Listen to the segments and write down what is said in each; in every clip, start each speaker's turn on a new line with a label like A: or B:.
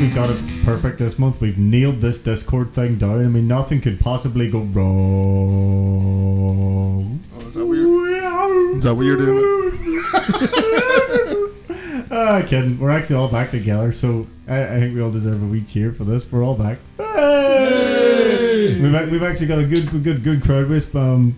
A: we got it perfect this month. We've nailed this Discord thing down. I mean, nothing could possibly go wrong.
B: Oh, is that weird? Is that what you're doing?
A: Ah, kidding. We're actually all back together, so I, I think we all deserve a wee cheer for this. We're all back. Hey! We've, ac- we've actually got a good, good, good crowd with um,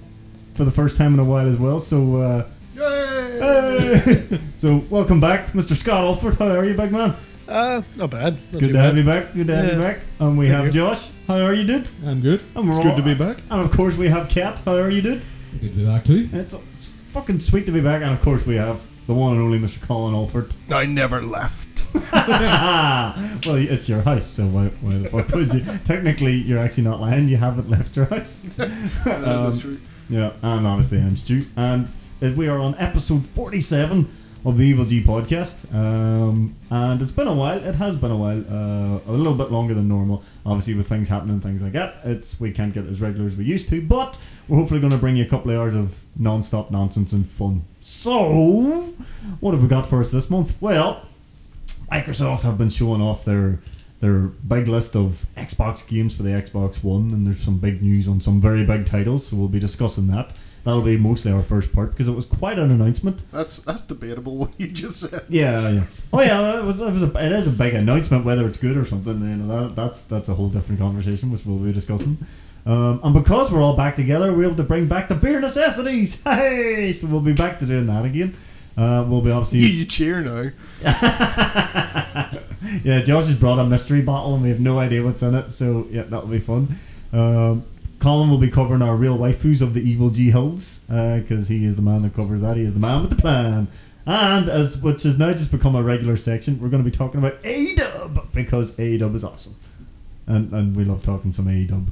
A: for the first time in a while as well. So, uh,
B: Yay!
A: hey! so welcome back, Mr. Scott Alford. How are you, big man?
C: Uh, not bad.
A: It's good to have you back. Good to have you
C: Yeah.
A: back. And we have
C: you.
A: Josh. How are you, dude?
C: I'm good.
A: I'm
B: It's
A: all-
B: good to be back.
A: And of course, we have Kat. How are you, dude?
D: Good to be back too.
A: It's, it's fucking sweet to be back. And of course, we have the one and only Mr. Colin Alford.
B: I never left.
A: well, it's your house, so why, why the fuck would you? Technically, you're actually not lying. You haven't left your house.
B: Uh,
A: Um,
B: that's true.
A: Yeah, and obviously I'm Stu, and we are on episode 47 of the Evil G podcast. Um, and it's been a while. It has been a while, uh, a little bit longer than normal. Obviously, with things happening and things like that, it's we can't get as regular as we used to. But we're hopefully going to bring you a couple of hours of non-stop nonsense and fun. So, what have we got for us this month? Well, Microsoft have been showing off their their big list of Xbox games for the Xbox One, and there's some big news on some very big titles, so we'll be discussing that. That'll be mostly our first part because it was quite an announcement.
B: That's that's debatable. What you just said.
A: Yeah, yeah. Oh yeah, it was. It, was a, it is a big announcement, whether it's good or something. You know, that, that's that's a whole different conversation, which we'll be discussing. Um, and because we're all back together, we're able to bring back the beer necessities. Hey, so we'll be back to doing that again. Uh, we'll be obviously.
B: You, you cheer now.
A: yeah, Josh has brought a mystery bottle and we have no idea what's in it, so yeah, that'll be fun. Um, Colin will be covering our real waifus of the Evil G Hills because he is the man that covers that. He is the man with the plan. And as which has now just become a regular section, we're going to be talking about AEW because AEW is awesome, and and we love talking some AEW.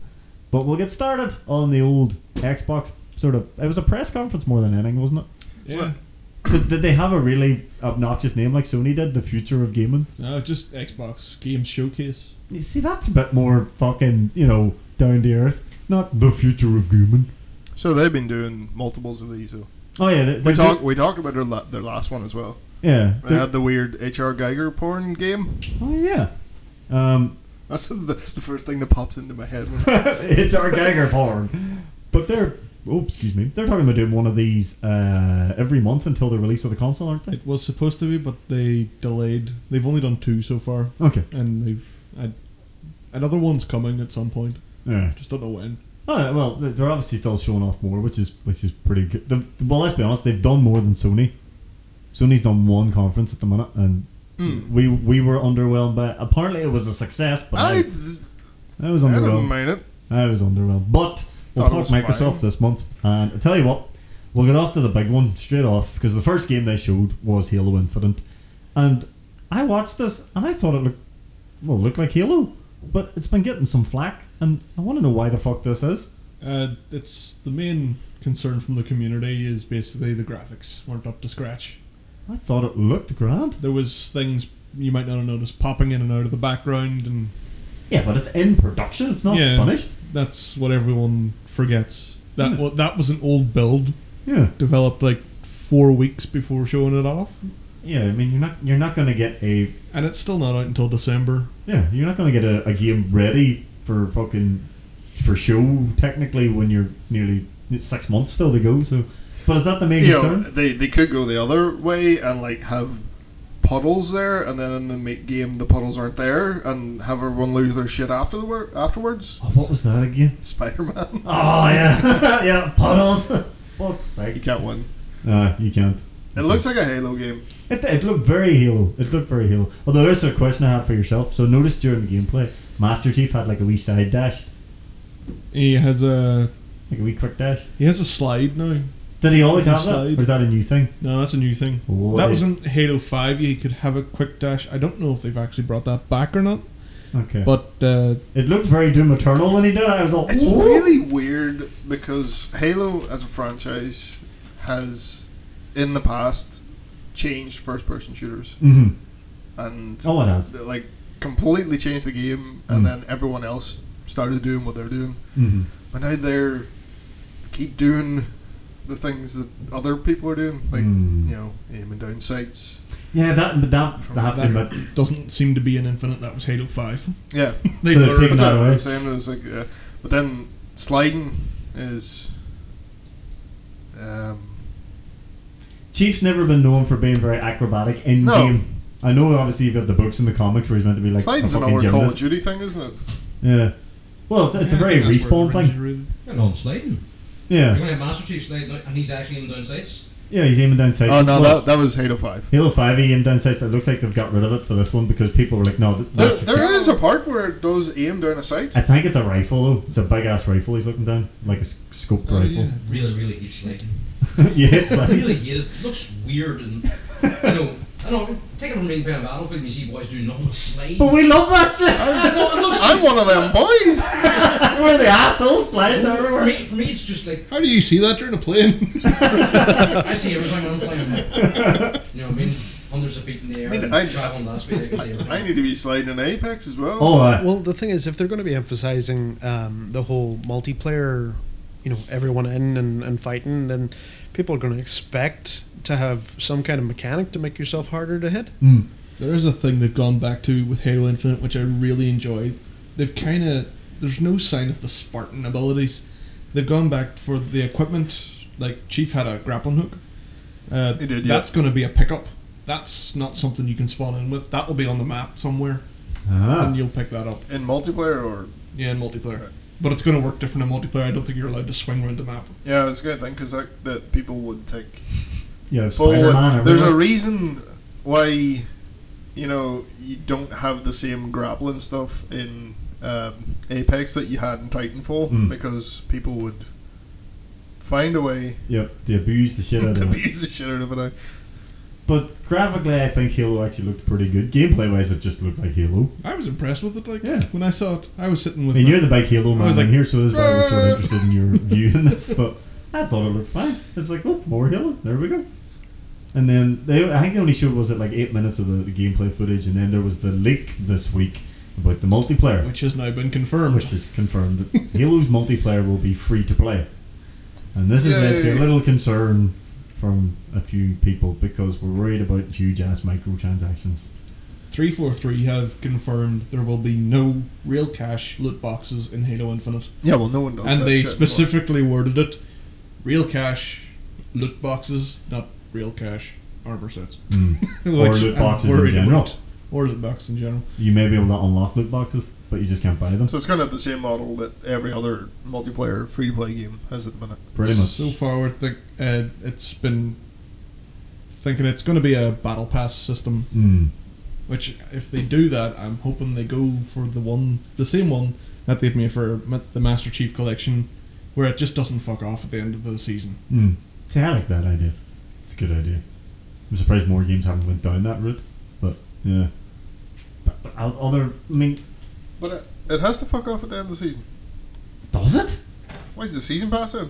A: But we'll get started on the old Xbox sort of. It was a press conference more than anything, wasn't it?
C: Yeah.
A: Did, did they have a really obnoxious name like Sony did? The future of gaming.
C: No, just Xbox Games Showcase.
A: You see, that's a bit more fucking, you know, down to earth. Not the future of human.
B: So they've been doing multiples of these. So.
A: Oh yeah, they,
B: We
A: they
B: talked we talked about their la- their last one as well.
A: Yeah.
B: They
A: they're-
B: had the weird HR Geiger porn game.
A: oh yeah. Um,
B: That's the, the first thing that pops into my head. When
A: it's our Geiger porn. But they're oh excuse me, they're talking about doing one of these uh, every month until the release of the console, aren't they?
C: It was supposed to be, but they delayed. They've only done two so far,
A: Okay.
C: and they've I, another one's coming at some point.
A: All right.
C: Just don't know when.
A: Oh, well, they're- they're obviously still showing off more, which is which is pretty good. The, well, let's be honest, they've done more than Sony. Sony's done one conference at the minute, and
B: Mm.
A: we we were underwhelmed by. Apparently, it was a success, but
B: I, I
A: I, I was
B: didn't
A: underwhelmed.
B: mind it.
A: I was underwhelmed. But we'll
B: Thought
A: talk
B: it was
A: Microsoft
B: fine.
A: this month, and I tell you what, we'll get off to the big one straight off because the first game they showed was Halo Infinite, and I watched this and I thought it looked well it looked like Halo, but it's been getting some flack, and I want to know why the fuck this is.
C: Uh, it's the main concern from the community is basically the graphics weren't up to scratch.
A: I thought it looked grand.
C: There was things you might not have noticed popping in and out of the background, and
A: Yeah, but it's in production. It's not
C: Yeah.
A: finished.
C: that's what everyone forgets. That
A: Hmm.
C: wa- that was an old build
A: Yeah,
C: developed like four weeks before showing it off.
A: yeah. I mean, you're not you're not going to get a
C: And it's still not out until December.
A: yeah you're not going to get a, a game ready for fucking for show technically when you're nearly it's six months still to go. So, but is that the main
B: You know,
A: concern?
B: they they could go the other way and like have puddles there, and then in the ma- game the puddles aren't there, and have everyone lose their shit after the wor- afterwards.
A: Oh, what was that again?
B: Spider Man,
A: Oh yeah, yeah puddles. Fuck's
B: you
A: sake.
B: can't win.
A: Uh, you can't.
B: It looks like a Halo game.
A: It, it looked very Halo. It looked very Halo. Although there's a question I have for yourself. So notice during the gameplay, Master Chief had like a wee side dash,
C: He has a
A: like a wee quick dash.
C: he has a slide now.
A: Did he always have that?
C: Slide.
A: Or is that a new thing?
C: No, that's a new thing.
A: Why?
C: That was in Halo Five. You could have a quick dash. I don't know if they've actually brought that back or not.
A: Okay.
C: But uh,
A: it looked very Doom Eternal when he did it. I was all.
B: It's
A: "Whoa."
B: really weird because Halo as a franchise has, in the past, changed first person shooters
A: Mhm.
B: and
A: Oh, it has.
B: like completely changed the game, and
A: Mm.
B: then everyone
A: Mm-hmm.
B: else started doing what they're doing.
A: Mhm.
B: But now they're keep doing the things that other people are doing, like
A: Hmm.
B: you know, aiming down sights.
A: Yeah, that but that I have to admit.
C: Doesn't seem to be an infinite. That was Halo Five.
B: Yeah,
C: they
A: So they've
C: learned
A: taken
B: that's
A: that
B: what I
A: away.
B: was saying. It was like, uh, but then sliding is. Um,
A: Chief's never been known for being very acrobatic in
B: No.
A: game. I know obviously you've got the books and the comics where he's meant to be like a
B: sliding's
A: fucking
B: another Call of
A: gymnast.
B: Duty thing, isn't it?
A: Yeah. Well, it's, it's a
C: Yeah, I
A: very
C: think that's where
A: respawn
C: the range
A: thing.
C: is really-
D: You're not sliding. You're
A: Yeah.
D: going to have Master Chief slide, down- and he's actually aiming down sights.
A: Yeah, he's aiming down sights.
B: Oh no,
A: Well,
B: that, that was Halo Five.
A: Halo 5 he aimed down sights. It looks like they've got rid of it for this one because people were like, no, th-
B: There,
A: that's
B: there is a part where it does aim down a sight.
A: I think it's a rifle though. It's a big ass rifle he's looking down, like a s- scoped
C: Oh,
A: rifle.
C: yeah.
D: Really, really hate sliding.
A: Yeah, it's
D: I
A: like
D: really hate it. It looks weird and, you know, I know, take it from being playing Battlefield and you see boys do nothing but slide.
B: Oh.
A: But we love that shit.
D: Ah, no, it looks
B: I'm one of them boys.
A: We're the assholes sliding
D: For
A: everywhere.
D: me, for me, it's just like
C: How do you see that during a plane?
D: I see everything when I'm flying. You know what I mean? Hundreds of feet in the air,
B: I mean,
D: and
B: I-
D: traveling that speed, I can see everything.
B: I need to be sliding in Apex as well.
A: Oh, uh,
E: Well, the thing is, if they're going to be emphasizing um, the whole multiplayer, you know, everyone in and, and fighting, then people are going to expect to have some kind of mechanic to make yourself harder to hit.
A: mm.
C: there is a thing they've gone back to with Halo Infinite, which I really enjoy. They've kind of there's no sign of the Spartan abilities. They've gone back for the equipment. Like Chief had a grappling hook. Uh,
B: He did, yeah.
C: that's going to be a pickup. That's not something you can spawn in with. That will be on the map somewhere, and
A: ah.
C: you'll pick that up.
B: In multiplayer or
C: Yeah, in multiplayer.
B: Right.
C: But it's going to work different in multiplayer. I don't think you're allowed to swing around the map.
B: yeah, it's a good thing because that, that people would take
A: yeah,
B: full.
A: Spider Man.
B: There's a reason why you know you don't have the same grappling stuff in um, Apex that you had in Titanfall
A: Mm.
B: because people would find a way
A: Yep, they abuse the shit out
B: to
A: of it.
B: beat the shit out of it.
A: But graphically, I think Halo actually looked pretty good. Gameplay wise, it just looked like Halo.
C: I was impressed with it. Like
A: Yeah.
C: when I saw it, I was sitting
A: I
C: with.
A: mean,
C: my-
A: you're the big Halo man
C: was
A: in
C: like,
A: here, so that's why we're sort of
C: "Rrrr."
A: interested in your view on this. But I thought it looked fine. It's like, oh, more Halo. There we go. And then they, I think they only showed was it like eight minutes of the, the gameplay footage, and then there was the leak this week about the multiplayer,
C: which has now been confirmed.
A: which is confirmed that Halo's multiplayer will be free to play. And this has led to a
B: Yay.
A: little concern from a few people because we're worried about huge ass microtransactions.
C: 343 have confirmed there will be no real cash loot boxes in Halo Infinite.
B: Yeah, well, no one does.
C: and
B: that
C: they
B: shit
C: specifically worded it real cash loot boxes, not real cash armor sets.
A: Mm. Or
C: Which
A: loot
C: I'm
A: boxes in
C: worried
A: general.
C: about. Or loot boxes in general.
A: You may be able to unlock loot boxes, but you just can't buy them.
B: anymore. So it's kind of the same model that every other multiplayer free to play game has at the minute.
A: Pretty much.
C: So far, I think uh, it's been thinking it's going to be a battle pass system.
A: Mm.
C: Which, if they do that, I'm hoping they go for the one, the same one that they've made for Ma- the Master Chief Collection, where it just doesn't fuck off at the end of the season.
A: Mm. See, I like that idea. It's a good idea. I'm surprised more games haven't went down that route, but yeah. But, but o- other, I mean,
B: But it, it has to fuck off at the end of the season.
A: does it?
B: Why is the season pass in?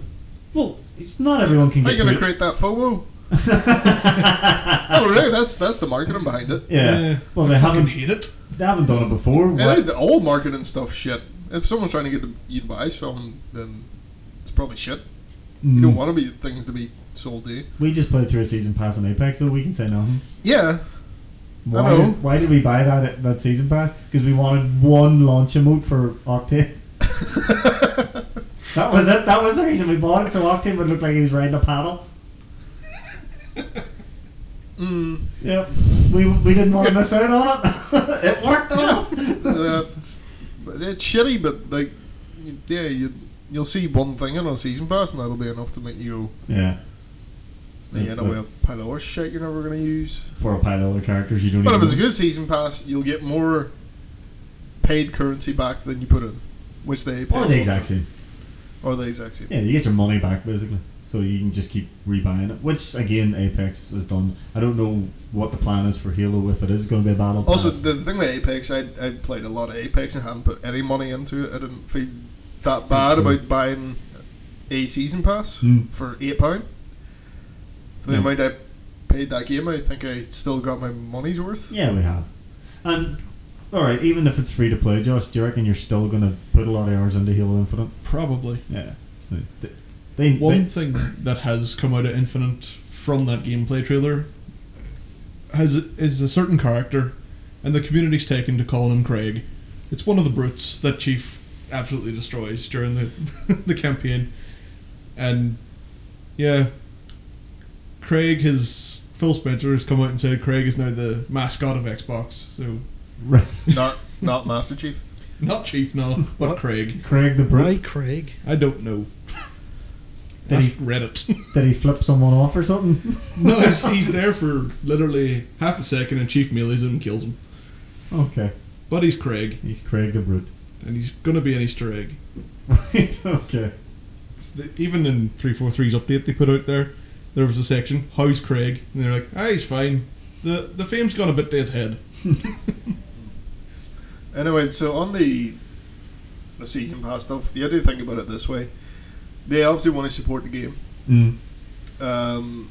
A: Well, it's not everyone can
B: How are
A: get
B: you going to
A: through it.
B: create that FOMO? oh, really? That's that's the marketing behind it.
A: Yeah. Well,
C: I
A: they haven't.
C: fucking hate it.
A: They haven't done it before.
B: Yeah,
A: What?
B: the all marketing stuff shit. If someone's trying to get the, you to buy some, then it's probably shit. You don't
A: Mm.
B: want to be things to be sold to you.
A: We just played through a season pass on Apex, so we can say nothing.
B: Yeah,
A: Why?
B: know.
A: Did, why did we buy that that season pass? Because we wanted one launch emote for Octane.
B: Hmm.
A: that was it. That was the reason we bought it. So Octane would look like he was riding a paddle.
B: mm,
A: Yep. We, we didn't want to miss out on it. it worked on us.
B: that's, but Uh, it's shitty. But like, you- yeah, you you'll see one thing in a season pass, and that'll be enough to make you
A: Yeah.
B: go. You know, a pile of horse shit you're never going to use.
A: For a pile of other characters, you don't.
B: But if
A: even
B: it's a good season pass, you'll get more paid currency back than you put in, which they
A: Or the exact same.
B: or the exact same.
A: Yeah, you get your money back basically, so you can just keep rebuying it. Which again, Apex has done. I don't know what the plan is for Halo if it is going to be a battle.
B: Also,
A: pass.
B: the thing with Apex, I I played a lot of Apex and hadn't put any money into it. I didn't feel that bad
A: true.
B: about buying a season pass
A: Mm.
B: for eight pound. For the
A: Yeah.
B: amount I paid that game, I think I still got my money's worth.
A: yeah, we have. And all right, even if it's free to play, Josh, do you reckon you're still going to put a lot of hours into Halo Infinite?
C: Probably.
A: Yeah. Th- th- They, they
C: One thing that has come out of Infinite from that gameplay trailer has is a certain character, and the community's taken to calling him Craig. It's one of the brutes that Chief absolutely destroys during the the campaign, and yeah, Craig has Phil Spencer has come out and said Craig is now the mascot of Xbox. So
A: right,
B: Not not Master Chief.
C: not Chief, no, but
E: What?
C: Craig.
A: Craig the
E: Why
A: Brute.
E: Craig?
C: I don't know.
A: Did he-
C: Ask Reddit.
A: Did he flip someone off or something?
C: No, he's, he's there for literally half a second, and Chief melees him and kills him.
A: Okay,
C: But he's Craig,
A: he's Craig the Brute.
C: and he's gonna be an Easter egg.
A: Right. Okay.
C: It's the- even in 343's update they put out there, there was a section, "How's Craig?" and they're like, "Ah, he's fine. the The fame's gone a bit to his head."
B: Anyway, so on the the season pass stuff, you do think about it this way. They obviously want to support the game.
A: Mm.
B: Um,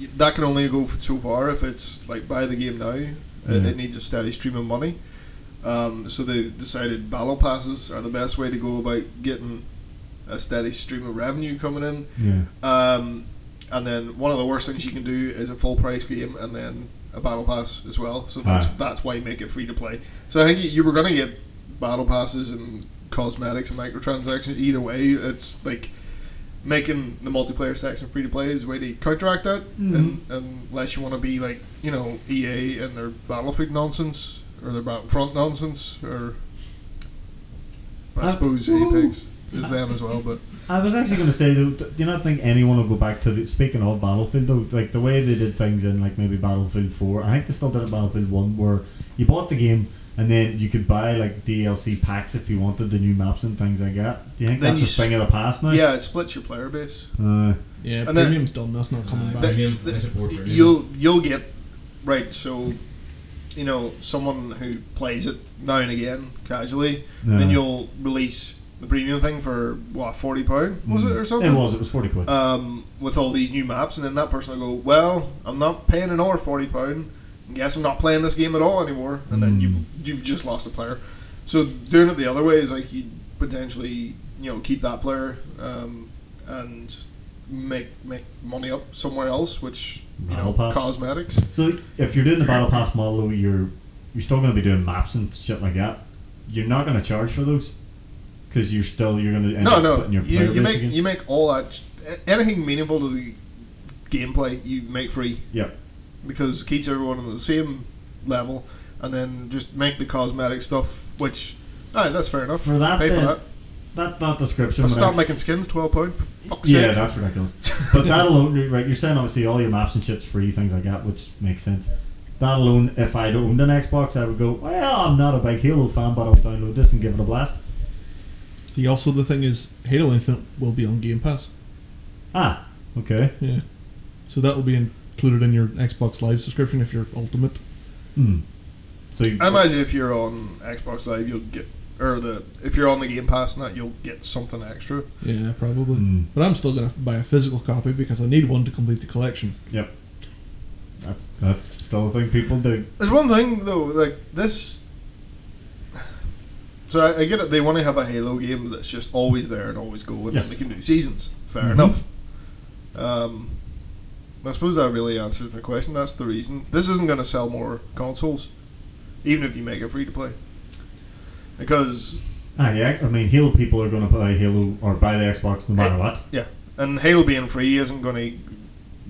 B: y- that can only go so far if it's like buy the game now. It,
A: Yeah.
B: it needs a steady stream of money. Um, so they decided battle passes are the best way to go about getting a steady stream of revenue coming in.
A: Yeah.
B: Um, and then one of the worst things you can do is a full price game and then a battle pass as well. So that's,
A: Aye.
B: that's why you make it free to play. So I think you, you were going to get battle passes and cosmetics and microtransactions. Either way, it's like making the multiplayer section free to play is a way to counteract that. And, and unless you want to be like, you know, EA and their Battlefield nonsense or their Battlefront nonsense or. I
A: Uh,
B: suppose Apex is them as well, but
A: I was actually going to say, though, th- do you not think anyone will go back to the, speaking of Battlefield, though, like the way they did things in, like maybe Battlefield 4, I think they still did it in Battlefield 1, where you bought the game and then you could buy like DLC packs if you wanted the new maps and things like that. Do you think
B: Then you
A: that's
B: s-
A: a thing of the past now?
B: yeah, it splits your player base.
A: Uh,
C: Yeah,
B: And then-
C: premium's done. That's not coming
D: Uh,
C: back.
D: Premium,
B: the-
D: I support
B: y-
D: premium.
B: you'll you'll get right. So, you know, someone who plays it now and again casually,
A: Yeah.
B: then you'll release the premium thing for what forty pound was it or
A: hmm. Mm. It
B: something?
A: was, it was 40 quid.
B: Um, with all these new maps, and then that person will go, "Well, I'm not paying another forty pound. Guess I'm not playing this game at all anymore." And then you
A: Mm.
B: you've just lost a player. So doing it the other way is like you potentially you know keep that player um, and make make money up somewhere else, which you know
A: Battle Pass.
B: cosmetics.
A: So if you're doing the battle pass model, though, you're you're still going to be doing maps and shit like that. You're not going to charge for those because you're still you're going to end
B: No,
A: up
B: no,
A: splitting your
B: you,
A: player base
B: you make
A: again.
B: you make all that anything meaningful to the gameplay you make free.
A: Yeah.
B: because it keeps everyone on the same level, and then just make the cosmetic stuff, which, aye, that's fair enough.
A: For that,
B: Pay for
A: then,
B: that.
A: that that description.
B: I'll
A: would
B: stop
A: ex-
B: making skins twelve pound. Fuck's
A: Yeah,
B: sake.
A: that's ridiculous. But that alone, right? You're saying obviously all your maps and shit's free, things like that, which makes sense. That alone, if I'd owned an Xbox, I would go, well, I'm not a big Halo fan, but I'll download this and give it a blast.
C: See, also the thing is, Halo Infinite will be on Game Pass.
A: Ah, okay.
C: Yeah, so that will be included in your Xbox Live subscription if you're Ultimate.
A: Hmm. So you,
B: I imagine if you're on Xbox Live, you'll get, or the if you're on the Game Pass, and that you'll get something extra.
C: Yeah, probably.
A: Hmm.
C: But I'm still gonna have to buy a physical copy because I need one to complete the collection.
A: that's that's still a thing people do.
B: There's one thing though, like this. So I, I get it. They want to have a Halo game that's just always there and always going.
A: Yes.
B: And they can do seasons. Fair
A: Mhm.
B: enough. Um, I suppose that really answers my question. That's the reason. This isn't going to sell more consoles, even if you make it free to play. Because
A: Ah, yeah. I mean, Halo people are going to buy Halo or buy the Xbox no matter what.
B: and Halo being free isn't going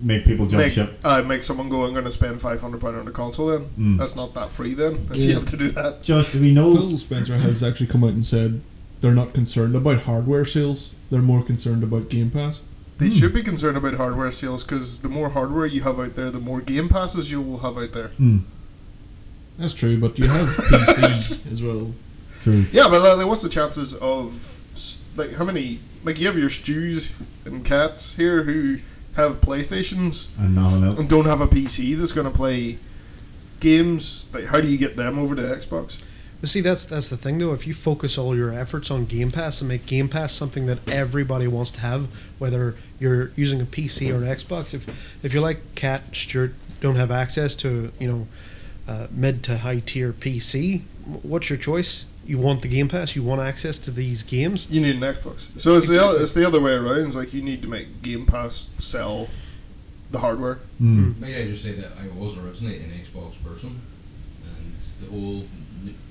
A: Make people
B: to
A: jump
B: make
A: ship.
B: uh, make someone go. I'm going to spend five hundred pound on a console. Then
A: Mm.
B: that's not that free. Then if you
C: Yeah.
B: have to do that.
A: Josh, do we know?
C: Phil Spencer has actually come out and said they're not concerned about hardware sales. They're more concerned about Game Pass.
B: They should be concerned about hardware sales because the more hardware you have out there, the more game passes you will have out there.
A: Hmm.
C: That's true, but you have PC as well.
A: True.
B: Yeah, but like, what's the chances of s- like how many like you have your stews and cats here who have PlayStations
A: And nothing else.
B: and don't have a PC that's going to play games? Like, how do you get them over to Xbox?
E: But see, that's that's the thing though. If you focus all your efforts on Game Pass and make Game Pass something that everybody wants to have, whether you're using a PC or an Xbox, if if you're like Cat Stuart, don't have access to you know uh, mid to high tier PC, what's your choice? you want the Game Pass, you want access to these games.
B: You need an Xbox. So it's the
E: Exactly.
B: the it's the other way around. It's like you need to make Game Pass sell the hardware.
A: Mm.
D: Might I just say that I was originally an Xbox person, and the whole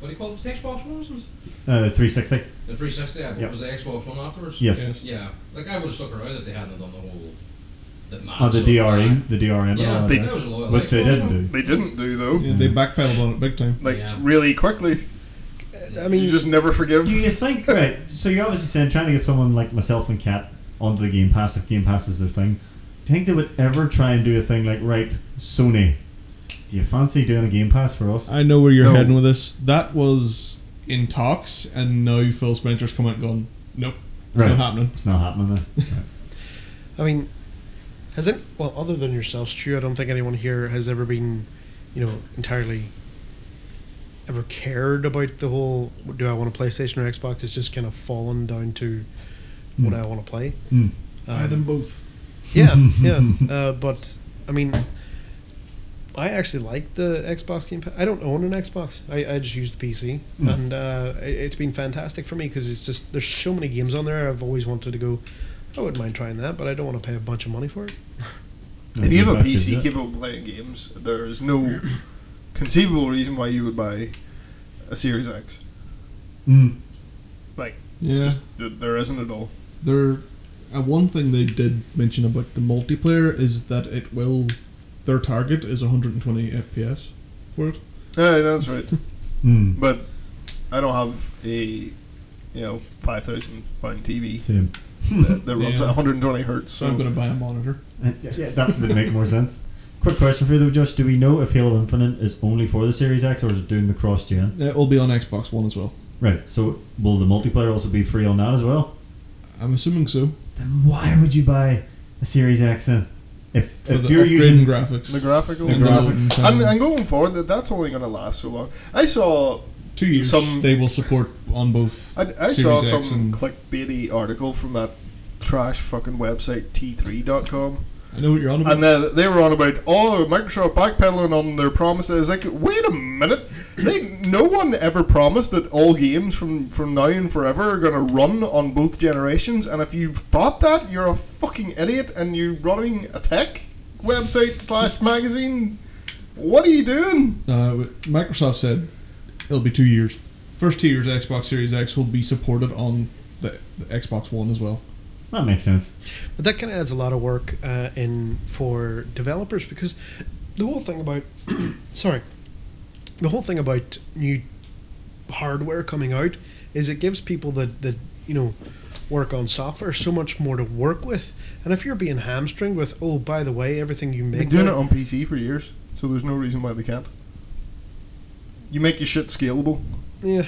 D: what do you call it? The Xbox One, isn't it?
A: Uh, 360.
D: The 360. I
A: Yeah.
D: was the Xbox One afterwards.
A: Yes.
C: Yes.
D: Yeah, like I would have stuck around if they hadn't done the whole the maps
A: Oh, the
D: of uh,
A: DRM, the DRM, and
D: Yeah,
A: all
D: they,
A: that,
D: that was a loyal
A: oh, which they
D: Xbox
A: didn't do.
D: one.
B: They didn't do though.
C: Yeah, they backpedaled on it big time.
B: Like
D: Yeah.
B: really quickly.
E: I
B: you
E: mean,
B: just never forgive.
A: Do you think right? So you're obviously saying trying to get someone like myself and Kat onto the Game Pass if Game Pass is their thing. Do you think they would ever try and do a thing like right, Sony? Do you fancy doing a Game Pass for us?
C: I know where you're
B: No.
C: heading with this. That was in talks, and now Phil Spencer's come out and gone, nope, it's
A: Right.
C: not happening.
A: It's not happening. Then.
E: I mean, has it? Well, other than yourself, Stu, I don't think anyone here has ever been, you know, entirely ever cared about the whole. Do I want a PlayStation or Xbox? It's just kind of fallen down to what
A: Mm.
E: I want to play.
A: Mm.
E: Um,
C: both.
E: Yeah, yeah. Uh, but I mean, I actually like the Xbox Game Pass. I don't own an Xbox. I, I just use the PC,
A: Mm.
E: and uh, it- it's been fantastic for me because it's just there's so many games on there. I've always wanted to go. I wouldn't mind trying that, but I don't want to pay a bunch of money for it.
B: If you have a
A: Game Pass gives
B: PC
A: it.
B: capable of playing games, there is no conceivable reason why you would buy a Series X.
A: Mm.
C: Yeah.
B: Just, th- there isn't at all.
C: There, uh, one thing they did mention about the multiplayer is that it will, their target is 120 FPS for it.
B: Yeah, that's right.
A: Mm.
B: but I don't have a you know five thousand pound TV
A: Same.
B: that, that runs
C: Hmm. Yeah.
B: at 120 hertz.
C: So
B: So
C: I'm going to buy a monitor.
A: Uh, yeah, yeah, that would make more sense. Quick question for you though, Josh. Do we know if Halo Infinite is only for the Series X or is it doing the cross gen?
C: It will be on Xbox One as well.
A: Right. So will the multiplayer also be free on that as well?
C: I'm assuming so.
A: Then why would you buy a Series X then? If,
C: For
A: if
C: the
A: you're
C: upgrade
A: using
C: and graphics.
B: the graphical,
A: The
C: and
A: graphics.
C: loading time.
B: And, and going forward, that that's only going to last so long. I saw
C: two years
B: some-
C: they will support on both.
B: I, I saw
C: Series X
B: some
C: and-
B: clickbaity article from that trash fucking website t3.com
C: I know what you're on about.
B: And then they were on about, oh, Microsoft backpedaling on their promises. Like, wait a minute. They, no one ever promised that all games from, from now and forever are going to run on both generations. And if you thought that, you're a fucking idiot and you're running a tech website slash magazine. What are you doing?
C: Uh, Microsoft said it'll be two years. First two years, Xbox Series X will be supported on the, the Xbox One as well.
A: that makes sense.
E: But that kind of adds a lot of work uh, in for developers because the whole thing about sorry, the whole thing about new hardware coming out is it gives people that that you know work on software so much more to work with. And if you're being hamstringed with oh by the way everything you
B: They've
E: make
B: been doing it
E: now-
B: on PC for years, so there's no reason why they can't. You make your shit scalable.
E: yeah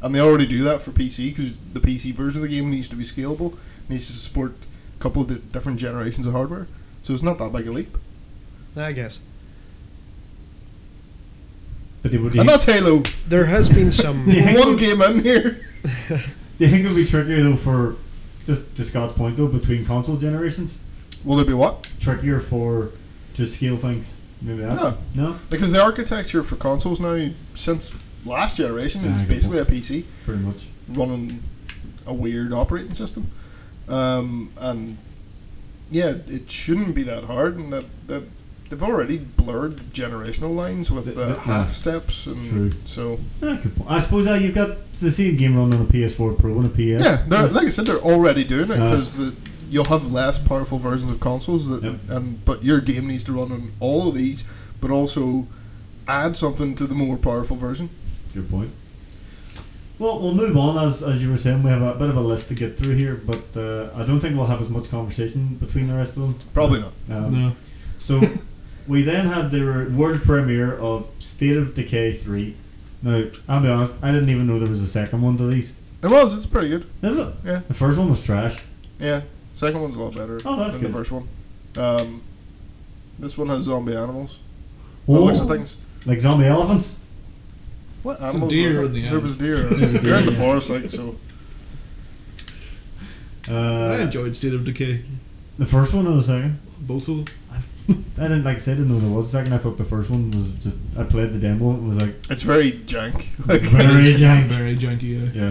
B: And they already do that for PC because the PC version of the game needs to be scalable, needs to support a couple of di- different generations of hardware. So it's not that big a leap.
E: I guess
A: But it would be.
B: And that's Halo.
E: there has been some
A: Yeah. Halo-
B: One game in here.
A: Do you think it would be trickier though for just to Scott's point though between console generations?
B: Will there be what?
A: Trickier for to scale things. Maybe that.
B: No.
A: No.
B: Because the architecture for consoles now, since last generation,
A: Ah,
B: is
A: good
B: basically a PC
A: Pretty much.
B: running a weird operating system. Um, and yeah, it shouldn't be that hard. And that, that they've already blurred generational lines with
A: Th-
B: the,
A: th- nah.
B: half steps. And
A: True.
B: So
A: Ah, good point. I suppose uh, you've got the same game running on a PS4 Pro and a PS.
B: Yeah, they're, like I said, they're already doing it
A: Uh.
B: because the you'll have less powerful versions of consoles. That,
A: Yep.
B: and but your game needs to run on all of these, but also add something to the more powerful version.
A: Good point. Well, we'll move on. As, as you were saying, we have a bit of a list to get through here, but uh, I don't think we'll have as much conversation between the rest of them.
B: Probably not.
A: Um,
C: no,
A: So we then had the re- world premiere of State of Decay 3. Now, I'll be honest, I didn't even know there was a second one to these.
B: It was. It's pretty good.
A: Is it?
B: Yeah.
A: The first one was trash.
B: Yeah. Second one's a lot better
A: Oh, that's
B: than
A: good.
B: the first one. Um, this one has zombie animals. By the looks of
A: Oh,
B: things.
A: like zombie elephants?
B: What
C: Some
B: animals?
C: deer
B: were
C: in the
B: there? there
C: alley.
B: was deer.
C: There's a
B: You're in
C: deer,
B: the
C: yeah.
B: forest, like so.
C: I
A: Uh,
C: enjoyed State of Decay,
A: the first one or the second?
C: both of them.
A: I I didn't like I said, I didn't know there was a second. I thought the first one was just I played the demo. It was like
B: It's very jank. Like,
A: Very
C: It's
A: jank.
C: Very uh, janky. Yeah.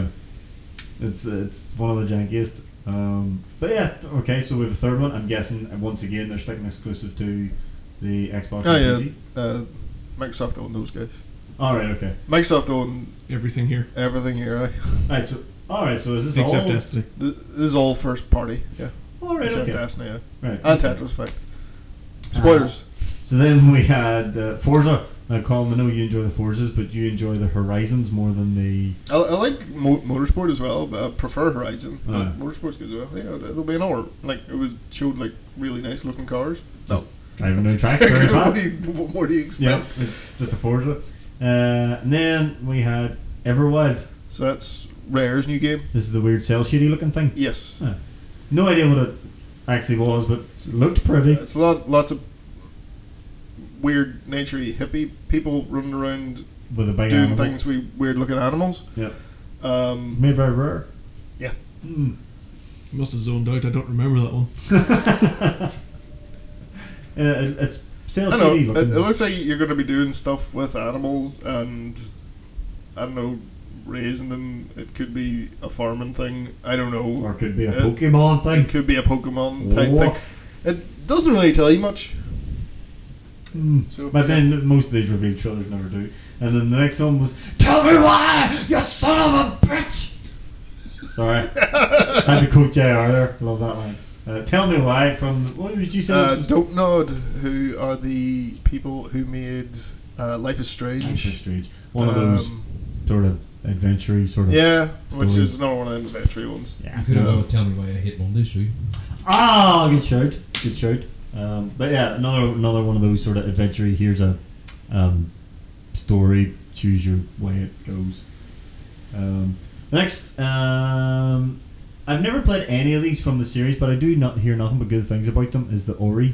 A: yeah, it's it's one of the jankiest. Um, but yeah, th- okay. So we have a third one. I'm guessing uh, once again they're sticking exclusive to the Xbox.
B: Oh,
A: and
B: yeah.
A: PC.
B: uh, Microsoft own those guys.
A: All right. Okay.
B: Microsoft own
C: Everything here
B: everything here. Right?
A: All right. So all right. So is this
C: except
A: all?
C: Destiny.
B: Th- This is all first party. Yeah.
A: All right.
B: Except
A: Okay.
B: Destiny. Yeah.
A: Right.
B: And Tetris Effect.
A: Uh-huh.
B: Spoilers.
A: So then we had uh, Forza. Now, Colin, I know you enjoy the Forzas, but you enjoy the Horizons more than the.
B: I, I like mo- Motorsport as well, but I prefer Horizon. But
A: Aye.
B: Motorsport's good as well. Yeah, it- it'll be an hour. Like it was showed like really nice looking cars.
A: Just
B: No,
A: Driving down tracks very
B: what,
A: fast.
B: do you, what more do you expect?
A: Yeah, it's just a Forza. Uh, and then we had Everwild.
B: So that's Rare's new game.
A: This is the weird cell shady looking thing.
B: Yes,
A: No idea what it actually was, but it looked pretty.
B: it's a lot, lots of weird, naturey hippie people running around
A: With a big
B: doing
A: animal.
B: things with weird looking animals.
A: Yep.
B: Um,
A: Made very rare.
B: Yeah.
A: Mm.
C: Must have zoned out. I don't remember that one.
A: uh, it, it's cell
B: I know.
A: shady
B: It, it
A: looking.
B: looks like you're going to be doing stuff with animals and I don't know, raising them. It could be a farming thing. I don't know.
A: or could be a
B: it-
A: Pokemon thing.
B: It could be a Pokemon type
A: Wha-
B: thing. It doesn't really tell you much.
A: Mm.
B: So,
A: But then most of these reveal trailers never do. And then the next one was, Tell me why, you son of a bitch! Sorry. Had to quote JR there. Love that line. Uh, tell me why from, what would you say?
B: uh,
A: was-
B: Don't Nod, who are the people who made uh, Life is Strange.
A: Life is Strange. One of those
B: Um,
A: sort of adventure sort of.
B: Yeah, which
A: Story.
B: is another one of the adventure ones.
A: Yeah.
D: You could have
B: Yeah.
D: all tell me why I hate Mondays too.
A: Ah, good shout. Good shout. Um, but yeah, another another one of those sort of adventure here's a um, story, choose your way it goes. Um, next, um, I've never played any of these from the series, but I do not hear nothing but good things about them. Is the Ori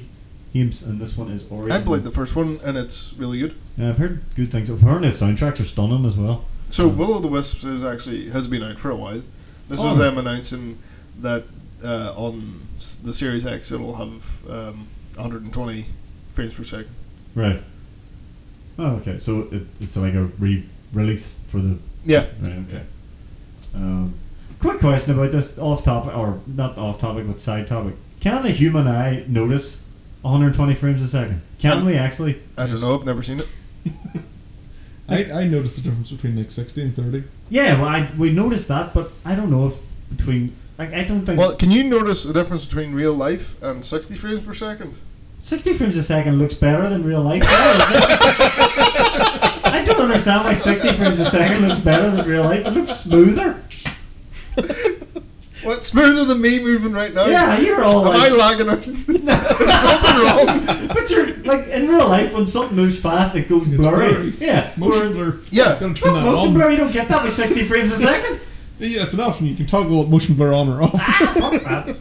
A: games, and this one is Ori.
B: I played the first one and it's really good.
A: Yeah, I've heard good things. Apparently, the soundtracks are stunning as well.
B: So Will o' the Wisps is actually has been out for a while. This was
A: Oh.
B: them announcing that uh, on s- the Series X it'll have um, 120 frames per second.
A: Right. Oh, okay. So it, it's like a re-release for the
B: Yeah,
A: Right, okay. Um, quick question about this off topic, or not off topic, but side topic. Can the human eye notice 120 frames a second? Can
B: Um,
A: we actually?
B: I don't
C: Yes.
B: know. I've never seen it.
C: I, I noticed the difference between like sixty and thirty.
A: Yeah, well, I, we noticed that, but I don't know if between. Like, I don't think.
B: Well, can you notice the difference between real life and 60 frames per second?
A: 60 frames a second looks better than real life. I don't understand why 60 frames a second looks better than real life. It looks smoother.
B: Well, it's smoother than me moving right now.
A: Yeah, you're all
B: Am Oh, I
A: like.
B: lagging out? Something wrong.
A: But you're like in real life when something moves fast, it goes
C: It's
A: blurry.
C: blurry.
A: Yeah, whereas-
C: Motion blur.
B: Yeah.
C: Gotta turn
A: Fuck
C: that
A: motion
C: on.
A: blur, you don't get that with 60 frames a second.
C: Yeah, it's an option. You can toggle motion blur on or off.
A: Fuck that.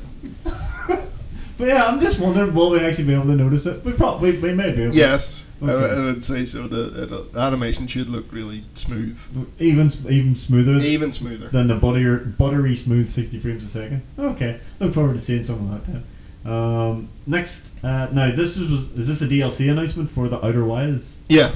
A: but yeah, I'm just wondering, will we actually be able to notice it? We probably, we may be able
B: Yes, I w-
A: Okay.
B: I, would say so. The, the animation should look really smooth,
A: Even, even smoother
B: even smoother.
A: than the buttery, buttery smooth 60 frames a second. Okay, look forward to seeing something like that. Um, next, uh, now this was, is this a DLC announcement for the Outer Wilds?
B: Yeah,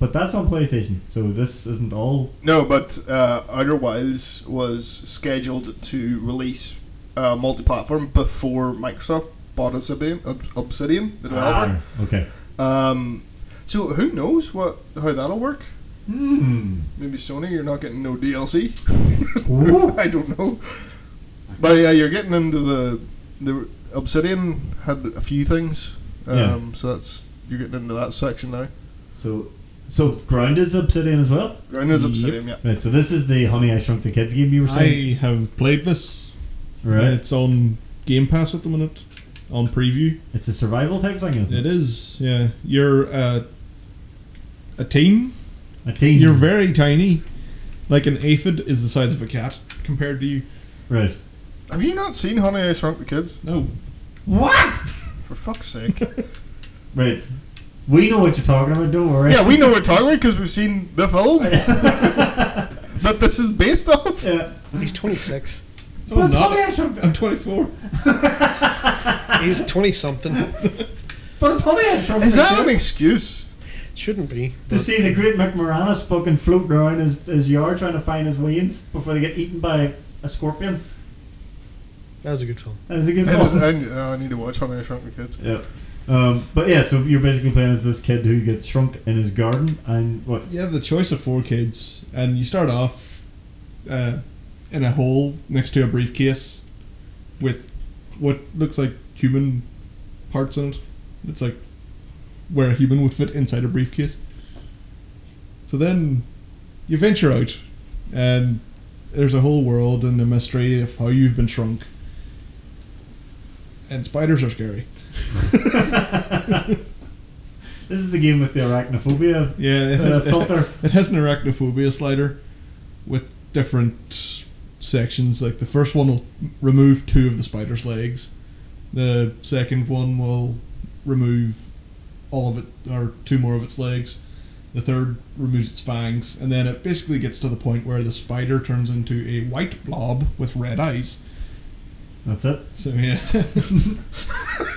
A: But that's on PlayStation, so this isn't all.
B: no, but uh, Outer Wilds was scheduled to release uh, multi-platform before Microsoft bought Obsidian, Ob- Obsidian the developer.
A: Ah, okay.
B: Um, so who knows what how that'll work?
A: Hmm.
B: Maybe Sony, you're not getting no DLC.
A: Ooh.
B: I don't know. But yeah, you're getting into the the Obsidian had a few things. Um,
A: Yeah.
B: So that's you're getting into that section now.
A: So, so Grounded's Obsidian as well?
B: Grounded's
C: Yep.
B: Obsidian, yeah.
A: Right, so this is the Honey I Shrunk the Kids game you were saying,
C: I have played this.
A: right?
C: It's on Game Pass at the minute, on preview.
A: It's a survival type thing, isn't it?
C: It is. Yeah, you're uh, a teen.
A: A teen.
C: You're very tiny. Like an aphid is the size of a cat compared to you.
A: right.
B: Have you not seen Honey I Shrunk the Kids?
C: No,
A: What?
B: For fuck's sake.
A: Right. We know what you're talking about. Don't worry.
B: yeah, we know we're talking about because we've seen the film that this is based off.
A: yeah.
E: He's 26.
C: I'm
A: What's
C: not.
A: Honey I Shrunk?
C: I'm 24.
E: He's 20 something.
A: But it's only a short
B: Is that
A: period
B: an excuse?
E: Shouldn't be.
A: to see the great McMoranis fucking floating around his, his yard trying to find his wings before they get eaten by a scorpion.
E: That was a good film.
A: That is a good
B: It is-
A: one.
B: I, oh, I need to watch How Many Shrunk the Kids.
A: Yeah. Um, but yeah, so you're basically playing as this kid who gets shrunk in his garden and what?
C: You have the choice of four kids, and you start off uh, in a hole next to a briefcase with what looks like human parts in it. It's like where a human would fit inside a briefcase. So then you venture out, and there's a whole world and a mystery of how you've been shrunk. And spiders are scary.
A: This is the game with the arachnophobia
C: Yeah, it
A: uh,
C: has,
A: filter.
C: it has an arachnophobia slider with different sections. Like the first one will remove two of the spider's legs. The second one will remove all of it or two more of its legs. The third removes its fangs, and then it basically gets to the point where the spider turns into a white blob with red eyes.
A: That's it.
C: So yeah,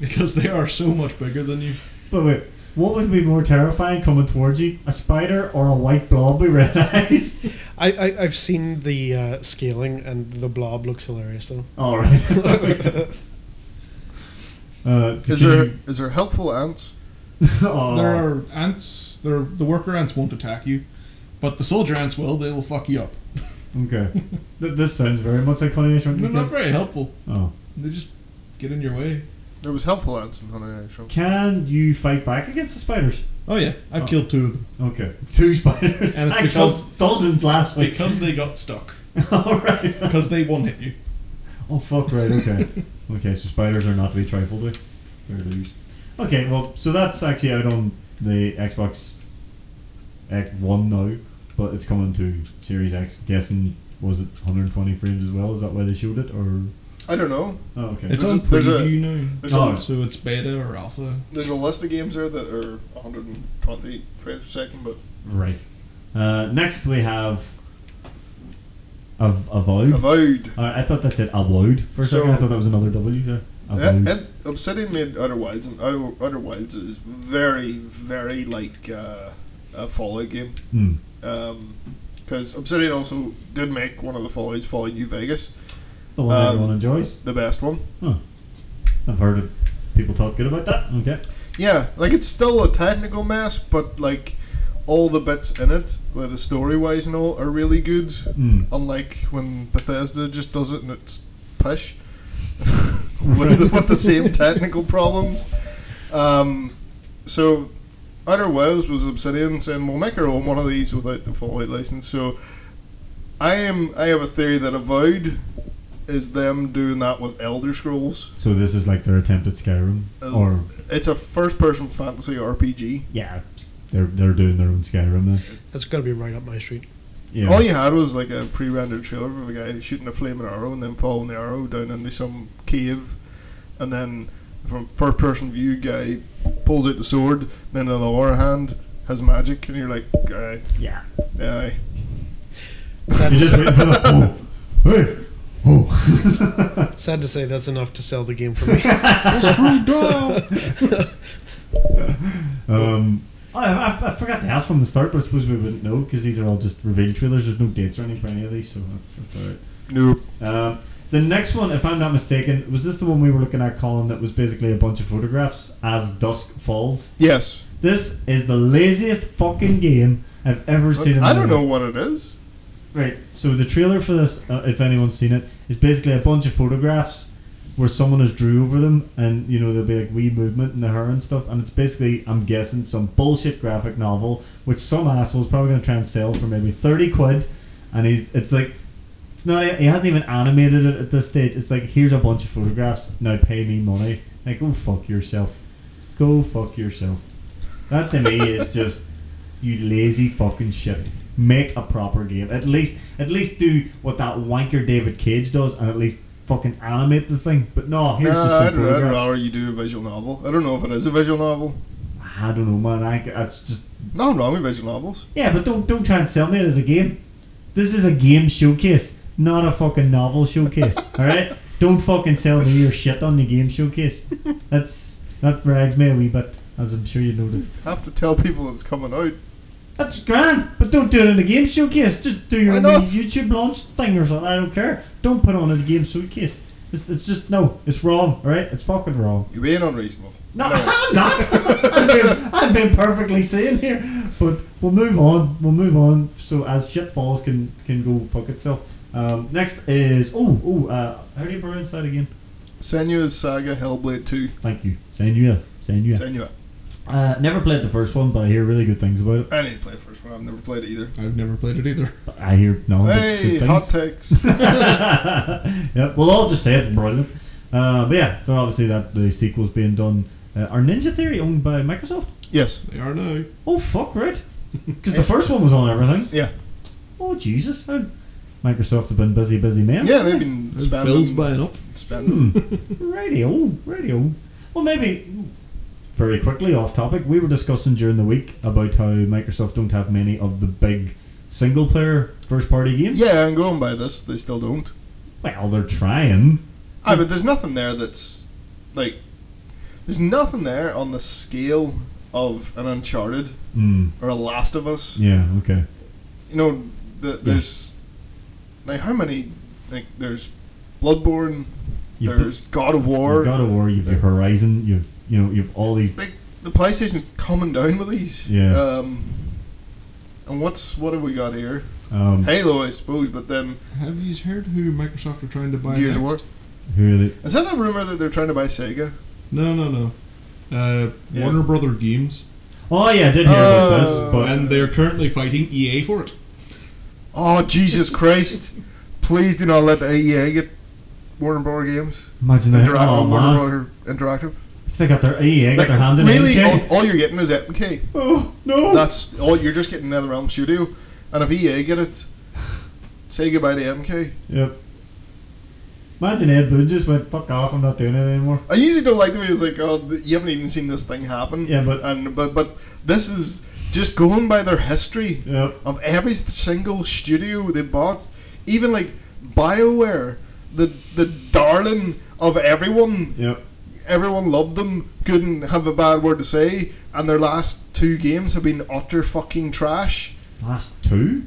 C: because they are so much bigger than you.
A: But wait, what would be more terrifying coming towards you? A spider or a white blob with red eyes?
E: I, I I've seen the uh, scaling, and the blob looks hilarious though.
A: Alright. uh, did
B: Is
A: you- Oh,
B: there is there helpful ants?
A: Aw.
C: There are ants. There, the worker ants won't attack you, but the soldier ants will. They will fuck you up.
A: Okay. Th- this sounds very much like Honey I Shrunk the
C: They're not
A: Kids.
C: very helpful.
A: Oh.
C: They just get in your way.
B: There was helpful ants in How Many Shrunk.
A: Can you fight back against the spiders?
C: Oh yeah, I've
A: Oh.
C: killed two of them
A: Okay. Two spiders.
C: And it's
A: I
C: because-
A: killed dozens last week.
C: because they got stuck.
A: Alright.
C: Because they one hit you.
A: Oh fuck! Right. Okay. okay. So spiders are not to be trifled with. Fair dues. Okay. Well, so that's actually out on the Xbox X One now, but it's coming to Series X. Guessing was it 120 frames as well? Is that why they showed it? Or
B: I don't know.
A: oh, okay.
C: It's
B: There's
C: on
B: a- there's a-
C: preview now,
B: There's,
A: Oh.
B: a,
C: so it's beta or alpha.
B: there's a list of games there that are 120 frames per second, but
A: right. Uh, next we have. Av- Avowed.
B: Avowed.
A: Uh, I thought that said Avowed for a
B: So-
A: second. I thought that was another W there.
B: Yeah,
A: Avowed.
B: and Obsidian made Outer Wilds, and Outer, Outer Wilds is very, very like uh, a Fallout game.
A: Hmm.
B: Because Obsidian also did make one of the Fallouts, Fallout New Vegas,
A: The one
B: Um,
A: everyone enjoys.
B: the best one.
A: Huh. I've heard of people talk good about that. Okay.
B: Yeah, like it's still a technical mess, but like all the bits in it, where the story wise and all, are really good.
A: Hmm.
B: Unlike when Bethesda just does it and it's pish with, the, with the same technical problems. Um, so, Outer Wilds was Obsidian saying, "We'll make our own one of these without the Fallout license." So, I am I have a theory that Avowed is them doing that with Elder Scrolls.
A: So this is like their attempt at Skyrim,
B: Uh,
A: or
B: It's a first-person fantasy RPG.
A: yeah, they're they're doing their own Skyrim then.
E: That's got to be right up my street.
A: Yeah.
B: All you had was like a pre-rendered trailer of a guy shooting a flaming arrow and then pulling the arrow down into some cave, and then from first-person view, guy pulls out the sword. Then the lower hand has magic, and you're like, "Aye,
A: yeah.
B: aye."
A: You
E: Sad,
A: just wait for the oh, hey, oh.
E: sad to say, that's enough to sell the game for me.
A: Um, I, I, I forgot to ask from the start, but I suppose we wouldn't know because these are all just reveal trailers. There's no dates or anything for any of these, so that's that's all right.
B: Nope.
A: Um, the next one, if I'm not mistaken, was this the one we were looking at, Colin? That was basically a bunch of photographs as dusk falls.
B: Yes.
A: This is the laziest fucking game I've ever seen. in my
B: I don't
A: life.
B: know what it is.
A: Right. So the trailer for this, uh, if anyone's seen it, is basically a bunch of photographs where someone has drew over them, and you know there'll be like wee movement in the hair and stuff, and it's basically, I'm guessing, some bullshit graphic novel which some asshole's probably gonna try and sell for maybe thirty quid, and he's it's like. It's not, he hasn't even animated it at this stage. It's like, here's a bunch of photographs, now pay me money. Like, go fuck yourself. Go fuck yourself. That to me is just you lazy fucking shit. Make a proper game. At least, at least do what that wanker David Cage does, and at least fucking animate the thing. But no, here's
B: Nah,
A: just some
B: I'd, I'd
A: photographs.
B: rather you do a visual novel. I don't know if it is a visual novel.
A: I don't know, man. I, that's just
B: Nothing wrong with visual novels.
A: yeah. But don't don't try and sell me it as a game. This is a game showcase, not a fucking novel showcase. all right, don't fucking sell me your shit on the game showcase. That's That rags me a wee bit, as I'm sure you noticed.
B: Have to tell people it's coming out.
A: That's grand, but don't do it in a game showcase. Just do your
B: Why
A: own
B: not?
A: wee YouTube launch thing or something. I don't care. Don't put it on in a game showcase. It's, it's just no. It's wrong. All right. It's fucking wrong.
B: You're being unreasonable.
A: No,
B: No.
A: I'm not. I've been, I've been perfectly sane here. But we'll move on. We'll move on. So as shit falls can can go fuck itself. Um, next is oh oh uh, how do you pronounce that again?
B: Senua's Saga Hellblade 2.
A: Thank you, Senua. Senua.
B: Senua.
A: Uh, never played the first one, but I hear really good things about it.
B: I need to play the first one. I've never played it either.
C: I've never played it either.
A: I hear no but
B: Hey,
A: Oh, good
B: hot
A: things.
B: takes.
A: yeah, we'll all just say it's brilliant. Uh, but yeah, they're obviously that the sequel's being done. Uh, are Ninja Theory owned by Microsoft?
B: yes.
C: They are now.
A: Oh fuck, right? Because the first one was on everything.
B: Yeah.
A: Oh Jesus! How- Microsoft have been busy, busy man.
B: Yeah, they've been
C: Phil's
B: spending.
C: buying up.
B: spending.
A: Radio, radio. Well, maybe very quickly off topic. We were discussing during the week about how Microsoft don't have many of the big single player first party games.
B: Yeah, I'm going by this. They still don't.
A: Well, they're trying.
B: Aye, but there's nothing there that's like there's nothing there on the scale of an Uncharted
A: Mm,
B: or a Last of Us.
A: yeah. Okay.
B: You know, the, there's like how many like there's Bloodborne,
A: You
B: there's God of War.
A: You've got a war. You've the Horizon. You've you know you've all these.
B: like the PlayStation's coming down with these.
A: Yeah.
B: Um, and what's what have we got here?
A: Um,
B: Halo, I suppose, but then
C: Have you heard who Microsoft are trying to buy
B: Gears of
C: next?
B: War.
A: Who are they?
B: Is that a rumor that they're trying to buy Sega?
C: No, no, no. Uh,
B: Yeah.
C: Warner Brother Games.
A: Oh yeah, I did hear about this,
B: Uh,
A: but
C: and they're currently fighting EA for it.
B: Oh Jesus Christ! Please do not let the AEA get Warner Bros. games.
A: imagine that.
B: Interact-
A: Oh
B: Warner
A: man,
B: Bros. Interactive.
A: if they got their EA got
B: Like,
A: their hands in
B: really,
A: MK.
B: all, all you're getting is MK.
A: Oh no.
B: That's all you're just getting NetherRealm Studio, and if EA get it, say goodbye to MK.
A: Yep. Imagine Ed Boon just went, fuck off, I'm not doing it anymore.
B: I usually don't like the way it's like, oh, th- you haven't even seen this thing happen.
A: Yeah, but-
B: and but but this is just going by their history
A: Yep.
B: of every single studio they bought, even like Bioware, the the darling of everyone.
A: Yep.
B: everyone loved them, couldn't have a bad word to say, and their last two games have been utter fucking trash.
A: Last two?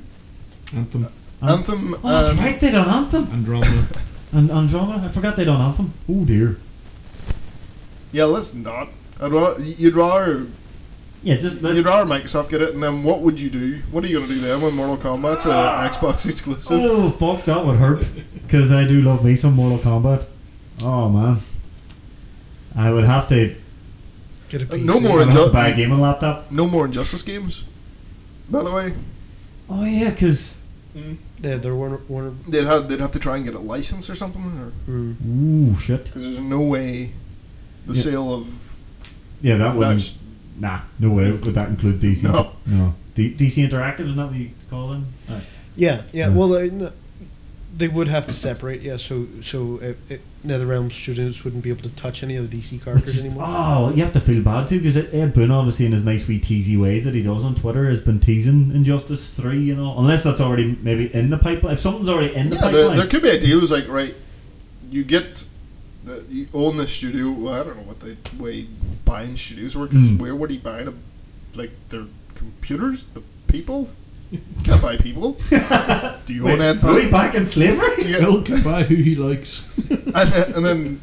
C: Anthem,
A: An-
B: Anthem,
A: Oh, that's
B: um,
A: right, they done Anthem.
C: Andromeda.
A: And Andromeda, I forgot they done Anthem. Oh dear.
B: yeah, let's not. I'd ra- you'd rather
A: Yeah, just. That,
B: you'd rather Microsoft get it, and then what would you do? What are you gonna do then when Mortal Kombat's an Xbox exclusive?
A: Ah. oh, fuck, that would hurt. Because I do love me some Mortal Kombat. Oh, man. I would have to.
E: Get a
B: Uh,
E: PC.
B: no
A: I
B: more
A: would have to buy a
B: injustice.
A: gaming laptop.
B: No more injustice games. By the way,
A: Oh, yeah, because. Mm.
E: Yeah, they're Warner. Warner
B: they'd have they'd have to try and get a license or something,
E: mm.
A: Ooh, shit.
B: because there's no way the
A: Yeah.
B: sale of
A: Yeah, that
B: that's
A: wouldn't. Nah, no way would that include DC.
B: No. Uh,
A: No. D- DC Interactive, isn't that what you call them?
E: Yeah, yeah.
A: Mm.
E: Well, they, no, they would have to separate. Yeah, so so it, it, NetherRealm students wouldn't be able to touch any of the DC characters anymore.
A: Oh, you have to feel bad too because Ed Boon, obviously, in his nice wee teasy ways that he does on Twitter, has been teasing Injustice Three. You know, unless that's already maybe in the pipeline. If something's already in the
B: Yeah, there,
A: pipeline,
B: there could be a deal. It's like, right, you get, the, you own the studio. Well, I don't know what the way buying studios work is.
A: Mm.
B: Where would he buy them? Like their computers, the people. You can't buy people. Do you
A: Wait,
B: own that?
A: are we
B: Pal?
A: back in slavery?
B: You
C: Phil
B: get-
C: can buy who he likes.
B: and, then- and then,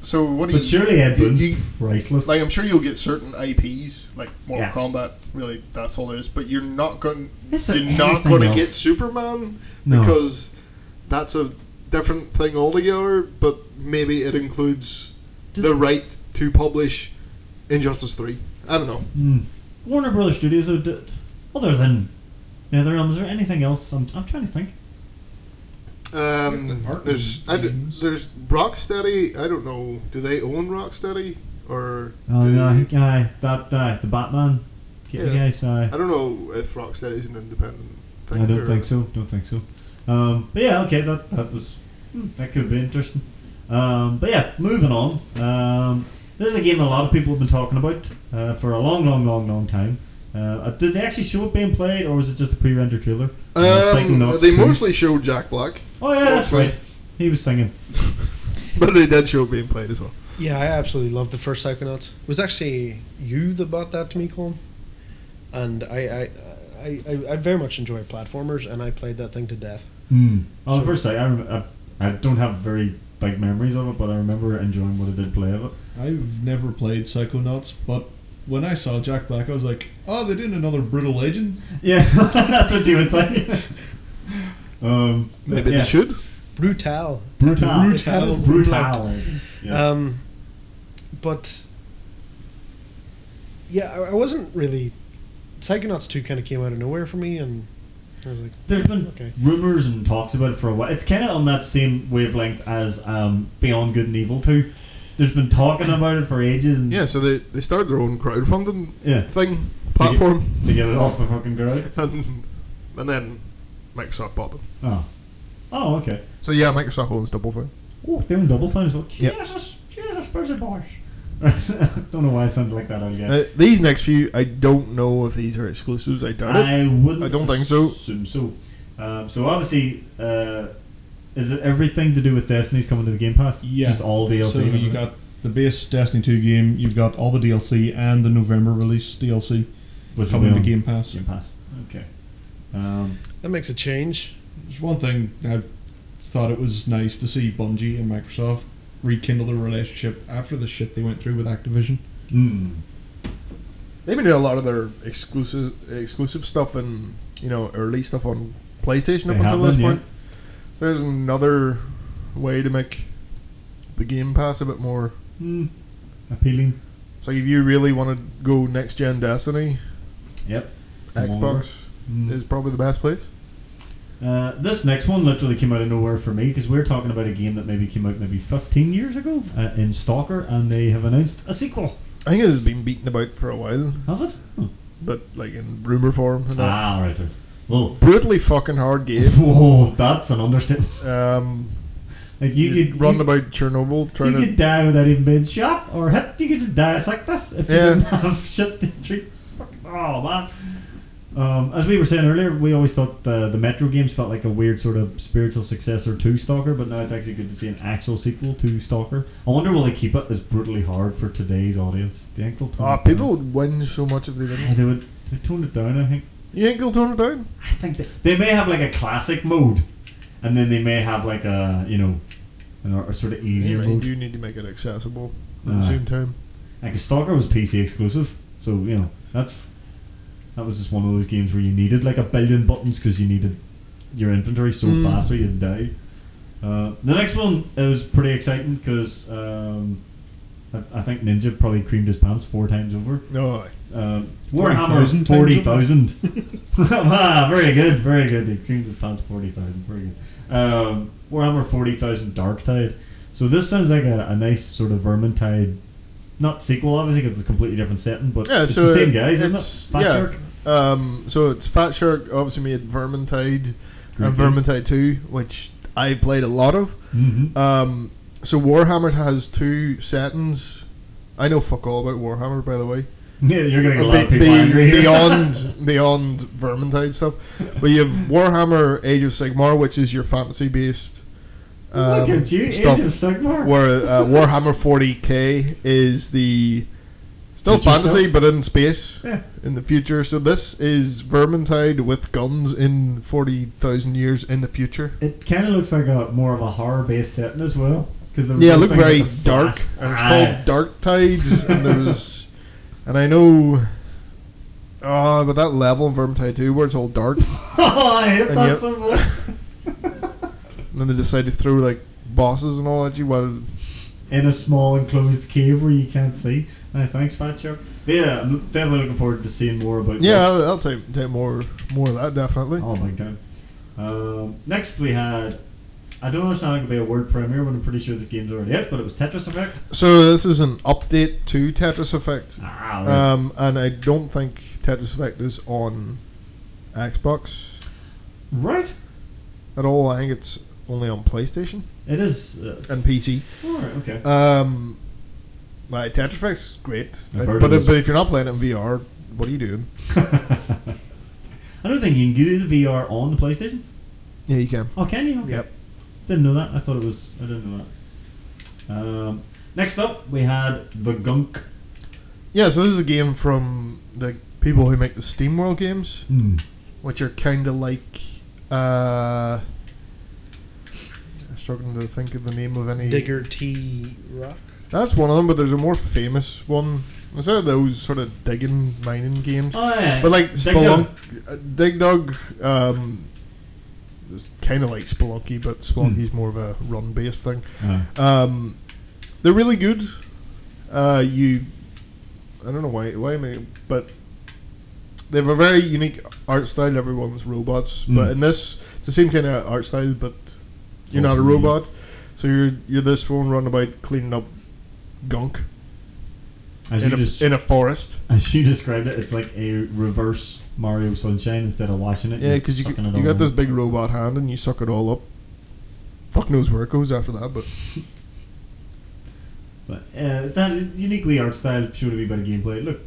B: so what do you?
A: But surely Ed
B: you-
A: Boon's
B: you-
A: priceless.
B: Like I'm sure you'll get certain IPs, like Mortal
A: Yeah.
B: Kombat. Really, that's all there is. But you're not going.
A: Is there
B: You're not
A: anything
B: going to
A: else?
B: get Superman
A: No.
B: because that's a different thing altogether. But maybe it includes
A: Did-
B: the right to publish Injustice Three. I don't know.
A: Hmm. Warner Brothers Studios, though, d- other than NetherRealm, is there anything else? I'm, I'm trying to think.
C: Yeah,
B: Um,
C: the Arkham
B: there's I d-
C: games.
B: there's Rocksteady. I don't know. Do they own Rocksteady or?
A: Oh
B: do-
A: no, I think aye, that uh, the Batman. Yeah,
B: Yeah.
A: guys, aye.
B: I don't know if Rocksteady's an independent. Thing
A: I don't
B: or-
A: think so. Don't think so. Um, but yeah, okay, that that was hmm, that could be interesting. Um, but yeah, moving on. Um, this is a game a lot of people have been talking about uh, for a long, long, long, long time. Uh, Uh, did they actually show it being played, or was it just a pre-rendered trailer? Uh,
B: Um,
A: Psychonauts
B: they
A: 2.
B: mostly showed Jack Black,
A: Oh yeah, that's right. He was singing.
B: but they did show it being played as well.
E: Yeah, I absolutely loved the first Psychonauts. It was actually you that bought that to me, Colin. And I, I, I, I, I very much enjoy platformers, and I played that thing to death.
A: Mm. Oh, the
E: So-
A: first sight, I, rem- I, I don't have very big memories of it, but I remember enjoying what I did play of it.
C: I've never played Psychonauts, but when I saw Jack Black, I was like, oh, they're doing another Brutal Legend.
A: Yeah, that's what you would think. um,
B: Maybe
A: yeah.
B: they should.
E: Brutal.
A: Brutal.
C: Brutal.
A: Brutal. Uh, Yes.
E: Um, but yeah, I, I wasn't really. Psychonauts two kind of came out of nowhere for me, and I was like,
A: There's been
E: okay,
A: rumors and talks about it for a while. It's kind of on that same wavelength as um, Beyond Good and Evil 2. There's been talking about it for ages. And
B: Yeah, so they, they started their own crowdfunding
A: Yeah.
B: thing, platform,
A: To get it off the fucking ground.
B: and, and then Microsoft bought them.
A: Oh. Oh, okay.
B: So yeah, Microsoft owns Double Fine.
A: Oh, they own double fine as well.
B: Yep.
A: Jesus. Jesus, birds and boys. don't know why I sounded like that again.
B: Uh, these next few, I don't know if these are exclusives. I doubt it.
A: I wouldn't.
B: I don't think so.
A: assume so. Um, so obviously, uh, is it everything to do with Destiny's coming to the Game Pass?
C: Yeah.
A: Just all DLC.
C: so you got the base Destiny 2 game, you've got all the DLC and the November release DLC
A: Which um, will be
C: coming to
A: on
C: Game Pass.
A: Game Pass. Okay. Um,
E: that makes a change.
C: There's one thing I thought it was nice to see Bungie and Microsoft rekindle their relationship after the shit they went through with Activision.
A: mm,
B: They've been doing a lot of their exclusive exclusive stuff and you know early stuff on PlayStation
A: They
B: up until
A: have
B: this
A: been, yeah.
B: point. There's another way to make the Game Pass a bit more.
A: mm, appealing.
B: So if you really want to go next gen Destiny,
A: Yep. Come over.
B: Xbox
A: Mm.
B: is probably the best place.
A: Uh, this next one literally came out of nowhere for me because we're talking about a game that maybe came out maybe 15 years ago uh, in Stalker, and they have announced a sequel.
B: I think it's been beaten about for a while,
A: Has it? Oh.
B: but like in rumor form. And that.
A: Ah, right. right. Well,
B: Brutally fucking hard game.
A: whoa, that's an understatement.
B: Um,
A: Like you,
B: you
A: you could
B: run
A: you,
B: about Chernobyl trying
A: you
B: to
A: could die without even being shot or hit. You could just die of sickness if
B: Yeah.
A: you didn't have shit to treat. Fucking- Oh man. Um, as we were saying earlier, we always thought uh, the Metro games felt like a weird sort of spiritual successor to Stalker, but now it's actually good to see an actual sequel to Stalker. I wonder will they keep it as brutally hard for today's audience? Do you think they'll tone
B: Ah,
A: it down?
B: people would win so much if they
A: Yeah,
B: didn't.
A: they would they tone it down. I think.
B: You think they'll tone it down?
A: I think they, they may have like a classic mode, and then they may have like a you know, an, a sort of easier
B: you,
A: mode.
B: you need to make it accessible at
A: Ah.
B: the same time.
A: Like Stalker was PC exclusive, so you know that's that was just one of those games where you needed like a billion buttons because you needed your inventory so
B: Mm.
A: fast or you'd die. Uh, the next one is pretty exciting because um, I, I think Ninja probably creamed his pants four times over.
B: No,
A: Um,
C: 40,000
A: Warhammer
C: times over?
A: forty thousand. ah, very good, very good. He creamed his pants forty thousand. Very good. Um, Warhammer forty thousand Darktide. So this sounds like a, a nice sort of Vermintide, not sequel obviously because it's a completely different setting, but
B: Yeah,
A: it's
B: so
A: the same
B: it-
A: guys, isn't it?
B: it's-
A: Fat
B: yeah.
A: Shark.
B: um, so it's Fat Shark obviously made Vermintide
A: Great
B: and
A: game.
B: Vermintide Two, which I played a lot of.
A: hmm
B: Um, so Warhammer has two settings. I know fuck all about Warhammer, by the way.
A: Yeah, you're gonna get a lot of
B: Be-
A: people
B: be-
A: angry here.
B: beyond beyond Vermintide stuff, but you have Warhammer Age of Sigmar, which is your fantasy based. um,
A: Look at you, Age of Sigmar.
B: where uh, Warhammer 40k is the still
A: Future
B: fantasy
A: stuff?
B: but in space
A: Yeah.
B: in the future. So this is Vermintide with guns in 40,000 years in the future.
A: It kind of looks like a more of a horror-based setting as well. Cause there was
B: Yeah,
A: no
B: look
A: thing with
B: very
A: the flash.
B: dark, and it's
A: Aye.
B: called Dark Tides. and there's, and I know, oh, but that level in Vermintide 2 where it's all dark,
A: oh, I hate
B: And
A: that
B: yet-
A: so much.
B: and then they decide to throw like bosses and all at you while
A: in a small enclosed cave where you can't see. Uh, thanks, Fat Shark. But yeah, I'm definitely looking forward to seeing more about
B: yeah, I'll,
A: this.
B: I'll take, take more more of that definitely.
A: Oh my god. Um, next we had. I don't understand how it could be a word premiere, but I'm pretty sure this game's already out. But it was Tetris Effect.
B: So this is an update to Tetris Effect.
A: Ah, right.
B: Um, and I don't think Tetris Effect is on Xbox
A: right.
B: at all. I think it's only on PlayStation
A: It is. Uh,
B: and PC.
A: alright, okay.
B: Um, like Tetris Effect's great,
A: I've
B: right?
A: heard
B: but
A: of it.
B: if, but if you're not playing it in VR, what are you doing?
A: I don't think you can do the VR on the PlayStation.
B: Yeah, you can.
A: Oh, can you? Okay.
B: Yep.
A: Didn't know that. I thought it was. I didn't know that. Um, Next up, we had the Gunk.
B: Yeah, so this is a game from the people who make the SteamWorld games,
A: Hmm.
B: which are kind of like. Uh, I'm struggling to think of the name of any.
E: Digger T Rock.
B: That's one of them, but there's a more famous one. Is that those sort of digging, mining games?
A: Oh yeah,
B: But like
A: Dig Dug.
B: Spelunk, uh, Dig Dug, um, is kind of like Spelunky, but
A: Hmm.
B: Spelunky's more of a run-based thing.
A: Uh,
B: Um, they're really good. Uh, you, I don't know why, why am I, but they have a very unique art style. Everyone's robots, but
A: Mm.
B: in this, it's the same kind of art style, but you're not a
A: Ultimately.
B: robot, so you're you're this one runabout cleaning up gunk
A: as
B: in
A: you
B: a,
A: just
B: in a forest.
A: as you described it, it's like a reverse Mario Sunshine instead of washing it.
B: Yeah,
A: you're
B: because you,
A: sucking
B: g-
A: it
B: you
A: all
B: got
A: in.
B: this big robot hand and you suck it all up. Fuck knows where it goes after that, but
A: But uh, that unique wee art style showed a wee bit of gameplay. It looked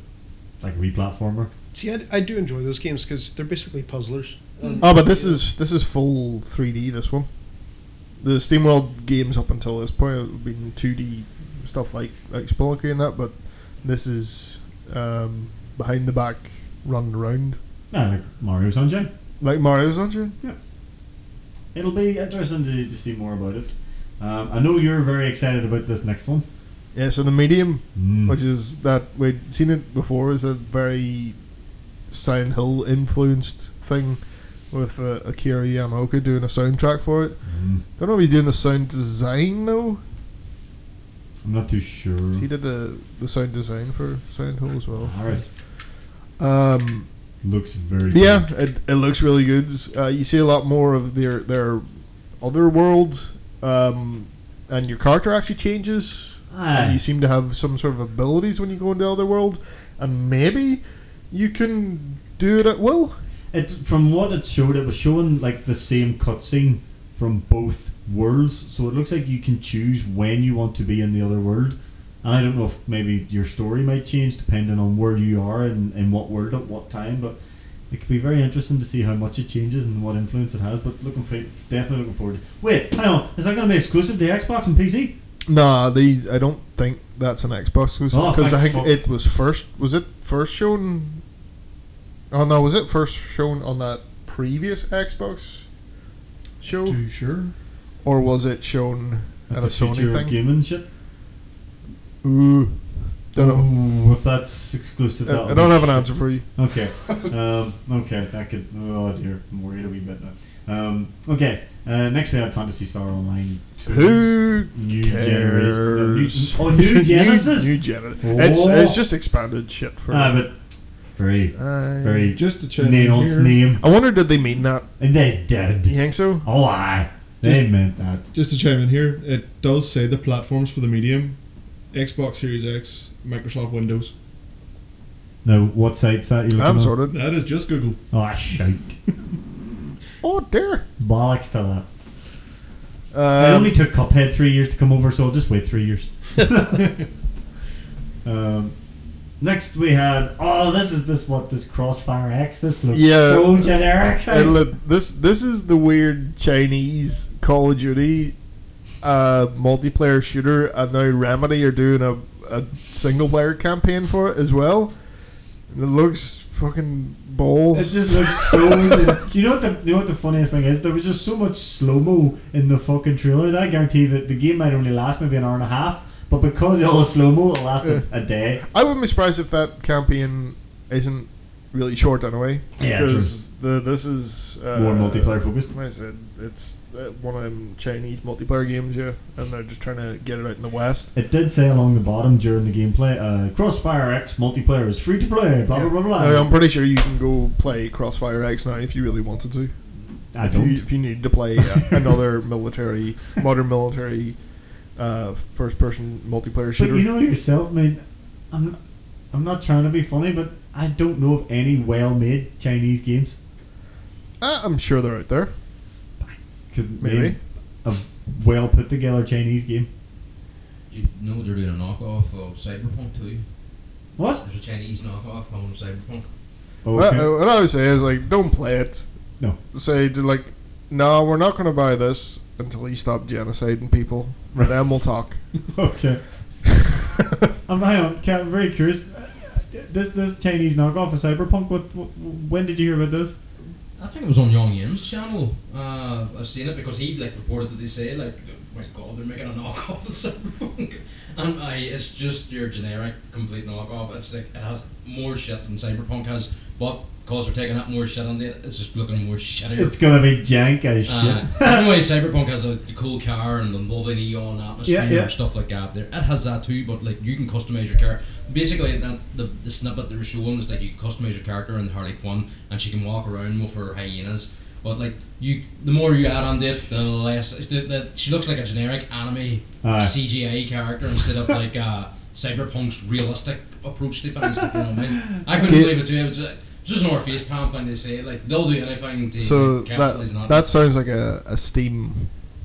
A: like a wee platformer.
E: See, I, I do enjoy those games because they're basically puzzlers. And-
B: oh, but this is this is full 3D. This one, the SteamWorld games up until this point have been 2D stuff like like Spelunky and that, but this is um, behind the back, running around
A: No, like Mario Sunshine.
B: like Mario's Dungeon.
A: It'll be interesting to, to see more about it. Um, I know you're very excited about this next one.
B: Yeah, so the medium,
A: Mm.
B: which is that we'd seen it before, is a very Silent Hill influenced thing with uh, Akira Yamaoka doing a soundtrack for it.
A: Mm.
B: Don't know if he's doing the sound design though.
A: I'm not too sure.
B: He did the the sound design for Silent Hill as well.
A: All right,
B: Um,
A: looks very.
B: yeah,
A: good.
B: it, it looks really good. Uh, you see a lot more of their their other world, um, and your character actually changes. And
A: Aye.
B: you seem to have some sort of abilities when you go into the other world, and maybe you can do it at will.
A: It from what it showed, it was showing like the same cutscene from both worlds. So it looks like you can choose when you want to be in the other world. And I don't know if maybe your story might change depending on where you are and in what world at what time, but it could be very interesting to see how much it changes and what influence it has. But looking for, definitely looking forward. Wait, hang on, is that going to be exclusive to Xbox and PC?
B: Nah, these I don't think that's an Xbox exclusive
A: Oh,
B: because I
A: thank
B: think
A: fuck.
B: it was first. Was it first shown? Oh no, was it first shown on that previous Xbox show,
C: Too sure.
B: or was it shown at, a
A: the future
B: Sony
A: of
B: thing?
A: gaming shit.
B: Ooh, don't know.
A: Ooh, if that's exclusive,
B: I-
A: that'll
B: Uh, I, don't
A: be
B: have an
A: shit.
B: answer for you.
A: Okay. Um, okay, that could. Oh dear, I'm worried a wee bit now. Um, okay, uh, next we have Fantasy Star Online 2.
B: Who
A: New
B: cares?
A: Generation. Oh, New Genesis?
B: new, Genesis. It's
A: Oh.
B: it's just expanded shit for.
A: Ah, but very,
B: I-
A: very
C: Just to check
A: nail on
C: here,
A: name.
B: I wonder did they mean that?
A: And they
B: Do you
A: did.
B: think so?
A: Oh, aye. They meant that.
C: Just to chime in here, it does say the platforms for the medium: Xbox Series X, Microsoft Windows.
A: Now, what site's that you're looking
B: I'm
A: at?
B: sorted.
C: That is just Google.
A: Oh, shout.
B: Oh dear.
A: Bollocks to that. it
B: Um,
A: only took Cuphead three years to come over, so I'll just wait three years. um, next we had oh, this is this what this Crossfire X. This looks
B: Yeah.
A: so generic.
B: And look, this this is the weird Chinese Call of Duty uh, multiplayer shooter, and now Remedy are doing a, a single player campaign for it as well. And it looks fucking balls.
A: It just looks so. gen- you know what the you know what the funniest thing is? There was just so much slow mo in the fucking trailer. That I guarantee that the game might only last maybe an hour and a half, but because it was slow mo, it lasted a day.
B: I wouldn't be surprised if that campaign isn't really short anyway.
A: Yeah,
B: because the this is uh,
A: More multiplayer focused.
B: Like I said, it's uh, one of them Chinese multiplayer games, yeah, and they're just trying to get it out in the West.
A: It did say along the bottom during the gameplay, uh, Crossfire X multiplayer is free to play. Blah blah blah blah.
B: I- I'm pretty sure you can go play Crossfire X now if you really wanted to.
A: I
B: if you,
A: don't.
B: if you need to play uh, another military, modern military, uh, first-person multiplayer
A: But
B: shooter.
A: you know yourself, man. I'm, I'm not trying to be funny, but I don't know of any well-made Chinese games.
B: Ah, I'm sure they're out there.
A: Could
B: Maybe.
A: name a well put together Chinese game.
D: Do you know they're doing a knockoff of Cyberpunk too?
A: What?
D: There's a Chinese knockoff called Cyberpunk.
A: Okay.
B: uh, What, what I would say is like, don't play it.
A: No.
B: Say to like, no, we're not going to buy this until you stop genociding people.
A: Right.
B: Then we'll talk.
A: okay. I'm, hang on, Kat, I'm very curious. This this Chinese knockoff of Cyberpunk. What, what when did you hear about this?
D: I think it was on Young Yim's channel. Uh, I've seen it because he like reported that they say like, oh my God, they're making a knockoff of Cyberpunk, and I it's just your generic complete knockoff. It's like it has more shit than Cyberpunk has, but because they're taking out more shit on it, it's just looking more shittier.
A: It's gonna be jank as
D: Uh,
A: shit.
D: anyway, Cyberpunk has a cool car and a lovely neon atmosphere
A: Yeah, yeah.
D: and stuff like that. There, it has that too, but like you can customize your car. Basically, that, the, the snippet they were showing is like you customize your character in Harley Quinn, and she can walk around with her hyenas. But like you, the more you add on to it, the less it's the, the, she looks like a generic anime
A: Aye.
D: CGI character instead of like uh, Cyberpunk's realistic approach to things. Like, you know what I mean? I couldn't
B: Yeah.
D: believe it too. It was just, it's just an Orpheus Pam thing they say. Like they'll do anything to
B: So
D: capitalize on
B: that
D: it.
B: that sounds like a, a Steam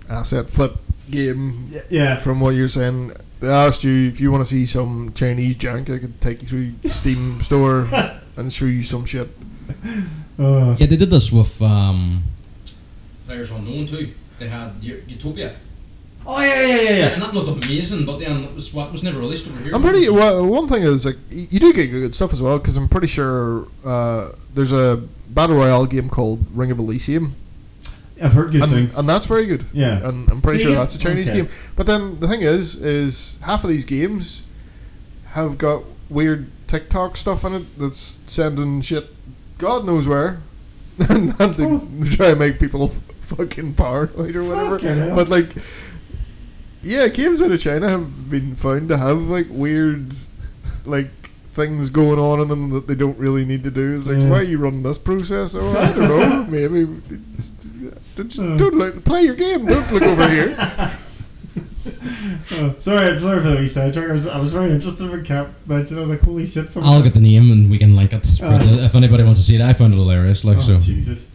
B: asset flip game.
A: Yeah, yeah.
B: From what you're saying, they asked you if you want to see some Chinese junk. I could take you through Steam store and show you some shit.
A: Uh,
D: Yeah, they did this with um, er Players Unknown too. They had U- Utopia. er
A: oh yeah, yeah, yeah, yeah.
D: and that looked amazing, but then it was what was never released over here.
B: I'm pretty. Well, one thing is like y- you do get good stuff as well because I'm pretty sure uh, there's a battle royale game called Ring of Elysium,
A: I've heard good
B: and,
A: things.
B: and that's very good.
A: yeah.
B: and I'm pretty
A: So you
B: sure
A: get-
B: that's a Chinese
A: okay.
B: game. But then the thing is, is half of these games have got weird TikTok stuff in it that's sending shit, God knows where, and they
A: Oh.
B: try to make people fucking paranoid or whatever.
A: Fucking hell.
B: But like, yeah, games out of China have been found to have like weird, like. Things going on in them that they don't really need to do. It's like,
A: Yeah.
B: why are you running this process? Oh, I don't know. Maybe just
A: Uh.
B: don't look, play your game. Don't look over here.
A: Oh, Uh, sorry, I'm sorry for the wee sidetrack. I was, I was very interested in Cap mentioned. I was like, holy shit! Oh, someone-
D: I'll get the name and we can link it. For
A: Uh.
D: the, if anybody wants to see it, I found it hilarious. Like
A: oh,
D: so.
A: Jesus.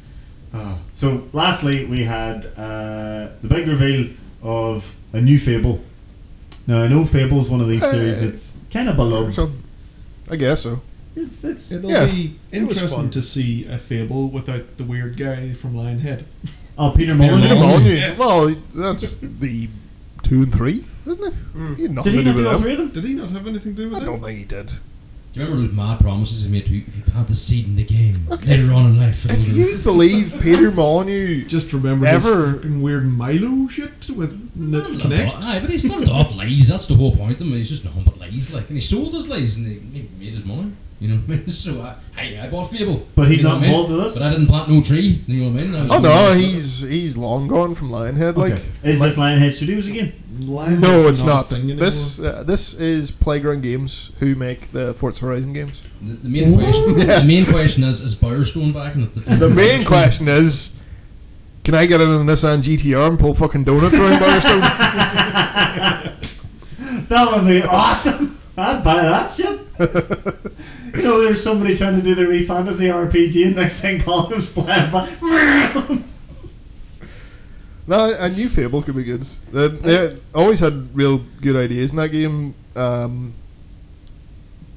A: Oh. So, lastly, we had uh, the big reveal of a new Fable. Now, I know Fable's one of these series
B: Uh,
A: that's kind of beloved.
B: So, I guess so.
A: It's, it's,
C: It'll
B: Yeah.
C: be
E: It was
C: interesting
E: fun.
C: to see a fable without the weird guy from Lionhead.
A: oh, Peter Mullen.
D: Mullen.
B: Come on, you-
C: Yes.
B: Well, that's the two and three, isn't it? You had
A: Hmm.
B: nothing
A: Did he
B: to
A: not
B: do
A: do all
B: with
A: three
B: them.
A: of them?
C: Did he not have anything to do
B: I
C: with it?
B: don't think he did.
D: Do you remember those mad promises he made to you? If you plant a seed in the game later on in life,
B: If
D: it'll-
B: you believe Peter Molyneux,
C: Just remember
B: Ever.
C: this fucking weird Milo shit with
D: Man
C: N-
D: lived
C: Connect.
D: off- Aye, but he's lived off lies. That's the whole point of him. He's just nothing but lies. Like, and he sold his lies and he, he made his money. You know what I mean? So, I, hey, I bought Fable.
A: But he's
D: You know
A: not
D: what I mean?
A: involved with this?
D: But I didn't plant no tree. You know what I mean? I was
B: oh no,
D: just-
B: he's he's long gone from Lionhead.
A: Okay.
B: Like,
A: Is this Lionhead Studios again?
C: Lionhead's
B: no, it's
C: a
B: not.
C: thing anymore.
B: This uh, this is Playground Games who make the Forza Horizon games.
D: The, the main question. The main question is: Is Firestone back in the?
B: The main question is, can I get in a Nissan GTR and pull fucking donuts around Firestone?
A: That would be awesome. I'd buy that shit. you know, there's somebody trying to do their wee fantasy RPG, and next thing Colin's playing. But
B: no, a new Fable could be good. They, they always had real good ideas in that game. Um,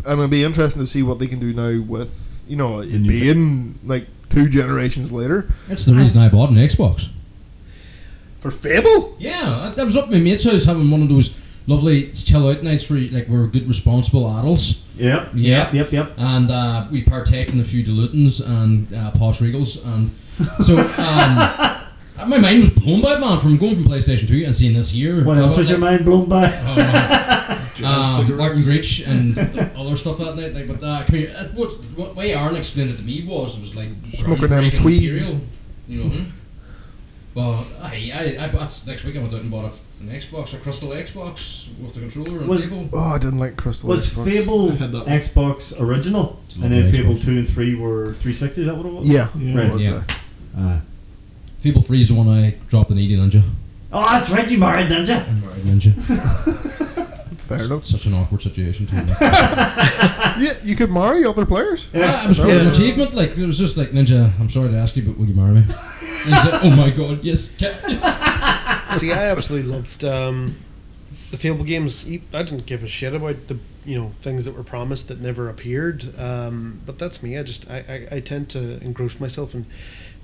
B: and it'll be interesting to see what they can do now with you know it
A: The new
B: being like two generations later
D: That's the reason I bought an Xbox.
B: for Fable.
D: Yeah, I, I was up at my mate's house having one of those lovely chill out nights where you, like we're good responsible adults,
A: yep,
D: Yeah.
A: yep, yep.
D: and uh, we partake in a few Dilutons and uh, Posh Regals, and so um, my mind was blown by it, man, from going from PlayStation Two and seeing this here.
A: What
D: I
A: else
D: got,
A: was your
D: like,
A: mind blown by?
D: oh, man.
C: Jazz
D: um, Martin
C: cigarettes.
D: Gritch and other stuff that night. Like, but uh, come here, uh, what, what way Aaron explained it to me was it was like
B: Smoking them
D: groundbreaking
B: tweeds.
D: material, You know. Well, I, I, I bought next week. I went out and bought a, an Xbox, a crystal Xbox with the controller and
A: Was-
D: cable.
B: Oh, I didn't like Crystal.
A: Was
B: Xbox.
A: Fable
C: I had that one.
A: Xbox original,
D: It's
A: and then
D: lovely
A: Fable
D: Xbox.
A: two and three were 360? Is that what it was?
B: Yeah,
C: Yeah.
B: it was,
D: Yeah.
B: uh,
A: Uh,
D: Fable Freeze, the one I dropped an eighty ninja.
A: oh, that's right, you married, didn't you?
D: I'm married ninja.
B: fair enough.
D: Such an awkward situation. To me.
B: Yeah, you could marry other players.
D: I was for
E: Yeah.
D: an achievement. Like it was just like ninja. I'm sorry to ask you, but will you marry me? And he's like, oh my god, yes, ca- yes.
E: See, I absolutely loved um, the Fable games. E- I didn't give a shit about the you know things that were promised that never appeared. Um, but that's me. I just I, I, I tend to
D: Mm.
E: engross myself in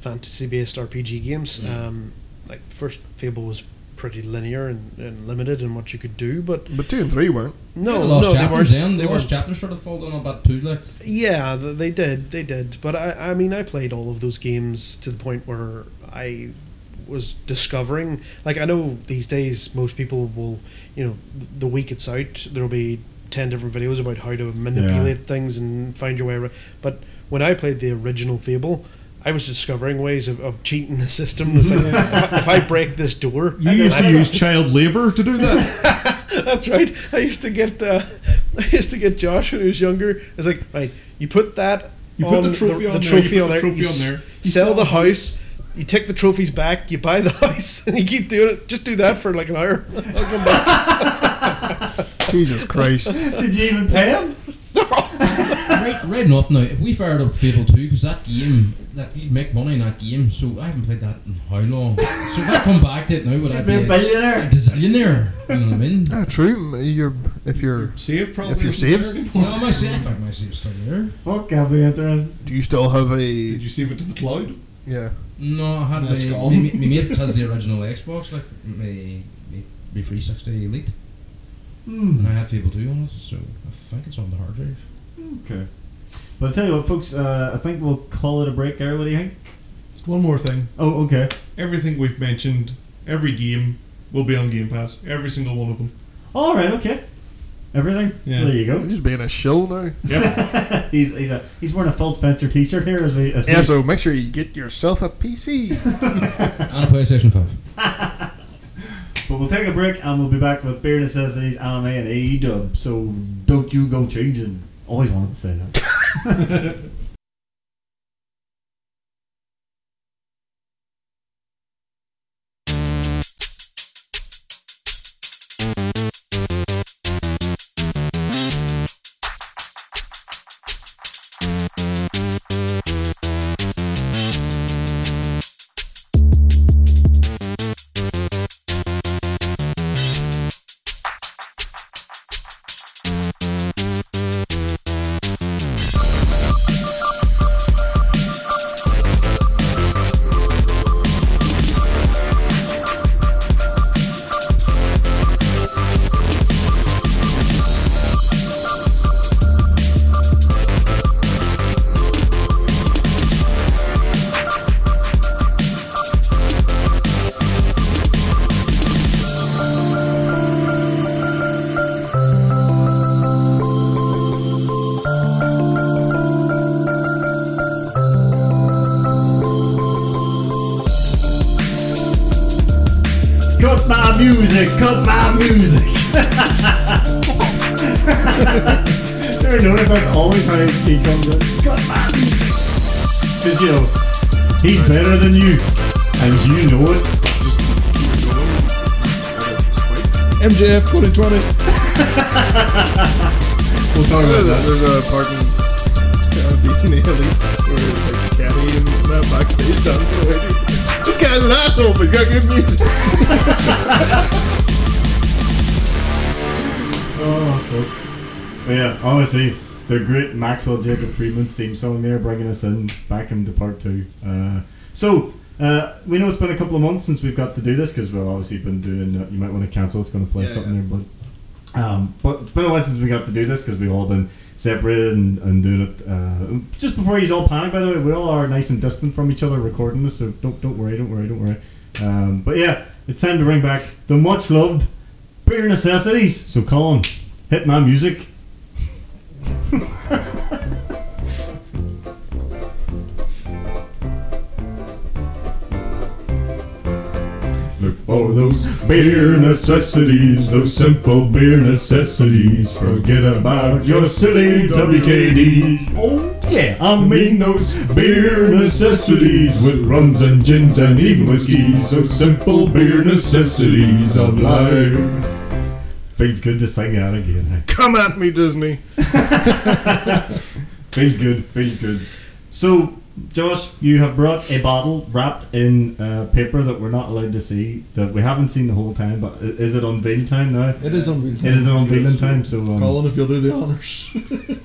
E: fantasy based RPG games. Um, like the first Fable was pretty linear and, and limited in what you could do. But
B: But two and three weren't.
E: no,
D: the lost
E: no, they
D: chapters
E: weren't.
D: then.
E: They
D: the lost
E: weren't.
D: chapters sort of fall down a bit too. Like
E: Yeah, th- they did. They did. But I, I mean, I played all of those games to the point where I was discovering. Like, I know these days most people will, you know, th- the week it's out, there'll be 10 different videos about how to manipulate things and find your way around. But when I played the original Fable, I was discovering ways of, of cheating the system. It's like, if I break this door,
C: You used to
E: I-
C: use child labour to do that.
E: that's right. I used to get uh, I used to get Josh when he was younger. I was like, right, you put that
C: You put the trophy on there, you put the trophy
E: you
C: on
E: s-
C: there,
E: You sell, the house. You take the trophies back. You buy the house, and you keep doing it. Just do that for like an hour. I'll come back.
B: Jesus Christ.
A: Did you even pay him?
D: right, right enough now. If we fired up Fable Two, because that game, like you make money in that game. So I haven't played that in how long? so if I come back to it now, would I
A: You'd
D: be
A: be a
D: a, a
A: billionaire.
D: gazillionaire? You know what I mean?
B: Ah, true. You're if you're
C: Save probably.
B: If you're
C: isn't
B: saved.
C: there anymore.
D: no, my safe. I think my safe's still there.
A: Fuck, that'd be interesting.
B: do you still have
C: Did
B: a
C: you save it to the cloud?
B: yeah?
D: No, I had
C: That's
D: my,
C: gone.
D: my, my mate has the original Xbox, like my, my, my 360 Elite,
A: Hmm,
D: and I had Fable 2 on it, so I think it's on the hard drive.
A: Okay. But I tell you what, folks, uh, I think we'll call it a break there. What do you think?
C: One more thing.
A: Oh, okay.
C: Everything we've mentioned, every game will be on Game Pass. Every single one of them.
A: All right, okay. Everything?
C: Yeah.
A: There you go.
B: I'm just being a shill now.
C: Yep.
A: he's he's a he's wearing a Phil Spencer T-shirt here as we as
B: Yeah,
A: we,
B: so make sure you get yourself a PC.
D: And a PlayStation 5.
A: But we'll take a break and we'll be back with beer necessities, anime, and AEW. So don't you go changing. Always wanted to say that. cut my music. Cut my music. Ever notice that's always how he comes in. Cut my music. Cause you know he's better than you, and you know it.
C: MJF 2020.
A: We'll talk about
B: There's
A: that.
B: a part in uh, Beating the Elite where it's like Kenny and that backstage dancing already. This guy's an asshole, but he's got good music.
A: Oh, folks. But yeah, honestly, the great Maxwell Jacob Friedman's theme song there, bringing us in back into part two. Uh, so, uh, we know it's been a couple of months since we've got to do this because we've obviously been doing. Uh, you might want to cancel. It's going to play
B: Yeah,
A: something there, but um, but it's been a while since we got to do this because we've all been separated and, and doing it. Uh, just before you all panic, by the way, we all are nice and distant from each other recording this, so don't don't worry, don't worry, don't worry. Um, but yeah, it's time to bring back the much loved beer necessities. So Colin, hit my music. Look for those beer necessities, those simple beer necessities. Forget about your silly WKDs. Oh, yeah. I mean those beer necessities with rums and gins and even whiskeys. Those simple beer necessities of life. Feels good to sing that again. eh?
B: Come at me, Disney.
A: Feels good, feels good. So, Josh, you have brought a bottle wrapped in uh, paper that we're not allowed to see, that we haven't seen the whole time, but i- is it unveil time now?
C: It is on
A: It is on unveiling time, so. Um,
C: Colin, if you'll do the honors.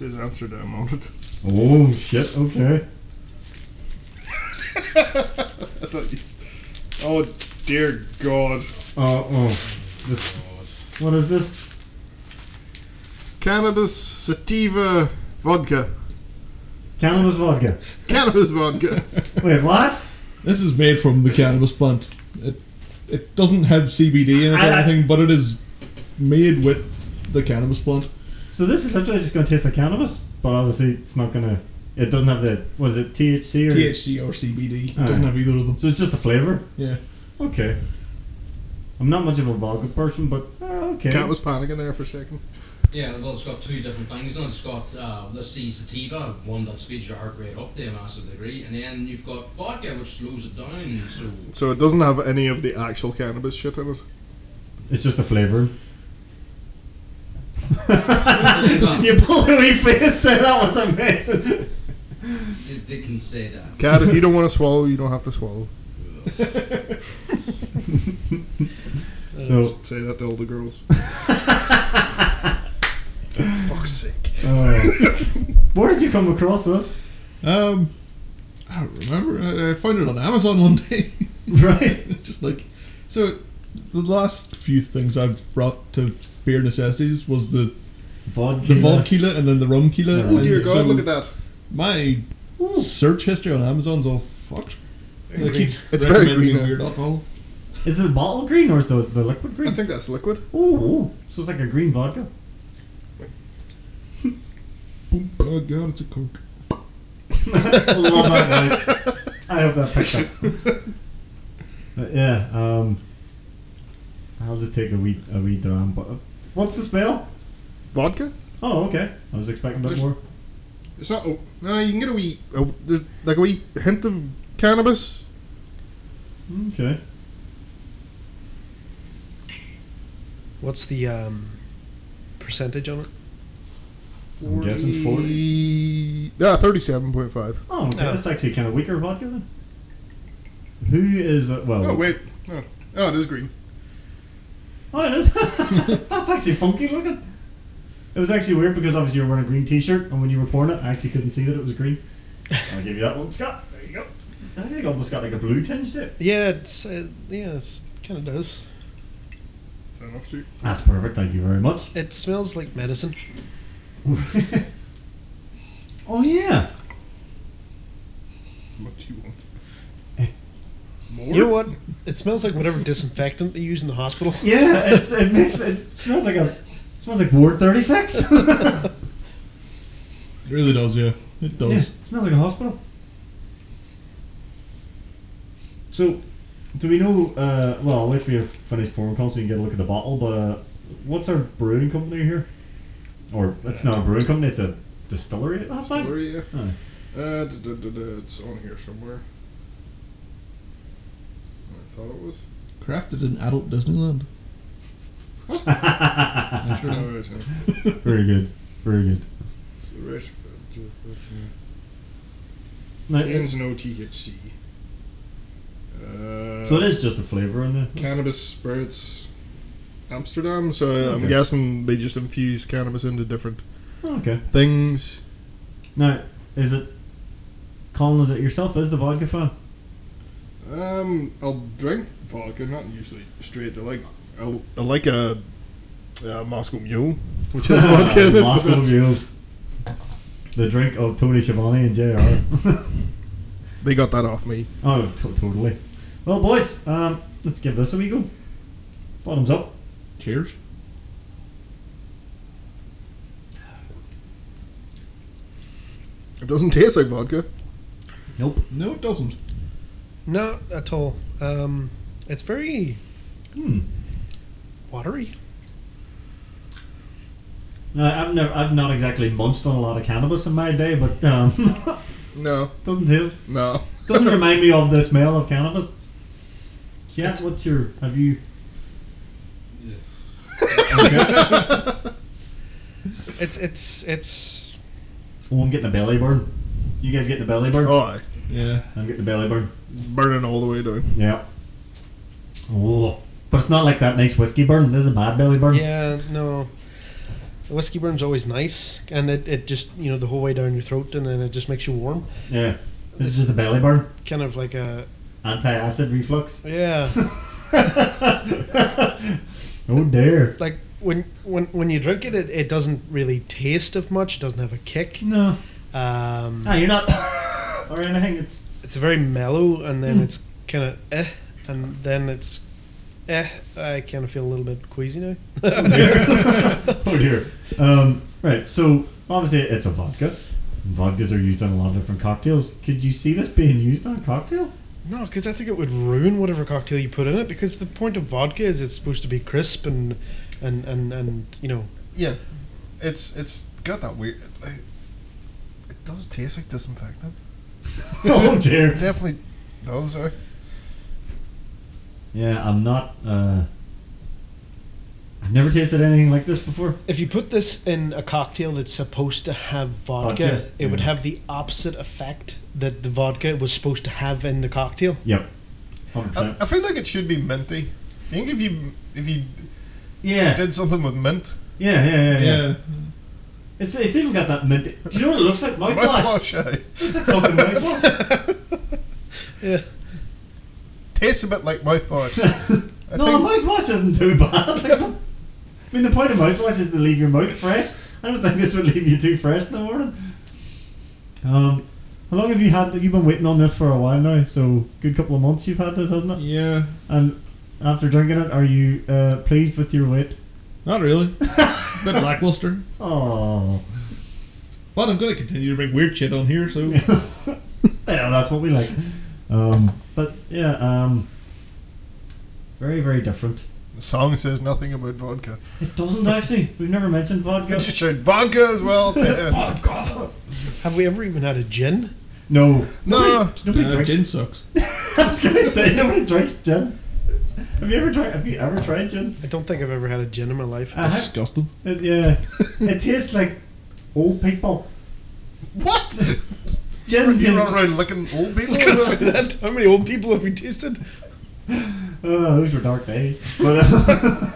B: It says Amsterdam on it.
A: oh, shit, okay.
B: I thought you. s- Oh, dear God.
A: Oh, oh. This, what is this?
B: Cannabis sativa vodka.
A: Cannabis vodka.
B: Cannabis vodka.
A: Wait, what?
C: This is made from the cannabis plant. It it doesn't have CBD in it or
A: I- I-
C: anything, but it is made with the cannabis plant.
A: So this is literally just going to taste like cannabis, but obviously it's not going to. It doesn't have the. What is it? THC or.
C: THC or CBD. It
A: Aye.
C: doesn't have either of them.
A: So it's just a flavor.
C: Yeah.
A: Okay. I'm not much of a vodka person, but uh, okay.
B: Cat was panicking there for a second.
D: Yeah, well, it's got two different things. Now it's got uh, let's see, sativa, one that speeds your heart rate up to a massive degree, and then you've got vodka, which slows it down. So
B: So it doesn't have any of the actual cannabis shit in it.
A: It's just a flavor. you pulled a wee face. So that was amazing.
D: they, they can say that.
B: Cat, if you don't want to swallow, you don't have to swallow.
C: Oh.
A: So,
B: Just say that to all the girls. Fuck's sake.
A: uh, where did you come across this?
C: Um, I don't remember. I, I found it on Amazon one day.
A: Right.
C: Just like so, the last few things I've brought to beer necessities was the
A: Vodka.
C: the vodka and then the rum kila.
B: Oh dear
C: and
B: God,
C: so
B: look at that.
C: My search history on Amazon's all fucked. They keep
B: It's very
C: recommending
B: green,
C: weird alcohol.
A: Is it the bottle green or is the, the liquid
B: I
A: green?
B: think that's liquid.
A: Ooh, so it's like a green vodka.
C: Boom! Oh God, it's a cork.
A: Love that noise. I hope that picked up. But yeah, um, I'll just take a wee a wee dram. But uh, what's the spell?
B: Vodka?
A: Oh, okay. I was expecting a bit
B: There's-
A: more.
B: It's not. Oh, no, you can get a wee, a, there's like a wee hint of cannabis.
A: Okay.
E: What's the um, percentage on it?
A: I'm guessing 40.
B: E, Yeah, thirty-seven point five.
A: Oh, okay.
E: Yeah.
A: That's actually kind of weaker vodka then. Who is uh, well?
B: Oh wait, oh, oh, it is green.
A: Oh, it is. That's actually funky looking. It was actually weird because obviously you were wearing a green T-shirt, and when you were pouring it, I actually couldn't see that it was green. I'll give you that one, Scott. There you go. I think it almost got like a blue tinge to it.
E: Yeah, it's uh, yeah, it's kind of does.
B: Is that enough to?
A: That's perfect. Thank you very much.
E: It smells like medicine.
A: oh yeah.
B: What do you want?
E: You
B: More.
E: know what? It smells like whatever disinfectant they use in the hospital.
A: Yeah, it, it makes it smells like a smells like Ward Thirty Six. yeah,
C: It really does, yeah. It
A: it
C: does.
A: smells like a hospital. So, do we know? Uh, well, I'll wait for you to finish pouring cold so you can get a look at the bottle. But uh, what's our brewing company here? Or it's not a brewing company; it's a distillery. At that time.
B: Story, yeah.
A: Aye.
B: Uh, duh, duh, duh, duh, it's on here somewhere. I thought it was.
C: Crafted in adult Disneyland. I'm sure
B: No,
C: not.
B: it isn't.
A: Very good. Very good.
B: It's the rest-
A: Now,
B: Contains no THC. Uh,
A: so it is just a flavour in there.
B: cannabis spirits, Amsterdam. So I'm
A: Okay.
B: guessing they just infuse cannabis into different
A: Oh, Okay.
B: things.
A: Now, is it Colin? Is it yourself? Is the vodka fan?
B: Um, I'll drink vodka, not usually straight. I like I, I like a, uh Moscow Mule, which has vodka in it. but
A: Moscow
B: that's-
A: Mules. The drink of Tony Schiavone and JR.
B: They got that off me.
A: oh, to- totally. Well, boys, um, let's give this a wee go. Bottoms up.
C: Cheers.
B: It doesn't taste like vodka.
A: Nope.
C: No, it doesn't.
E: Not at all. Um, it's very
A: Hmm.
E: watery.
A: No, I've never, I've not exactly munched on a lot of cannabis in my day, but um,
B: No,
A: doesn't taste,
B: no.
A: doesn't remind me of the smell of cannabis. Cat, what's your? Have you?
E: It's it's it's
A: Oh, I'm getting a belly burn. You guys getting a belly burn?
B: Oh, aye.
C: Yeah.
A: I'm getting a belly burn.
B: it's burning all the way down.
A: Yeah. Oh, but it's not like that nice whiskey burn. This is a bad belly burn.
E: yeah no. The whiskey burn's always nice, and it, it just you know the whole way down your throat, and then it just makes you warm.
A: Yeah. This is just a belly burn.
E: Kind of like a
A: Anti acid reflux.
E: yeah.
A: oh dear.
E: Like when when when you drink it, it, it doesn't really taste of much. It doesn't have a kick.
A: No.
E: Um,
A: Ah, you're not. or anything. It's.
E: it's very mellow, and then it's kind of eh, and then it's eh. I kind of feel a little bit queasy now.
A: oh dear. Um, right. So obviously it's a vodka. Vodkas are used on a lot of different cocktails. Could you see this being used on a cocktail?
E: No, because I think it would ruin whatever cocktail you put in it. Because the point of vodka is it's supposed to be crisp and and and and you know
B: Yeah, it's it's got that weird. Like, it does taste like disinfectant.
A: oh dear.
B: It definitely does. Sorry.
A: Yeah, I'm not. Uh, I've never tasted anything like this before.
E: If you put this in a cocktail that's supposed to have vodka,
A: Vodka,
E: it would
A: yeah.
E: have the opposite effect that the vodka was supposed to have in the cocktail.
A: Yep.
C: Uh,
A: 100%.
B: I, I feel like it should be minty. I think if you if you
A: yeah.
B: did something with mint,
A: yeah, yeah, yeah, yeah,
C: Yeah.
A: It's, it's even got that mint. Do you know what it looks like? Mouthwash.
B: mouthwash, aye.
A: It's a fucking mouthwash.
B: tastes a bit like mouthwash. I
A: no,
B: think-
A: the mouthwash isn't too bad. Like, I mean, the point of mouthwash is to leave your mouth fresh. I don't think this would leave you too fresh in the morning. Um, how long have you had? You've been waiting on this for a while now, so good couple of months you've had this, hasn't it?
C: Yeah.
A: And after drinking it, are you uh, pleased with your weight?
C: Not really. bit lackluster.
A: Oh,
C: But I'm going to continue to bring weird shit on here, so.
A: yeah, that's what we like. Um, but yeah, um, very very different.
B: The song says nothing about vodka.
A: It doesn't actually. We've never mentioned vodka.
B: It should shout vodka as well. yeah.
A: Vodka.
E: Have we ever even had a gin?
A: No,
B: No,
A: nobody
C: Uh,
A: drinks.
C: gin sucks.
A: I was gonna say nobody drinks gin. Have you ever tried? Have you ever tried gin?
E: I don't think I've ever had a gin in my life.
C: Uh-huh.
A: Uh, I-
C: Disgusting.
A: It, yeah, it tastes like old people.
B: what?
A: Gin
B: You
A: tastes.
B: run around licking old people.
E: How many old people have we tasted?
A: Oh, those were dark days. But, uh,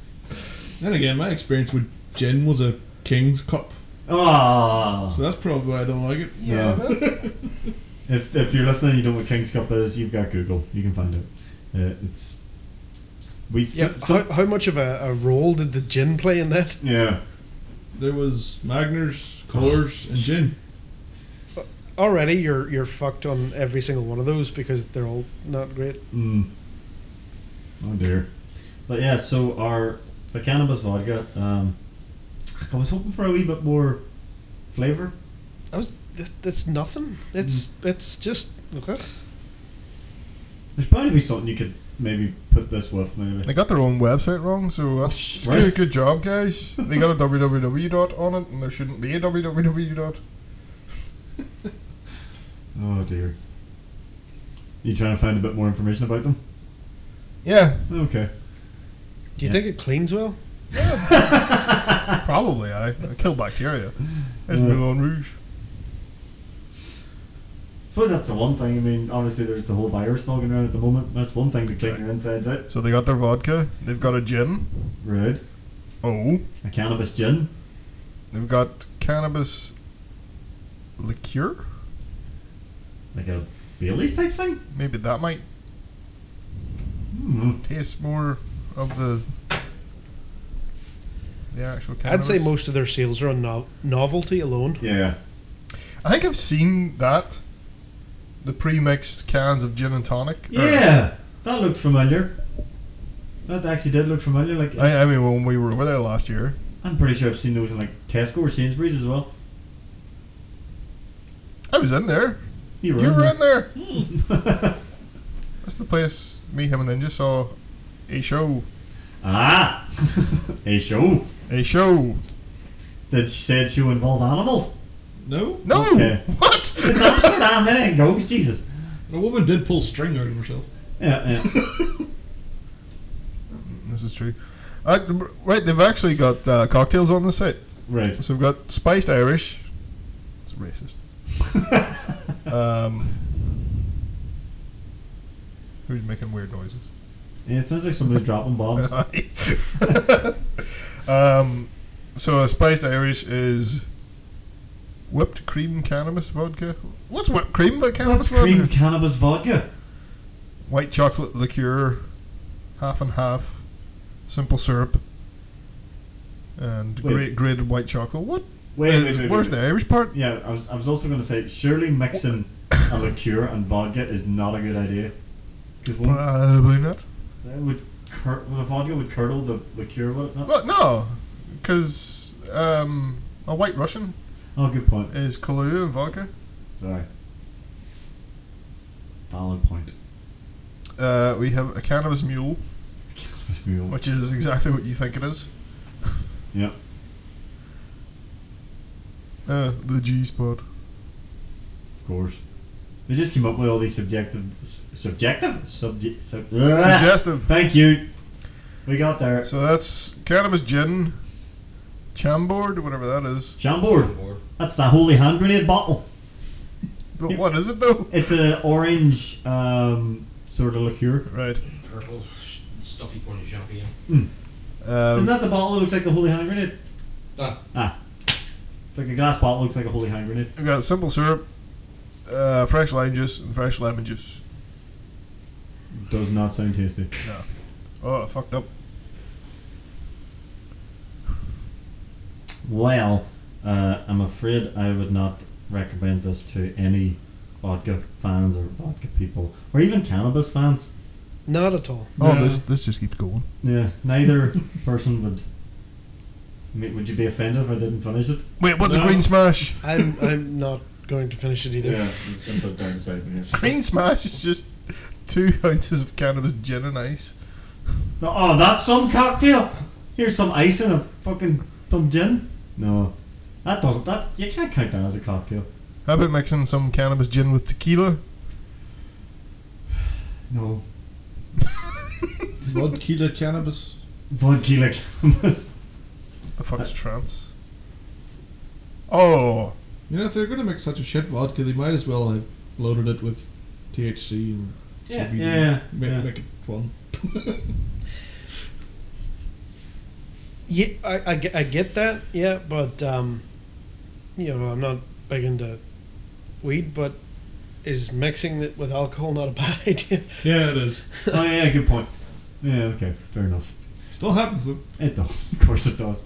C: Then again, my experience with gin was a king's cup,
A: oh.
C: so that's probably why I don't like it.
A: Yeah. If, if you're listening, and you know what King's Cup is. You've got Google. You can find it. Uh, it's we. s-
E: Yep.
A: so-
E: How, how much of a, a role did the gin play in that?
A: yeah.
C: There was Magners, Colors, and gin.
E: Already, you're you're fucked on every single one of those because they're all not great.
A: Mm. Oh dear. But yeah, so our the cannabis vodka. Um, I was hoping for a wee bit more flavor.
E: I was that, that's nothing. It's it's just ugh.
A: There's probably be something you could maybe put this with, maybe.
B: They got their own website wrong,
A: Oh,
B: so that's
A: Right.
B: good, good job, guys. They got a www dot on it, and there shouldn't be a www dot.
A: oh dear. You trying to find a bit more information about them?
B: Yeah,
A: Okay.
E: Do you
A: Yeah.
E: think it cleans well?
B: probably. I, I kill bacteria. It's
A: Yeah.
B: Moulin Rouge.
A: suppose that's the one thing. I mean, obviously there's the whole virus smoking around at the moment. That's one thing to clean your insides out.
B: So they got their vodka. They've got a gin.
A: Right.
B: Oh,
A: A cannabis gin.
B: they've got cannabis liqueur.
A: Like a Bailey's type thing?
B: Maybe that might
A: Hmm.
B: taste more of the the actual
E: I'd
B: cannabis.
E: say most of their sales are on no- novelty alone.
A: Yeah.
B: I think I've seen that. The pre-mixed cans of gin and tonic. or-
A: Yeah, that looked familiar. That actually did look familiar. Like
B: I, I mean, when we were over there last year,
A: I'm pretty sure I've seen those in like Tesco or Sainsbury's as well.
B: I was in there.
A: You
B: You were in there. That's the place me, him, and Ninja saw a show.
A: ah, a show.
B: A show.
A: That said show involved animals.
C: No?
B: No!
A: Okay.
B: What?
A: It's Amsterdam, it ain't goes. Jesus.
C: A woman did pull string out of herself.
A: Yeah, yeah.
B: this is true. Uh, right, they've actually got uh, cocktails on the site.
A: Right.
B: So we've got Spiced Irish. It's racist. um, who's making weird noises?
A: Yeah, it sounds like somebody's dropping bombs.
B: um, so a spiced Irish is whipped cream cannabis vodka. What's whipped cream but cannabis
A: Cream
B: vodka?
A: cannabis vodka.
B: White chocolate liqueur, half and half, simple syrup, and
A: Wait.
B: gra- grated white chocolate. What?
A: Wait,
B: is-
A: wait, wait, wait,
B: where's
A: wait.
B: the Irish part?
A: Yeah, I was, I was also going to say, surely mixing a liqueur and vodka is not a good idea. Because
B: Uh, Probably not.
A: that would cur- the vodka would curdle the liqueur, would it not?
B: Well, no, because um, a white Russian
A: Oh, good point.
B: is Kahlua and vodka.
A: Sorry. Valid point.
B: Uh, we have a cannabis mule,
A: Let's move on.
B: which is exactly what you think it is.
A: Yeah.
B: Uh, the G spot.
A: Of course. They just came up with all these subjective, s- subjective, subject. Sub-
B: Suggestive.
A: Thank you. We got there.
B: So that's cannabis gin, chambord, whatever that is.
A: Chambord.
D: Board.
A: That's the holy hand grenade bottle.
B: But what is it though?
A: It's an orange um, sort of liqueur.
B: Right.
D: Purple sh- stuffy corny champagne.
A: Isn't
B: Um,
A: that the bottle that looks like the holy hand grenade?
D: Ah,
A: Ah. It's like a glass bottle looks like a holy hand grenade.
B: we've got simple syrup, uh, fresh lime juice, and fresh lemon juice.
A: Does not sound tasty.
B: No. Oh, I fucked up.
A: Well, uh, I'm afraid I would not recommend this to any vodka fans or vodka people, or even cannabis fans.
E: Not at all.
B: Oh,
C: Yeah.
B: this this just keeps going.
A: Yeah, neither person would. Ma- Would you be offended if I didn't finish it?
B: Wait, what's
C: No.
B: a green smash?
E: I'm I'm not going to finish it either.
A: I'm just gonna put it down the side here.
B: Green smash is just two ounces of cannabis gin and ice.
A: No, oh, that's some cocktail. Here's some ice and a fucking some gin. No, that doesn't. That you can't count that as a cocktail.
B: How about mixing some cannabis gin with tequila?
A: No,
C: Vodka cannabis.
A: vodka like oh, cannabis.
B: The fuck's trance? Oh,
C: You know, if they're going to make such a shit vodka, they might as well have loaded it with THC and
A: Yeah,
C: CBD.
A: yeah,
C: Ma-
A: yeah.
C: Make it fun.
E: Yeah, I, I, ge- I get that, yeah, but, um, you know, I'm not big into weed, but is mixing it with alcohol not a bad idea?
C: Yeah, it is.
A: oh yeah, good point. Yeah, okay, fair enough.
C: Still happens though.
A: It does, of course it does.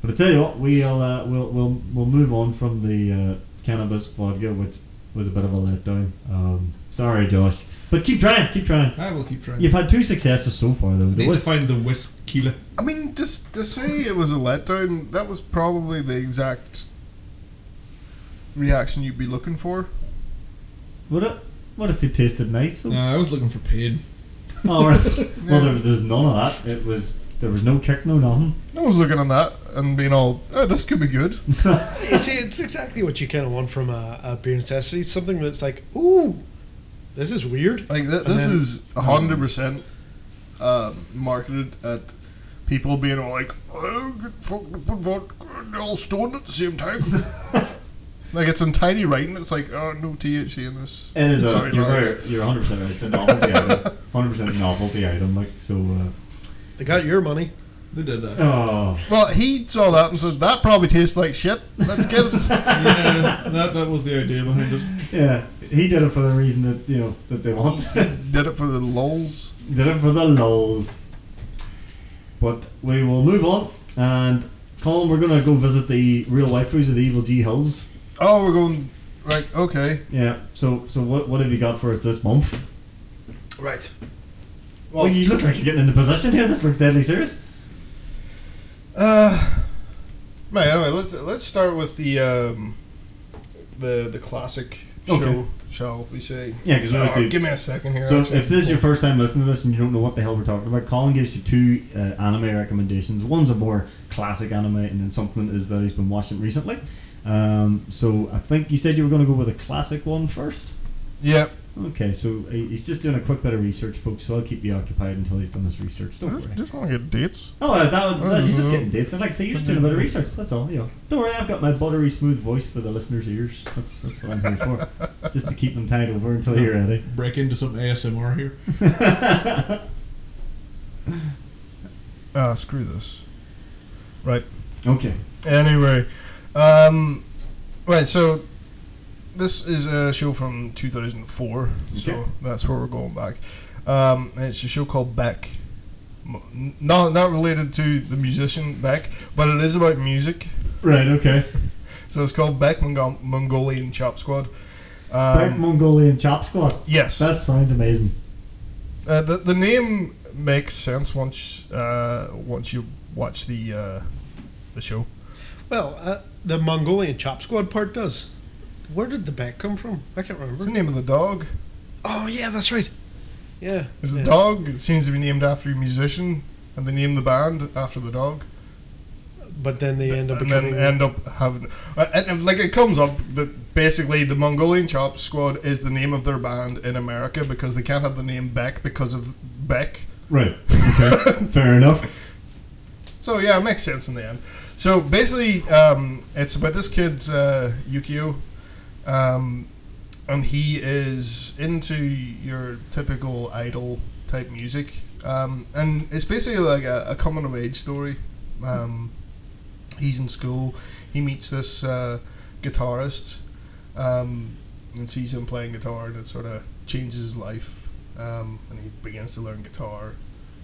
A: But I tell you what, we'll uh, we'll, we'll we'll move on from the uh, cannabis vodka, which was a bit of a letdown. Um, sorry, Josh, but keep trying, keep trying.
C: I will keep trying.
A: You've had two successes so far, though.
C: Need
A: There
C: to
A: was
C: find the whisk keeler.
B: I mean, just to say it was a letdown, that was probably the exact reaction you'd be looking for.
A: what? It, what if it tasted nice? Though?
C: No, I was looking for pain.
A: All right. Well, there, there's none of that. It was there was no kick, no nothing.
B: No one's looking at that and being all, oh, this could be good.
E: you see, it's exactly what you kind of want from a, a beer necessity, something that's like, ooh, this is weird.
B: Like, th-
E: And
B: this
E: then-
B: is 100% um marketed at people being all like, oh, get fucking put vodka and all stoned at the same time. like, it's in tiny writing, it's like, oh, no THC in this.
A: It is a
B: Sorry,
A: you're
B: lads.
A: very, you're 100 percent right. It's a novelty item, 100 percent novelty item. Like so. Uh,
E: They got your money.
C: They did that.
A: oh,
B: Well, he saw that and said, that probably tastes like shit. Let's get it.
C: yeah, that, that was the idea behind it.
A: yeah. He did it for the reason that you know that they want.
B: Did it for the lulz.
A: Did it for the lulz. But we will move on. And Colin, we're going to go visit the real waifus of the Evil G Hills.
B: Oh, we're going. Right, okay.
A: Yeah. So, so what what have you got for us this month?
E: Right.
A: Well, you look like you're getting into position here. This looks deadly serious.
B: Uh, right, anyway, let's let's start with the um, the the classic
A: Okay.
B: show, shall we say?
A: Yeah, 'cause we always
B: Oh,
A: do-
B: Give me a second here.
A: So,
B: actually.
A: if this is your first time listening to this and you don't know what the hell we're talking about, Colin gives you two uh, anime recommendations. One's a more classic anime, and then something is that he's been watching recently. Um, so, I think you said you were going to go with a classic one first.
B: yeah,
A: Okay, so he- he's just doing a quick bit of research, folks. So I'll keep you occupied until he's done his research. Don't
B: just,
A: worry.
B: just want to get dates.
A: Oh, uh, that was, that's, you're just
B: Mhm.
A: getting dates. And like I say, you're just doing a bit of research. That's all. You know. Don't worry, I've got my buttery smooth voice for the listeners' ears. That's that's what I'm here for, just to keep them tied over until you're ready.
C: Break into some ASMR here.
B: Ah, screw this. Right.
A: Okay.
B: Anyway, um, right. So this is a show from 2004. So
A: Okay.
B: that's where we're going back. Um, and it's a show called Beck. m- no, not related to the musician Beck, but it is about music.
A: Right, okay.
B: So it's called Beck Mongo- Mongolian Chop Squad. Um,
A: Back Mongolian Chop Squad.
B: yes.
A: That sounds amazing.
B: Uh, the, the name makes sense once uh, once you watch the uh, the show.
E: Well, uh, the Mongolian chop squad part does. Where did the back come from? I can't
B: What's the
E: remember.
B: name of the dog?
E: Oh yeah, that's right. Yeah.
B: Is
E: yeah.
B: the dog it seems to be named after a musician, and they name the band after the dog,
E: But then they end up
B: and then
E: becoming.
B: end up having. Uh, and, and, like it comes up that basically the Mongolian Chop Squad is the name of their band in America because they can't have the name Beck because of Beck.
A: Right, okay. Fair enough.
B: So yeah, it makes sense in the end. So basically, um, it's about this kid's uh, Yukio, um, and he is into your typical idol type music, um, and it's basically like a, a coming of age story. Um, he's in school, he meets this uh, guitarist, um, and sees him playing guitar, and it sort of changes his life, um, and he begins to learn guitar,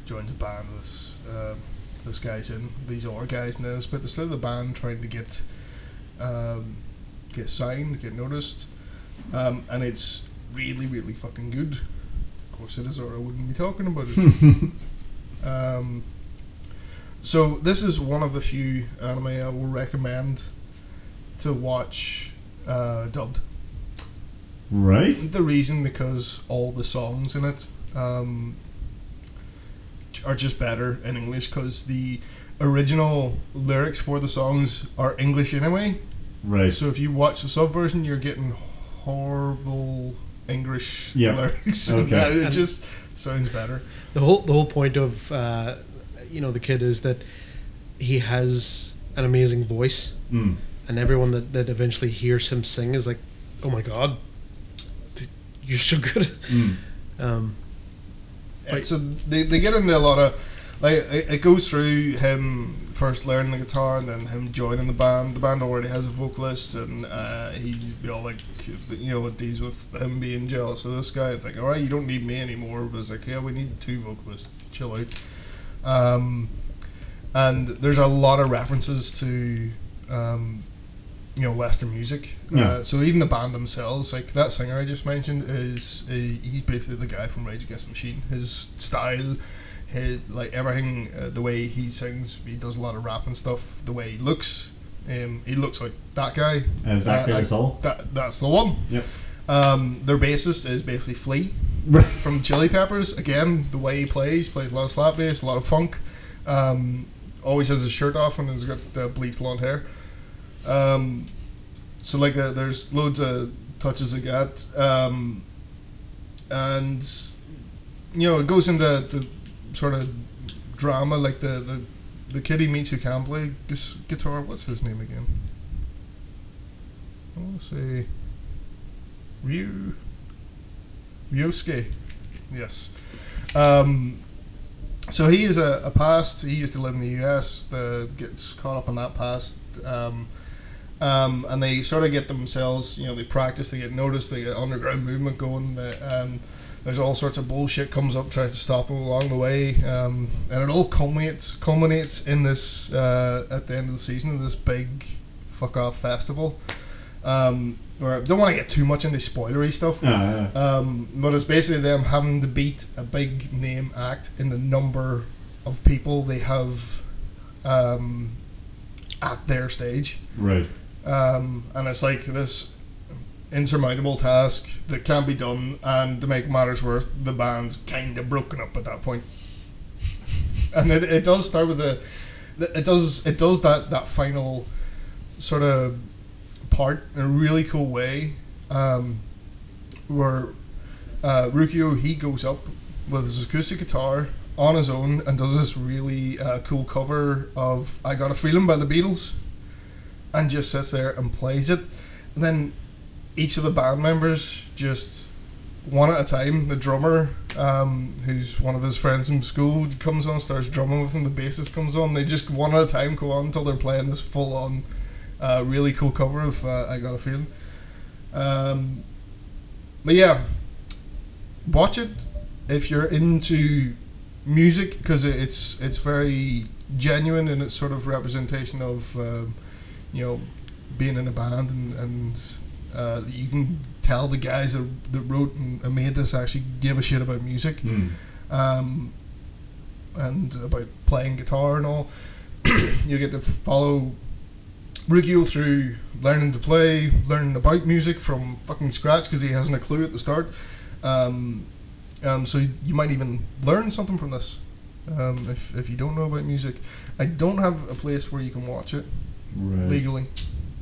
B: joins a band with this. um this guy's in, these other guys in this, but they're still the band trying to get um, get signed, get noticed, um, and it's really, really fucking good. Of course it is, or I wouldn't be talking about it. um, so this is one of the few anime I will recommend to watch uh, dubbed.
A: Right?
B: The reason because all the songs in it um, are just better in English because the original lyrics for the songs are English anyway.
A: Right.
B: So if you watch the sub version, you're getting horrible English
A: Yeah.
B: lyrics.
A: Okay.
B: Yeah, it
E: And-
B: just sounds better.
E: the whole the whole point of uh, you know the kid is that he has an amazing voice,
A: Mm.
E: and everyone that, that eventually hears him sing is like, "Oh my god, th- you're so good."
A: Mm.
E: Um,
B: And so they, they get into a lot of like it, it goes through him first learning the guitar and then him joining the band. The band already has a vocalist and uh, he's you know, like you know it deals with him being jealous of this guy. It's like all right, you don't need me anymore. But it's like yeah, we need two vocalists. Chill out. Um, and there's a lot of references to um, you know Western music.
A: Yeah.
B: Uh, so even the band themselves, like that singer I just mentioned, is uh, he's basically the guy from Rage Against the Machine. His style, his like everything, uh, the way he sings, he does a lot of rap and stuff. The way he looks, um, he looks like that guy.
A: Exactly,
B: Uh, I-
A: that's all.
B: That that's the one.
A: Yep.
B: Um, their bassist is basically Flea
A: Right.
B: from Chili Peppers. Again, the way he plays, plays a lot of slap bass, a lot of funk. Um, always has his shirt off and he's got uh, bleached blonde hair. Um, so like, uh, there's loads of touches they got, um, and you know it goes into the sort of drama. Like the the the kid he meets who can play gus- guitar. What's his name again? I want to say Ryu Ryosuke. Yes. Um, so he is a, a past. He used to live in the U.S. The, gets caught up in that past, um, um, and they sort of get themselves. You know, they practice, they get noticed, they get underground movement going. The, um, there's all sorts of bullshit comes up, tries to stop them along the way, um, and it all culminates culminates in this uh, at the end of the season, this big fuck off festival. Um, or I don't want to get too much into spoilery stuff,
A: Uh,
B: um, but it's basically them having to beat a big name act in the number of people they have um, at their stage.
A: right.
B: Um, and it's like this insurmountable task that can't be done. And to make matters worse, the band's kind of broken up at that point. And it, it does start with the, the- it does it does that that final sort of part in a really cool way, um, where uh, Rukio he goes up with his acoustic guitar on his own and does this really uh, cool cover of "I Got a Feeling" by the Beatles and just sits there and plays it. And then each of the band members just one at a time. The drummer, um, who's one of his friends from school, comes on, starts drumming with him. The bassist comes on. They just one at a time go on until they're playing this full on, uh, really cool cover of uh, "I Got a Feeling." Um, but yeah, watch it if you're into music because it's it's very genuine and it's sort of representation of um, you know being in a band and, and uh, you can tell the guys that, that wrote and and made this actually give a shit about music
A: Mm.
B: um, and about playing guitar and all. you get to follow Ruggiel through learning to play, learning about music from fucking scratch because he hasn't a clue at the start. Um, um, so you, you might even learn something from this um, if, if you don't know about music. I don't have a place where you can watch it
A: Right.
B: legally.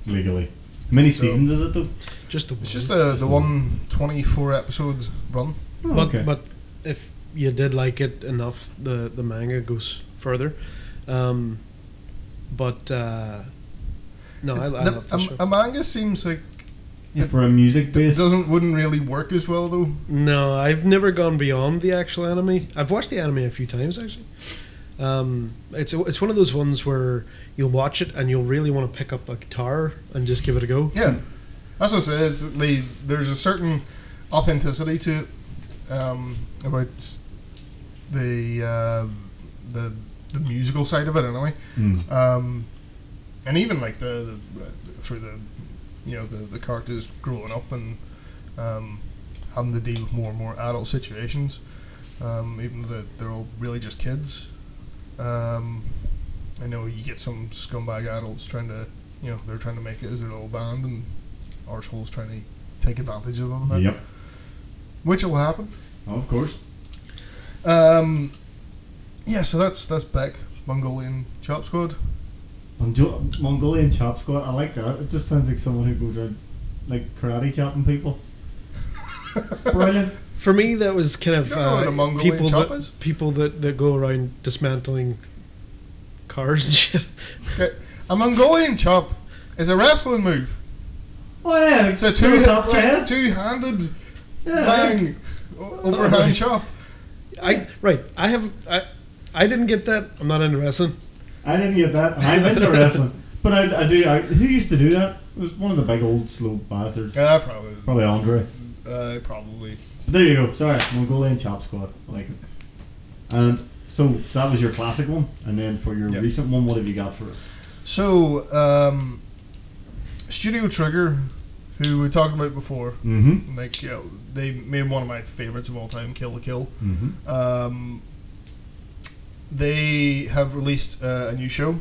A: Legally. How many
B: So-
A: seasons is it though?
E: Just the
B: It's
E: one.
B: just the, the one 24 episode run.
A: Oh,
E: but,
A: okay.
E: but if you did like it enough, the, the manga goes further. Um, but uh, no, I, I
B: The-
E: love the
B: a,
E: show.
B: a manga seems like
A: Yeah, for a music
B: it
A: based.
B: doesn't wouldn't really work as well though.
E: No, I've never gone beyond the actual anime. I've watched the anime a few times actually. Um, it's it's one of those ones where you'll watch it and you'll really want to pick up a guitar and just give it a go.
B: Yeah, that's what I said. It's, they, there's a certain authenticity to it um, about the uh, the the musical side of it, anyway.
A: Mm.
B: Um, and even like the, the through the you know the, the characters growing up and um, having to deal with more and more adult situations, um, even though they're all really just kids. Um, I know you get some scumbag adults trying to you know they're trying to make it as their little band and arseholes trying to take advantage of them,
A: Yep.
B: which will happen.
A: Oh, of course.
B: Um, yeah, so that's that's Beck Mongolian Chop Squad.
A: Mongol- Mongolian chop squad. I like that. It just sounds like someone who goes around like karate chopping people. Brilliant.
E: For me, that was kind of
B: You don't know what a
E: uh,
B: Mongolian
E: people
B: chop
E: that,
B: is?
E: people that that go around dismantling cars and shit.
B: Okay. A Mongolian chop is a wrestling move.
A: Oh yeah,
B: It's a
A: two
B: two
A: top
B: two,
A: head.
B: two-handed
A: Yeah.
B: bang o- overhand chop.
E: I right. I have I I didn't get that. I'm not into wrestling.
A: I didn't get that. and I'm into wrestling, but I, I do. I, who used to do that? It was one of the big old slow bastards.
B: Yeah, probably.
A: Probably Andre.
B: Uh, probably.
A: But there you go. Sorry, Mongolian chop squad. I like it. And so that was your classic one, and then for your
B: Yep.
A: recent one, what have you got for us?
B: So, um, Studio Trigger, who we talked about before,
A: Mm-hmm.
B: like you know, they made one of my favorites of all time, Kill the Kill.
A: Mm-hmm.
B: Um, they have released uh, a new show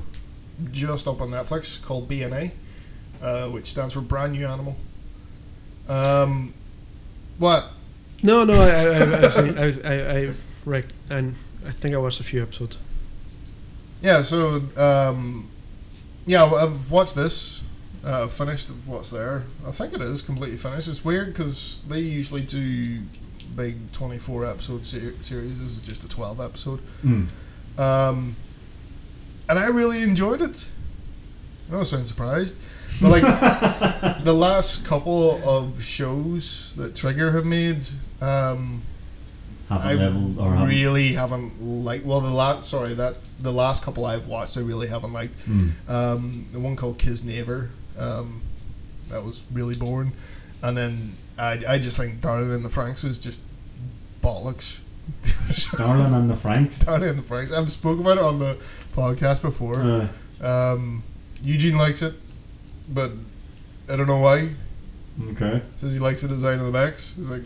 B: just up on Netflix called BNA, uh, which stands for Brand New Animal. Um, what?
E: No, no. I I I've seen, I I, I right, and I think I watched a few episodes.
B: Yeah, so um, yeah, I- I've watched this. Uh, finished what's there. I think it is completely finished. It's weird because they usually do big twenty-four episode ser- series. This is just a twelve episode.
A: Mm.
B: Um, and I really enjoyed it. I know I sound surprised. But like the last couple of shows that Trigger have made, um,
A: Have a
B: I
A: level or have
B: really haven't liked. Well, the last sorry that the last couple I've watched, I really haven't liked.
A: Mm.
B: Um, the one called Kiz Neighbor, um, that was really boring. And then I, I just think Darling in the Franks is just bollocks.
A: Darlin and the Franks.
B: Darling in the Franks. I've spoken about it on the podcast before.
A: Uh,
B: Um, Eugene likes it, but I don't know why.
A: okay,
B: Says he likes the design of the Max. He's like,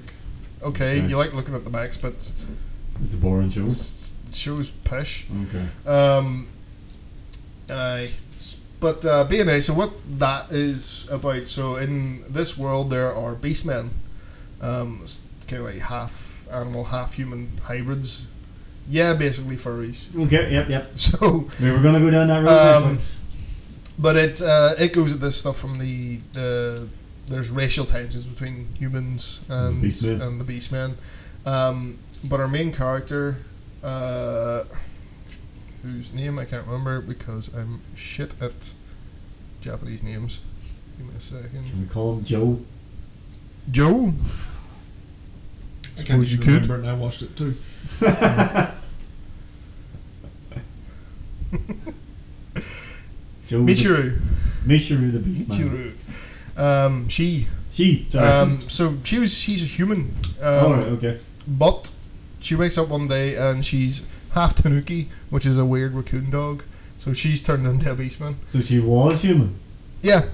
B: okay,
A: Okay.
B: you like looking at the Max, but
A: it's a boring show.
B: s- it shows pish.
A: Okay.
B: Um, I, but uh, BNA. So what that is about? So in this world, there are beastmen. Um, it's kind of like half animal, half human hybrids. Yeah, basically furries.
A: Okay. Yep. Yep.
B: So
A: We were gonna go down that road.
B: Um,
A: actually.
B: but it uh, it goes at this stuff from the the there's racial tensions between humans and
A: The Beastmen.
B: and the beastmen. Um, but our main character, uh, whose name I can't remember because I'm shit at Japanese names. Give me a
A: Can
B: second.
A: we call him Joe?
B: Joe.
C: I can't
B: Suppose you
C: even
B: could.
C: remember it, and I watched it too.
A: Joe.
B: Michiru.
A: The, Michiru the Beast Man.
B: Michiru. Um, she.
A: She. Sorry. Oh,
B: Um, so she was. She's a human. Um,
A: All right. Okay.
B: But she wakes up one day and she's half Tanuki, which is a weird raccoon dog. So she's turned into a beastman.
A: So she was human.
B: Yeah,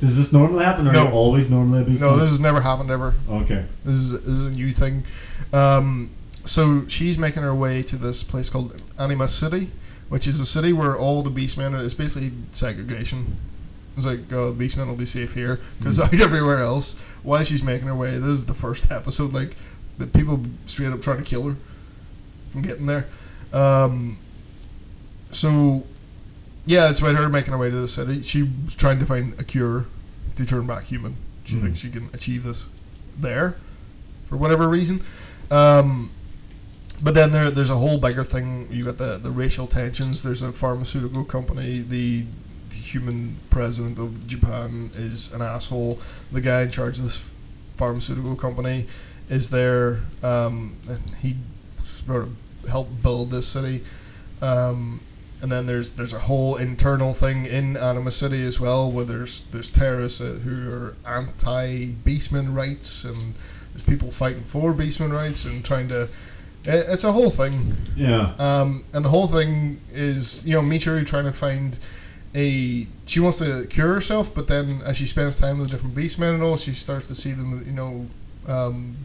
A: Does this normally happen, or
B: No.
A: are you always normally a beast?
B: no,
A: man?
B: this has never happened ever.
A: okay.
B: This is this is a new thing. Um, so she's making her way to this place called Anima City, which is a city where all the beastmen are. It's basically segregation. It's like oh, beastmen will be safe here because
A: Mm.
B: like everywhere else. While she's making her way, this is the first episode. Like the people straight up trying to kill her from getting there. Um, so yeah, it's about her making her way to the city. She's trying to find a cure to turn back human. She
A: Mhm.
B: thinks she can achieve this there for whatever reason. Um, but then there, there's a whole bigger thing. You got the, the racial tensions. There's a pharmaceutical company. The, the human president of Japan is an asshole. The guy in charge of this pharmaceutical company is there. Um, and he sort of helped build this city. Um, and then there's there's a whole internal thing in Anima City as well, where there's there's terrorists uh, who are anti beastman rights, and there's people fighting for beastman rights and trying to. It, it's a whole thing,
A: Yeah.
B: um, and the whole thing is you know Michiru trying to find a. She wants to cure herself, but then as she spends time with the different beastmen and all, she starts to see them, you know, um,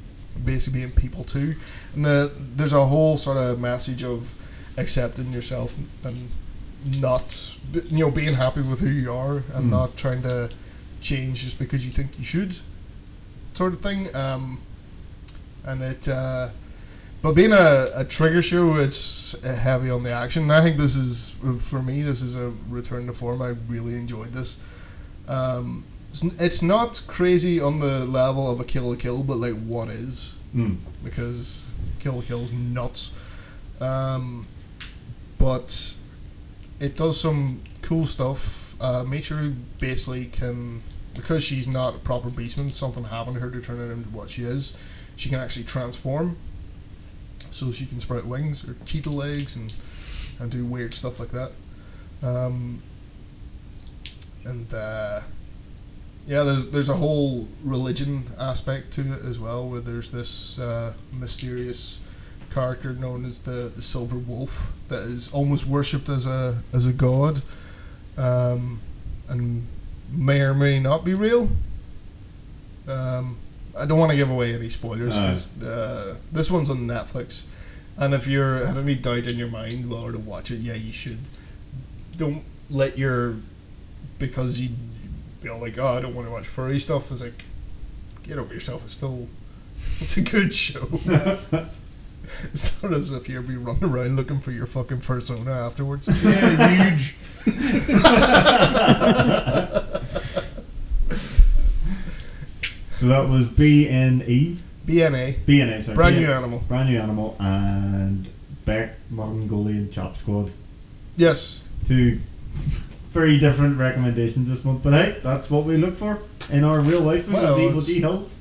B: basically being people too. And the, there's a whole sort of message of accepting yourself and not, you know, being happy with who you are and
A: Mm.
B: not trying to change just because you think you should, sort of thing. Um, and it, uh, but being a, a trigger show, it's uh, heavy on the action. And I think this is, for me, this is a return to form. I really enjoyed this. Um, it's, n- it's not crazy on the level of a kill a kill, but like what is
A: Mm.
B: because Kill Kill's nuts. Um, but it does some cool stuff. Uh, Michiru basically can, because she's not a proper beastman, something happened to her to turn her into what she is. She can actually transform, so she can sprout wings or cheetah legs and and do weird stuff like that. Um, and uh, yeah, there's there's a whole religion aspect to it as well, where there's this uh, mysterious character known as the, the Silver Wolf that is almost worshipped as a as a god, um, and may or may not be real. Um, I don't want to give away any spoilers
A: Aye.
B: because uh, this one's on Netflix, and if you're had any doubt in your mind whether to watch it, yeah, you should. Don't let your because you feel like, oh, I don't want to watch furry stuff. It's like, get over yourself. It's still, it's a good show. it's not as if you're be running around looking for your fucking persona afterwards.
C: Yeah, huge.
A: So that was E? BNE.
B: BNA,
A: BNA, sorry.
B: brand
A: BNA.
B: new animal.
A: Brand new animal and Beck Mongolian Chop Squad.
B: Yes,
A: Two very different recommendations this month, but hey, that's what we look for in our real life of
B: Well,
A: the Evil
B: it's-
A: G Hills.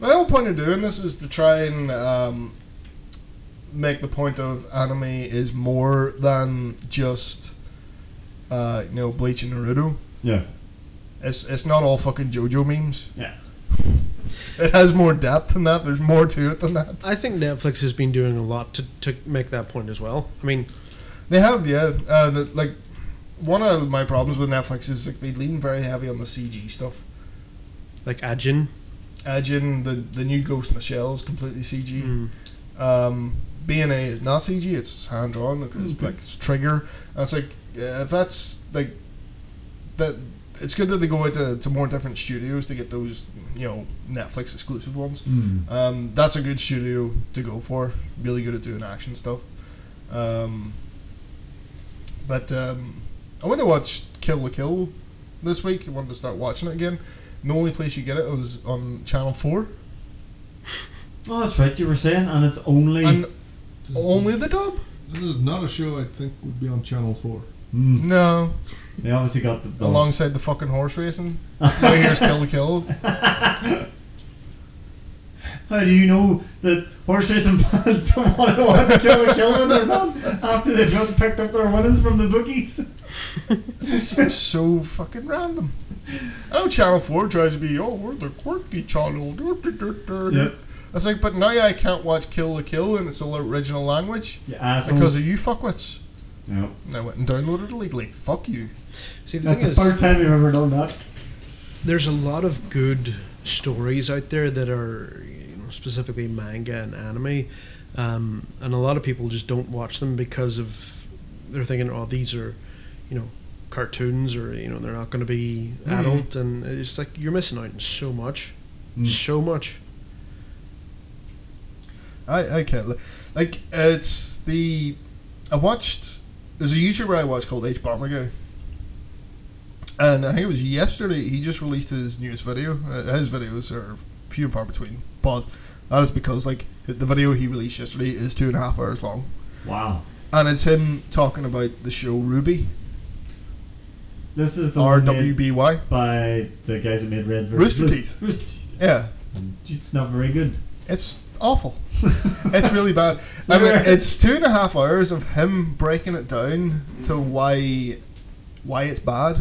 B: my whole point of doing this is to try and um, make the point of anime is more than just, uh, you know, Bleach and Naruto.
A: Yeah.
B: It's it's not all fucking JoJo memes.
A: Yeah.
B: It has more depth than that. There's more to it than that.
E: I think Netflix has been doing a lot to, to make that point as well. I mean,
B: They have, yeah. Uh, the, like one of my problems with Netflix is like they lean very heavy on the CG stuff.
E: like Ajin.
B: Ajin, the the new Ghost in the Shell is completely CG.
E: Mm.
B: Um, BNA is not CG. It's hand drawn. It's like it's trigger. And it's like yeah, if that's like that. It's good that they go out to, to more different studios to get those you know Netflix exclusive ones. Um, that's a good studio to go for. Really good at doing action stuff. Um, but um, I went to watch Kill the Kill this week. I wanted to start watching it again. And the only place you get it was on Channel 4.
A: Oh, that's right, you were saying, and it's only.
B: And
C: This is-
B: only the dub?
C: This is not a show I think would be on Channel 4.
A: Mm,
B: No.
A: they obviously got the. the
B: Alongside the fucking horse racing. now here's Kill the Kill.
A: How do you know that horse racing fans don't want to watch Kill a Kill when they're done after they've got picked up their winnings from the bookies?
B: This is so fucking random. oh, I know Channel 4 tries to be, oh, we're the quirky channel.
A: Yep.
B: It's like, but now I can't watch Kill the Kill in its original language
A: You asshole.
B: because of you fuckwits.
A: no.
B: And I went and downloaded it illegally. Fuck you.
E: See, the
A: That's the
E: thing is,
A: first time you've ever done that.
E: there's a lot of good stories out there that are you know, specifically manga and anime, um, and a lot of people just don't watch them because of they're thinking, oh, these are, you know, cartoons or you know they're not going to be
B: Mhm.
E: adult, and it's like you're missing out on so much,
A: Mm.
E: so much.
B: I, I can't. li- Like, it's the. I watched. There's a YouTuber I watched called H Bomber Guy. And I think it was yesterday he just released his newest video. Uh, his videos are few and far between. But that is because, like, the video he released yesterday is two and a half hours long.
A: Wow.
B: And it's him talking about the show Ruby.
A: This is the one made
B: RWBY.
A: by the guys that made Red versus
B: Rooster
A: Blue.
B: Teeth.
A: Rooster Teeth.
B: Yeah.
A: And It's not very good.
B: It's awful. it's really bad. I mean, it's two and a half hours of him breaking it down to why why it's bad,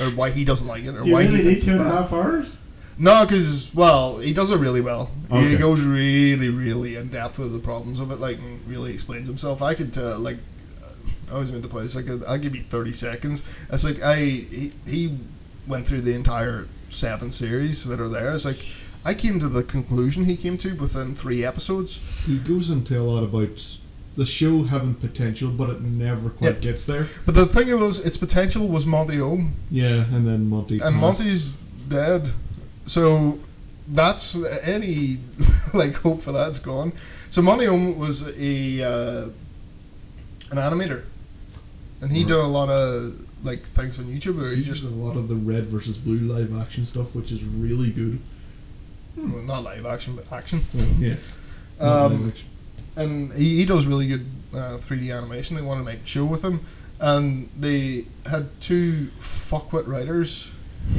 B: or why he doesn't like it, or
A: Do you
B: why
A: really
B: he
A: need
B: thinks
A: two
B: it's
A: and a
B: bad.
A: half hours?
B: No, because well, he does it really well. He
A: Okay.
B: goes really, really in depth with the problems of it, like and really explains himself. I could tell, like, uh, I was meant to play. It's like i I'll give you thirty seconds. It's like I he, he went through the entire seven series that are there. It's like I came to the conclusion he came to within three episodes.
C: He goes into a lot about the show having potential, but it never quite
B: Yeah.
C: gets there.
B: But the thing was, its potential was Monty Ohm,
C: Yeah, and then
B: and
C: Monty. passed.
B: Monty's dead. So that's any like hope for that's gone. So Monty Ohm was a uh, an animator, and
C: Mm-hmm.
B: he did a lot of like things on YouTube. Where
C: He
B: he
C: just
B: just
C: did a lot of the red versus blue live action stuff, which is really good.
B: well, not live action, but action.
C: Yeah. Mm-hmm. Not live
B: Hmm. Um,
C: action.
B: and he, he does really good uh, 3D animation. They want to make a show with him, and they had two fuckwit writers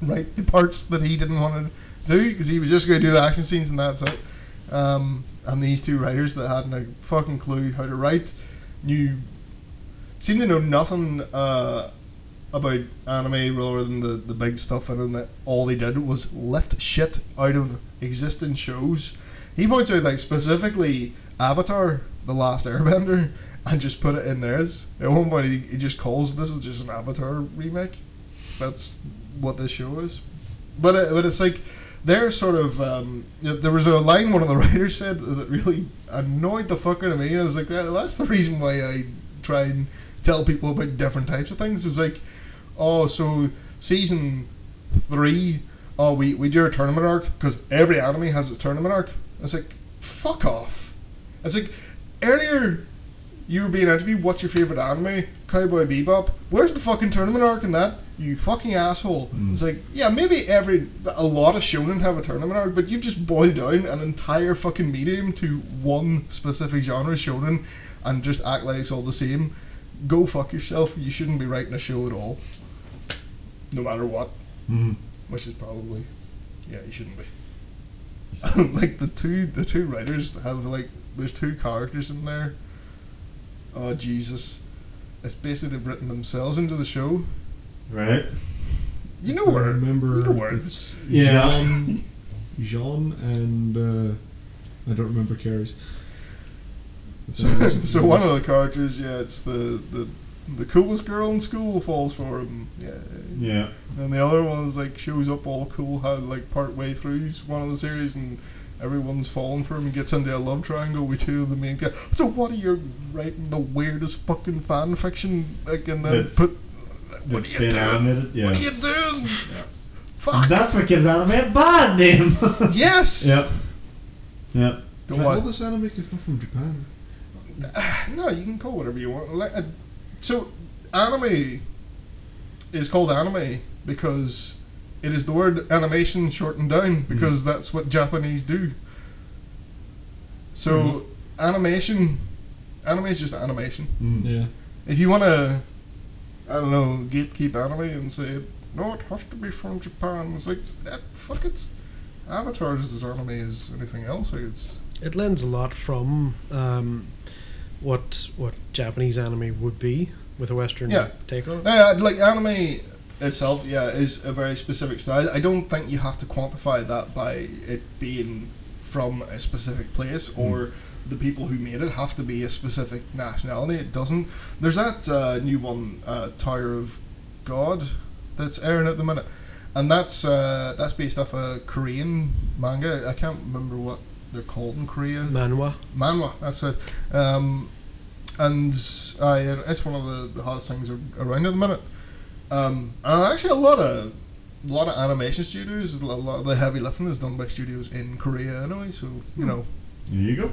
B: write the parts that he didn't want to do because he was just going to do the action scenes and that's it. Um, and these two writers that had no fucking clue how to write knew seemed to know nothing uh, about anime rather than the, the big stuff in it, and that all they did was lift shit out of existing shows he points out like specifically Avatar, The Last Airbender, and just put it in theirs. At one point, he, he just calls this is just an Avatar remake. That's what this show is. But it, but it's like they're sort of um, you know, there was a line one of the writers said that really annoyed the fuck out of me. And I was like, "That- that's the reason why I try and tell people about different types of things. It's like, oh, so season three, oh, we we do a tournament arc because every anime has its tournament arc. It's like, fuck off. It's like earlier you were being interviewed. What's your favorite anime? Cowboy Bebop. Where's the fucking tournament arc in that? You fucking asshole.
A: Mm.
B: It's like, yeah, maybe every a lot of shonen have a tournament arc, but you've just boiled down an entire fucking medium to one specific genre shonen, and just act like it's all the same. Go fuck yourself. You shouldn't be writing a show at all. No matter what, Mm-hmm.
A: Mm.
B: which is probably, yeah, you shouldn't be. like the two the two writers have like there's two characters in there. Oh Jesus. It's basically they've written themselves into the show.
A: Right?
B: You know
C: I
B: where
C: remember
B: you know where it's
C: it's
A: Yeah.
C: Jean, Jean and uh, I don't remember Carrie's.
B: so, so one of the characters, yeah, it's the, the the coolest girl in school falls for him. Yeah.
A: Yeah.
B: And the other one's like shows up all cool how like part way through one of the series and everyone's falling for him and gets into a love triangle with two of the main guys. So what are you writing the weirdest fucking fan fiction like and then
A: That's-
B: put what
A: It's
B: are you
A: been
B: doing?
A: animated. Yeah.
B: What are you doing?
A: And
B: Fuck.
A: That's what gives anime a bad name.
B: yes.
A: yep. Yep.
B: Don't
C: all
B: want-
C: this anime is not from Japan.
B: No, you can call whatever you want. Like, uh, so, anime is called anime because it is the word animation shortened down because that's what Japanese do. So,
C: Mhm.
B: animation, anime is just animation.
A: Mm.
C: Yeah.
B: If you want to, I don't know, gatekeep anime and say, no, it has to be from Japan, it's like, eh, fuck it. Avatar is as anime as anything else. Like it's
E: It lends a lot from um, what what Japanese anime would be with a Western
B: Yeah.
E: take on it.
B: Yeah, like anime itself, yeah, is a very specific style. I don't think you have to quantify that by it being from a specific place or the people who made it have to be a specific nationality. It doesn't. There's that uh, new one, uh, Tower of God, that's airing at the minute, and that's uh, that's based off a Korean manga. I can't remember what they're called in Korea.
E: Manwa.
B: Manwa, that's it. Um, and I, it's one of the, the hottest things ar- around at the minute. Um, and actually, a lot of a lot of animation studios, a lo- lot of the heavy lifting is done by studios in Korea anyway. So you know,
A: There you go.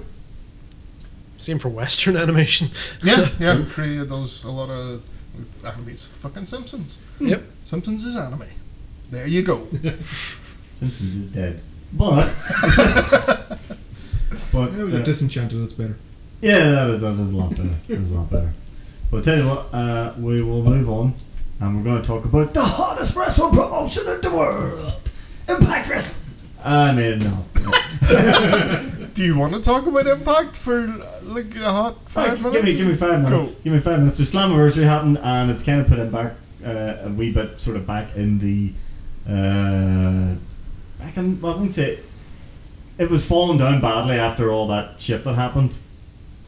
E: Same for Western animation.
B: yeah, yeah, Korea does a lot of anime. It's fucking Simpsons.
E: Yep.
B: Simpsons is anime. There you go.
A: Simpsons is dead. But. but
C: Yeah, we
A: uh,
C: got disenchanted. That's better.
A: Yeah, that was that was a lot better. That was a lot better. But tell you what, uh, we will move on, and we're going to talk about the hottest wrestling promotion in the world, Impact Wrestling. I mean, no, no.
B: Do you want to talk about Impact for uh, like a hot five
A: Fuck, give me
B: minutes?
A: give me five minutes. Give me five minutes. So Slammiversary happened, and it's kind of put him back uh, a wee bit, sort of back in the. Uh, back in, well, I wouldn't say it was falling down badly after all that shit that happened,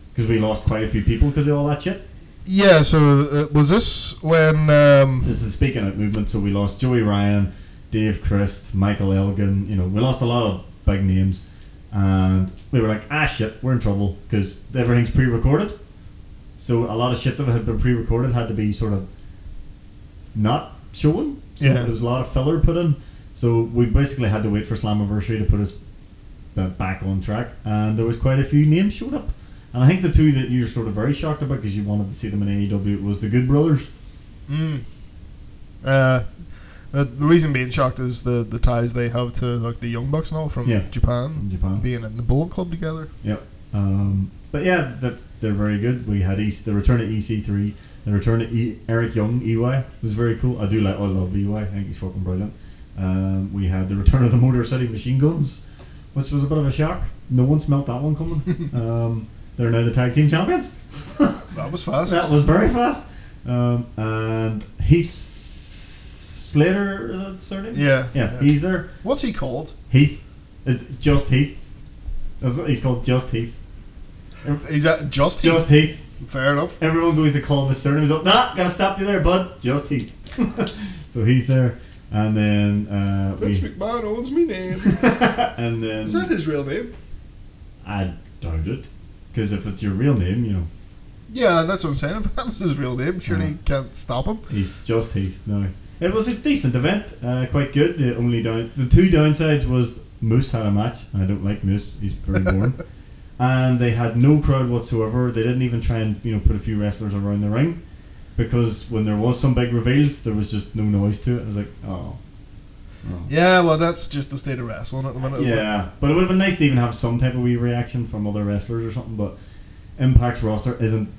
A: because we lost quite a few people because of all that shit.
B: Yeah. So uh, was this when? Um,
A: This is speaking of movement, so we lost Joey Ryan, Dave Christ, Michael Elgin. You know, we lost a lot of big names, and we were like, ah, shit, we're in trouble because everything's pre-recorded. So a lot of shit that had been pre-recorded had to be sort of not shown. So
B: Yeah.
A: there was a lot of filler put in. So we basically had to wait for Slammiversary to put us ba- back on track, and there was quite a few names showed up. And I think the two that you're sort of very shocked about because you wanted to see them in AEW was the Good Brothers.
B: Mm. Uh, the, the reason being shocked is the, the ties they have to like the Young Bucks and all from
A: Yeah.
B: Japan
A: in Japan.
B: being in the Bullet Club together.
A: Um, but yeah, they're, they're very good. We had East, the return of EC3, the return of e, Eric Young, EY was very cool. I do like, I love EY. I think he's fucking brilliant. Um, we had the return of the Motor City Machine Guns, which was a bit of a shock. No one smelt that one coming. um, they're now the tag team champions.
B: That was fast.
A: That was very fast. Um, and Heath Slater, is that his surname?
B: yeah.
A: Yeah, he's there.
B: What's he called?
A: Heath. Is it just Heath. Is it- He's called Just Heath.
B: Is that just, he?
A: Just Heath.
B: Fair enough.
A: Everyone goes to call him his surname. He's like, nah, gotta stop you there, bud. Just he. so he's there. And then uh,
B: Vince
A: we,
B: McMahon owns me name.
A: and then
B: is that his real name?
A: I doubt it, because if it's your real name, you know
B: Yeah, that's what I'm saying. If that was his real name, surely
A: Yeah.
B: you can't stop him.
A: he's just Heath now. It was a decent event, uh, quite good. The only down, the two downsides was Moose had a match, and I don't like Moose. He's pretty boring. and they had no crowd whatsoever. They didn't even try and you know put a few wrestlers around the ring, because when there was some big reveals, there was just no noise to it. I was like, oh. oh.
B: Yeah, well, that's just the state of wrestling at the minute. isn't it?
A: Yeah, but it would have been nice to even have some type of wee reaction from other wrestlers or something. But Impact's roster isn't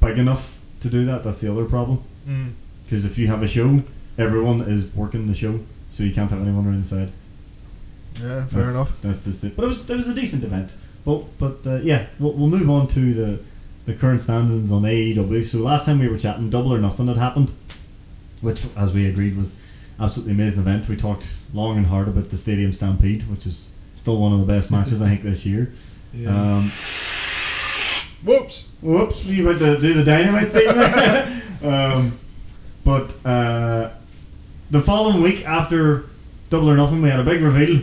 A: big enough to do that. That's the other problem.
B: Mm.
A: Because if you have a show, everyone is working the show, so you can't have anyone around the side.
B: Yeah, fair
A: That's-
B: enough.
A: That's the thing. But it was it was a decent event. But but uh, yeah, we'll, we'll move on to the the current standings on AEW. So last time we were chatting, Double or Nothing had happened, which as we agreed was absolutely amazing event. We talked long and hard about the Stadium Stampede, which is still one of the best matches I think this year.
C: Yeah.
A: Um,
B: Whoops.
A: Whoops, you had to do the dynamite thing there. um, but uh, the following week after Double or Nothing, we had a big reveal.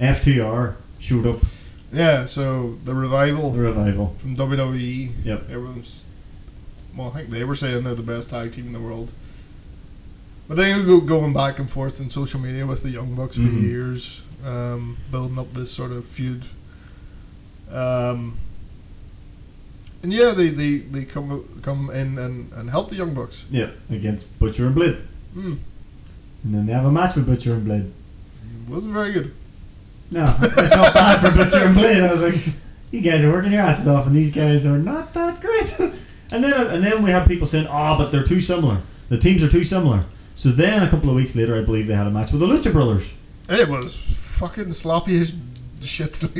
A: FTR showed up,
B: Yeah, so the revival
A: the revival.
B: from WWE.
A: Yep.
B: Everyone's. Well, I think they were saying they're the best tag team in the world. But they were go- going back and forth in social media with the Young Bucks for
A: Mhm.
B: years, um, building up this sort of feud. Um, and yeah, they, they, they come come in and, and help the Young Bucks.
A: Yep, against Butcher and Blade.
B: Mm,
A: And then they have a match with Butcher and Blade.
B: wasn't very good.
A: No, I felt bad for Butcher and Blade. I was like, you guys are working your asses off, and these guys are not that great. and then uh, and then we have people saying, oh, but they're too similar. The teams are too similar. So then a couple of weeks later, I believe they had a match with the Lucha Brothers.
B: It was fucking sloppy as shit.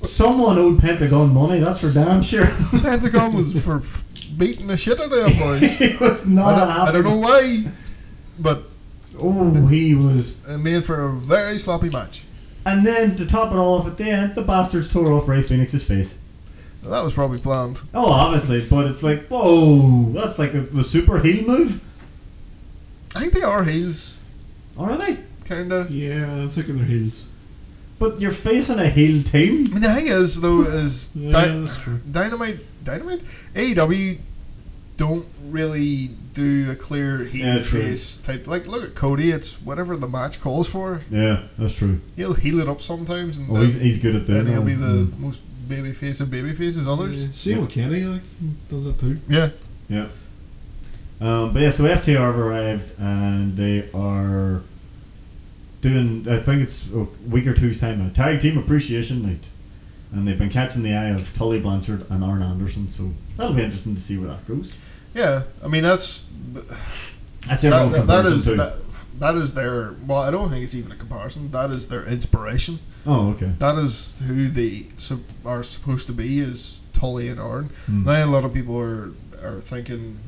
B: Like,
A: Someone owed Pentagon money, that's for damn sure.
B: Pentagon was for f- beating the shit out of them boys.
A: it was
B: I
A: not
B: don't, I
A: happy.
B: don't know why. but
A: Oh, he was.
B: it made for a very sloppy match.
A: And then to top it all off at the end, the bastards tore off Ray Phoenix's face.
B: Now, that was probably planned.
A: Oh, obviously, but it's like, whoa, that's like a, the super heel move.
B: I think they are heels,
A: Are they?
B: kinda.
C: Yeah, I'm thinking they're heels.
A: But you're facing a heel team.
B: I mean, the thing is though is
C: Yeah,
B: Dy-
C: that's true.
B: Dynamite, Dynamite, AEW don't really do a clear heel
A: Yeah, true.
B: face type. Like look at Cody, it's whatever the match calls for.
A: Yeah, that's true.
B: He'll heel it up sometimes, and
A: Oh, he's, he's good at doing
B: then he'll
A: that.
B: be the
A: Mm.
B: most baby face of baby faces. Others,
C: Yeah, Same with Kenny, like, does that too.
B: yeah.
A: Yeah. Um, but yeah, so FTR have arrived and they are doing, I think it's a week or two's time, a tag team appreciation night. And they've been catching the eye of Tully Blanchard and Arn Anderson, so that'll be interesting to see where that goes.
B: Yeah, I mean that's
A: That's their
B: that,
A: own
B: that, that
A: comparison
B: is
A: too.
B: that, that is their. Well, I don't think it's even a comparison. That is their inspiration.
A: Oh, okay.
B: That is who they sup- are supposed to be is Tully and Arn.
A: Hmm.
B: Now a lot of people are are thinking,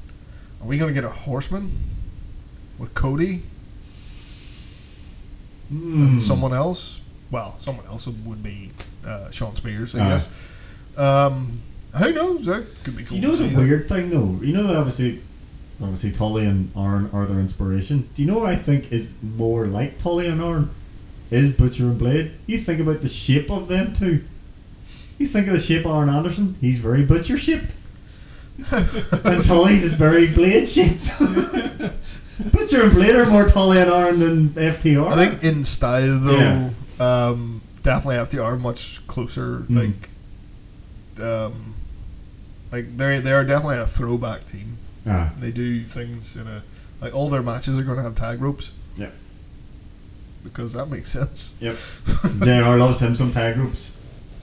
B: are we going to get a horseman with Cody
A: Hmm.
B: and someone else? Well, someone else would be uh, Sean Spears, I
A: Aye.
B: guess. Um, who knows? That could be
A: Do
B: cool.
A: you know
B: to
A: the
B: see.
A: weird thing though? You know that obviously, obviously Tully and Arn are their inspiration. Do you know what I think is more like Tully and Arn? Is Butcher and Blade. You think about the shape of them too. You think of the shape of Arn Anderson. He's very butcher shaped, and Tully's is very blade shaped. butcher and Blade are more Tully and Arn than FTR.
B: I think in style
A: Yeah.
B: though, um, definitely FTR much closer.
A: Mm.
B: Like, um, like they they are definitely a throwback team.
A: Ah,
B: They do things in a like all their matches are going to have tag ropes.
A: Yep.
B: Because that makes sense.
A: yep. JR loves him some tag groups.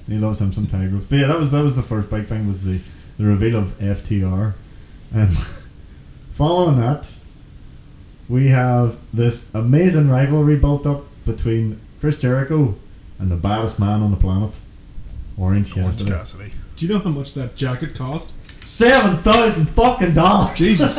A: He loves him some tag groups. But yeah, that was that was the first big thing was the, the reveal of FTR. And following that, we have this amazing rivalry built up between Chris Jericho and the baddest man on the planet, Orange
B: Orange
A: Cassidy.
B: Cassidy.
C: Do you know how much that jacket cost?
A: Seven thousand fucking dollars.
C: Jesus.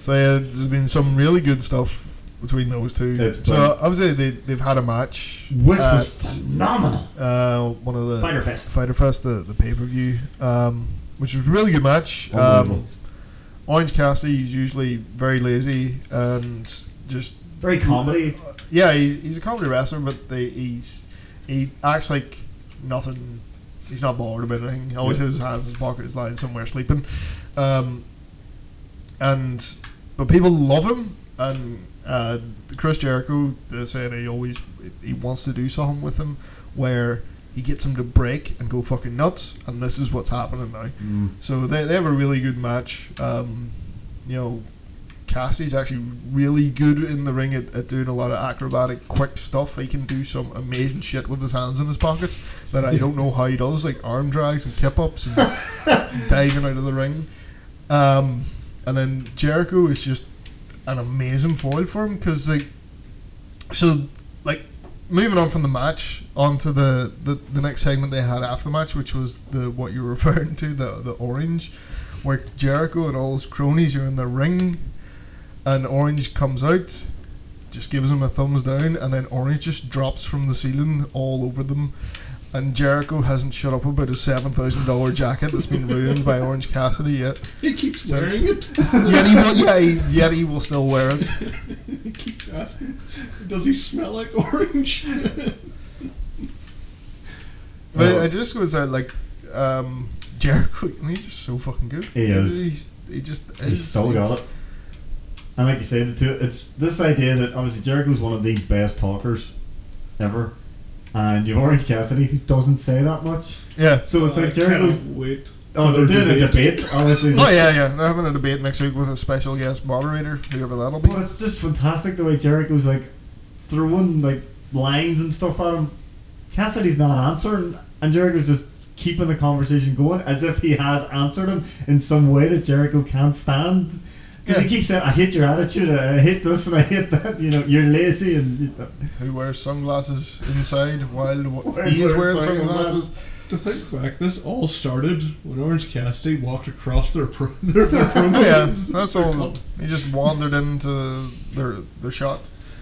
B: So yeah, there's been some really good stuff between those two.
A: It's
B: so
A: been-
B: obviously they they've had a match,
A: Which
B: at,
A: was phenomenal.
B: uh, one of the
A: Fighter Fest.
B: Fighter Fest, the, the pay per view, um, which was a really good match. Um,
A: Unbelievable.
B: Orange Cassidy is usually very lazy and just
A: Very comedy.
B: yeah, he's, he's a comedy wrestler, but they, he's he acts like nothing. He's not bothered about anything. He always
A: Yeah.
B: has his hands in his pocket, is lying somewhere sleeping, um, and but people love him. And uh, Chris Jericho, they're saying he always he wants to do something with him where he gets him to break and go fucking nuts, and this is what's happening now.
A: Mm.
B: So they, they have a really good match. Um, you know, Cassidy's actually really good in the ring at, at doing a lot of acrobatic, quick stuff. He can do some amazing shit with his hands in his pockets that I don't know how he does, like arm drags and kip ups and diving out of the ring. Um, and then Jericho is just an amazing foil for him because like, so like moving on from the match onto the, the the next segment they had after the match, which was the what you were referring to the the orange, where Jericho and all his cronies are in the ring, and Orange comes out, just gives him a thumbs down, and then Orange just drops from the ceiling all over them. And Jericho hasn't shut up about his seven thousand dollar jacket that's been ruined by Orange Cassidy yet.
C: He keeps
B: Sounds-
C: wearing it.
B: Yet he will, yeah, he, yet he will still wear it.
C: he keeps asking, does he smell like orange?
B: But
A: Oh.
B: I just was uh, like, um, Jericho. I mean, he's just so fucking good.
A: He is.
B: He's, he just is.
A: He's still
B: he's-
A: got it. And like you said, the two, it's this idea that obviously Jericho's one of the best talkers ever, and you've Orange Cassidy who doesn't say that much.
B: Yeah.
A: So it's
C: Uh, I
A: like Jericho's.
C: cannot Wait.
A: Oh, they're doing a debate, obviously.
B: Oh yeah, yeah. They're having a debate next week with a special guest moderator, whoever that'll be.
A: But it's just fantastic the way Jericho's like throwing like lines and stuff at him. Cassidy's not answering, and Jericho's just keeping the conversation going as if he has answered him in some way that Jericho can't stand. Because
B: Yeah.
A: he keeps saying, "I hate your attitude. I hate this and I hate that. You know, you're lazy and."
B: Who wears sunglasses inside while
A: Wearing-
B: he is
A: wearing
B: wearing
A: sunglasses.
B: sunglasses?
C: to think back, this all started when Orange Cassidy walked across their pro- their, their promo.
B: Oh, yeah, that's all. He just wandered into their their shot.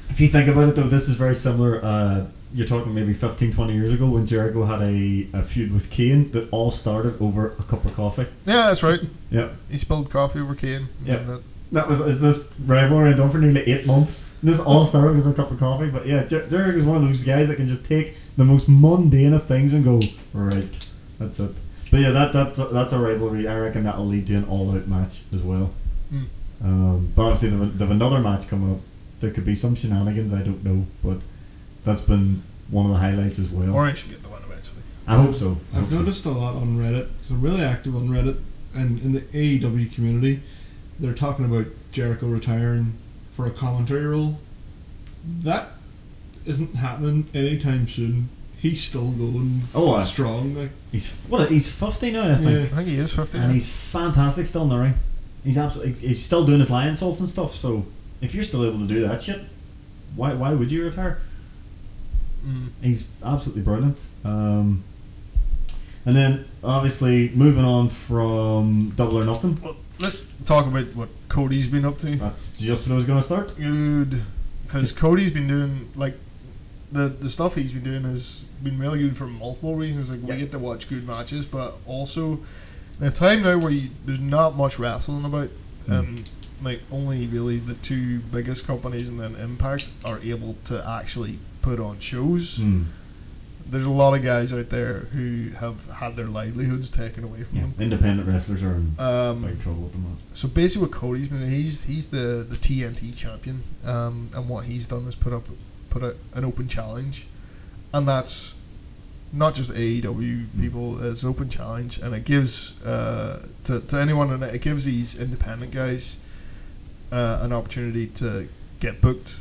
A: If you think about it, though, this is very similar. Uh, you're talking maybe 15, 20 years ago when Jericho had a, a feud with Kane that all started over a cup of coffee.
B: Yeah, that's right.
A: Yep.
B: He spilled coffee over Kane.
A: Yeah.
B: And that-
A: That was is this rivalry had done for nearly eight months. This
C: Oh.
A: all started because of a cup of coffee. But yeah, Jer- Jericho is one of those guys that can just take the most mundane of things and go right. That's it. But yeah, that that's a- that's a rivalry. I reckon that'll lead to an all-out match as well.
B: Hmm.
A: Um, but obviously, they've, they've another match coming up. There could be some shenanigans. I don't know, but that's been one of the highlights as well.
B: Orange should get the win eventually.
A: I hope so. I
C: I've
A: hope so.
C: noticed a lot on Reddit, because I'm really active on Reddit, and in the AEW community, they're talking about Jericho retiring for a commentary role. That isn't happening anytime soon. He's still going
A: Oh, aye.
C: strong. Like,
A: He's what? He's fifty now, I think.
C: Yeah.
B: I think he is 50.
A: and he's fantastic still in the ring. He's absolutely he's still doing his lion salts and stuff. So if you're still able to do that shit, why why would you retire?
B: Mm.
A: He's absolutely brilliant. Um, and then obviously moving on from Double or Nothing.
B: Well, let's talk about what Cody's been up to.
A: That's just what I was going to start.
B: Good, because Cody's been doing like the the stuff he's been doing has been really good for multiple reasons. Like
A: Yeah.
B: we get to watch good matches, but also in a time now where you, there's not much wrestling about.
A: Hmm.
B: Um, Like only really the two biggest companies and then Impact are able to actually put on shows.
A: Hmm.
B: There's a lot of guys out there who have had their livelihoods taken away from
A: Yeah, independent wrestlers are in
B: them. Um,
A: big trouble at the moment.
B: so basically, what Cody's been he's he's the, the TNT champion, um, and what he's done is put up put out an open challenge, and that's not just AEW people. It's an open challenge, and it gives uh, to to anyone, and it gives these independent guys uh, an opportunity to get booked,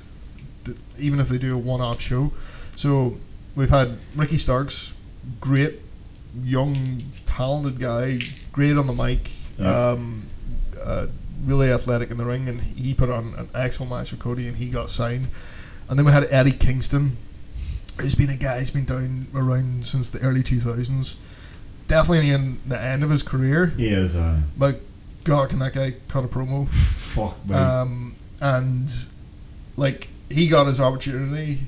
B: d- even if they do a one off show. So we've had Ricky Starks, great young talented guy, great on the mic.
A: Yeah.
B: Um, uh, really athletic in the ring, and he put on an excellent match with Cody, and he got signed. And then we had Eddie Kingston, who's been a guy who's been down around since the early two thousands. Definitely in the end of his career,
A: He is uh,
B: but God, can that guy cut a promo?
A: fuck me.
B: Um, and like he got his opportunity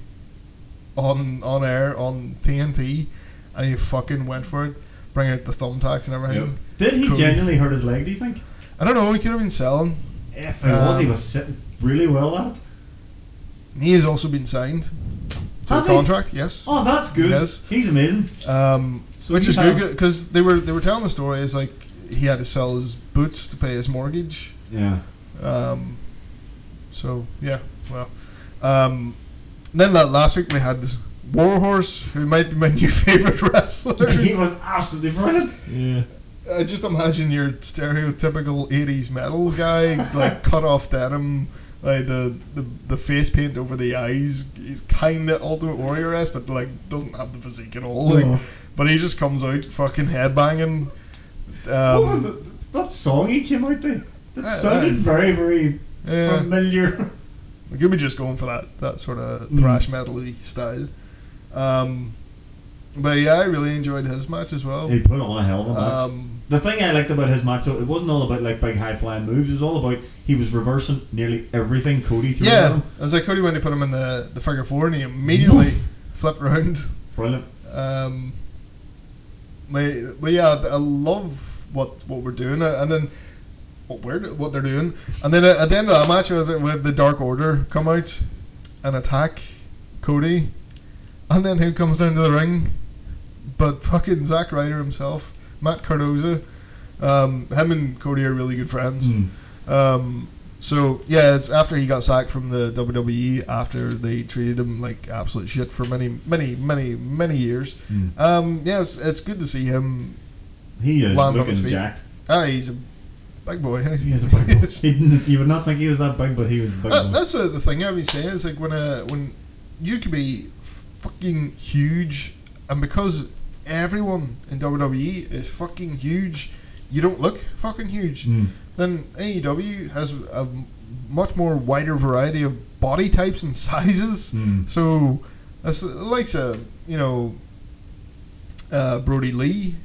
B: on on air on TNT, and he fucking went for it, bring out the thumbtacks and everything.
A: Did he
B: Cody-
A: genuinely hurt his leg? Do you think?
B: I don't know. He could have been selling.
A: If it was, he
B: Um,
A: was sitting really well at. it.
B: He has also been signed to
A: Has
B: a
A: he?
B: contract. Yes.
A: Oh, that's good.
B: Yes.
A: He's amazing.
B: Um,
A: So
B: which
A: you
B: is
A: have-
B: good because they were they were telling the story is like he had to sell his boots to pay his mortgage.
A: Yeah.
B: Um, so yeah, well, um, then that last week we had this Warhorse, who might be my new favorite wrestler.
A: he was absolutely brilliant.
C: yeah.
B: I just imagine your stereotypical '80s metal guy, like cut off denim, like the, the the face paint over the eyes. He's kind of Ultimate Warrior esque, but like doesn't have the physique at all. Like,
A: No.
B: but he just comes out fucking headbanging. Um,
A: what was the, that song he came out to? That
B: Uh,
A: sounded
B: uh,
A: very, very
B: yeah.
A: familiar.
B: We could be just going for that that sort of
A: Mm.
B: thrash metal style. Um, but yeah, I really enjoyed his match as well.
A: He put on a hell of a match.
B: Oh. Um,
A: the thing I liked about his match, so it wasn't all about like big high flying moves. It was all about he was reversing nearly everything Cody threw at
B: yeah,
A: him.
B: as I Cody when they put him in the, the figure four and he immediately flipped around.
A: Brilliant.
B: Um, but, but yeah, I love what what we're doing, uh, and then what we're do- what they're doing, and then at the end of that match, was it with the Dark Order come out and attack Cody, and then who comes down to the ring? But fucking Zack Ryder himself, Matt Cardoza. Um, him and Cody are really good friends.
A: Mm.
B: Um, so yeah, it's after he got sacked from the WWE after they treated him like absolute shit for many, many, many, many years.
A: Mm.
B: Um, yes, it's good to see him.
A: He is
B: Land on his
A: looking
B: feet.
A: jacked.
B: Ah, he's a big boy. eh?
A: He is a big boy. He didn't- you would not think he was that big, but he was a big.
B: That-
A: boy.
B: that's uh, the thing I've been saying is like when uh, when you could be fucking huge, and because everyone in WWE is fucking huge, you don't look fucking huge.
A: Mm.
B: then AEW has a much more wider variety of body types and sizes.
A: Mm.
B: So, that's likes a you know, uh, Brody Lee.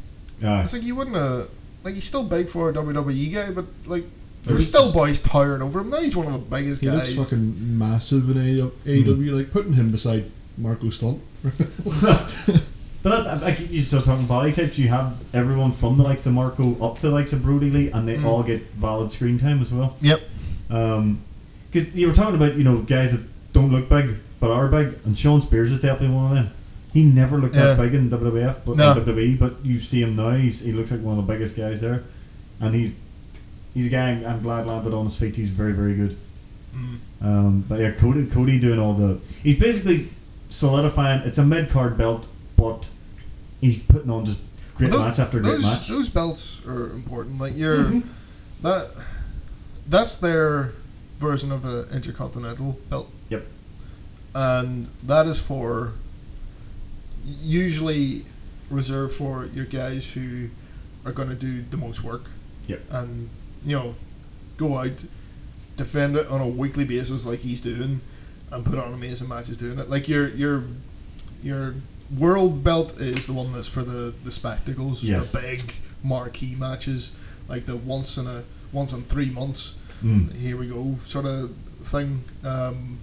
A: Aye.
B: It's like you wouldn't uh, like he's still big for a WWE guy, but like
D: There's
B: there's still
D: just-
B: boys towering over him. Now he's one of the biggest
C: He
B: guys.
C: looks fucking massive in AEW. Like putting him beside Marco Stunt.
A: But that's, like you start talking body types, you have everyone from the likes of Marco up to the likes of Brody Lee, and they
B: Mm.
A: all get valid screen time as well.
B: Yep.
A: Because Um, you were talking about you know guys that don't look big but are big, and Sean Spears is definitely one of them. He never looked that
B: Yeah.
A: big in WWF, but
B: No.
A: in WWE, but you see him now, he's, he looks like one of the biggest guys there, and he's he's a guy I'm glad landed on his feet. He's very very good.
B: Mm.
A: Um, but yeah, Cody, Cody doing all the. He's basically solidifying. It's a mid card belt, but he's putting on just great
B: Well, tho-
A: match after great
B: those,
A: match.
B: Those belts are important. Like you're that that's their version of an intercontinental belt.
A: Yep.
B: And that is for usually reserved for your guys who are going to do the most work.
A: Yep.
B: And you know, go out, defend it on a weekly basis like he's doing, and put on amazing matches doing it. Like your your your world belt is the one that's for the the spectacles,
A: Yes.
B: the big marquee matches, like the once in a once in three months.
A: Mm.
B: Here we go, sort of thing. Um,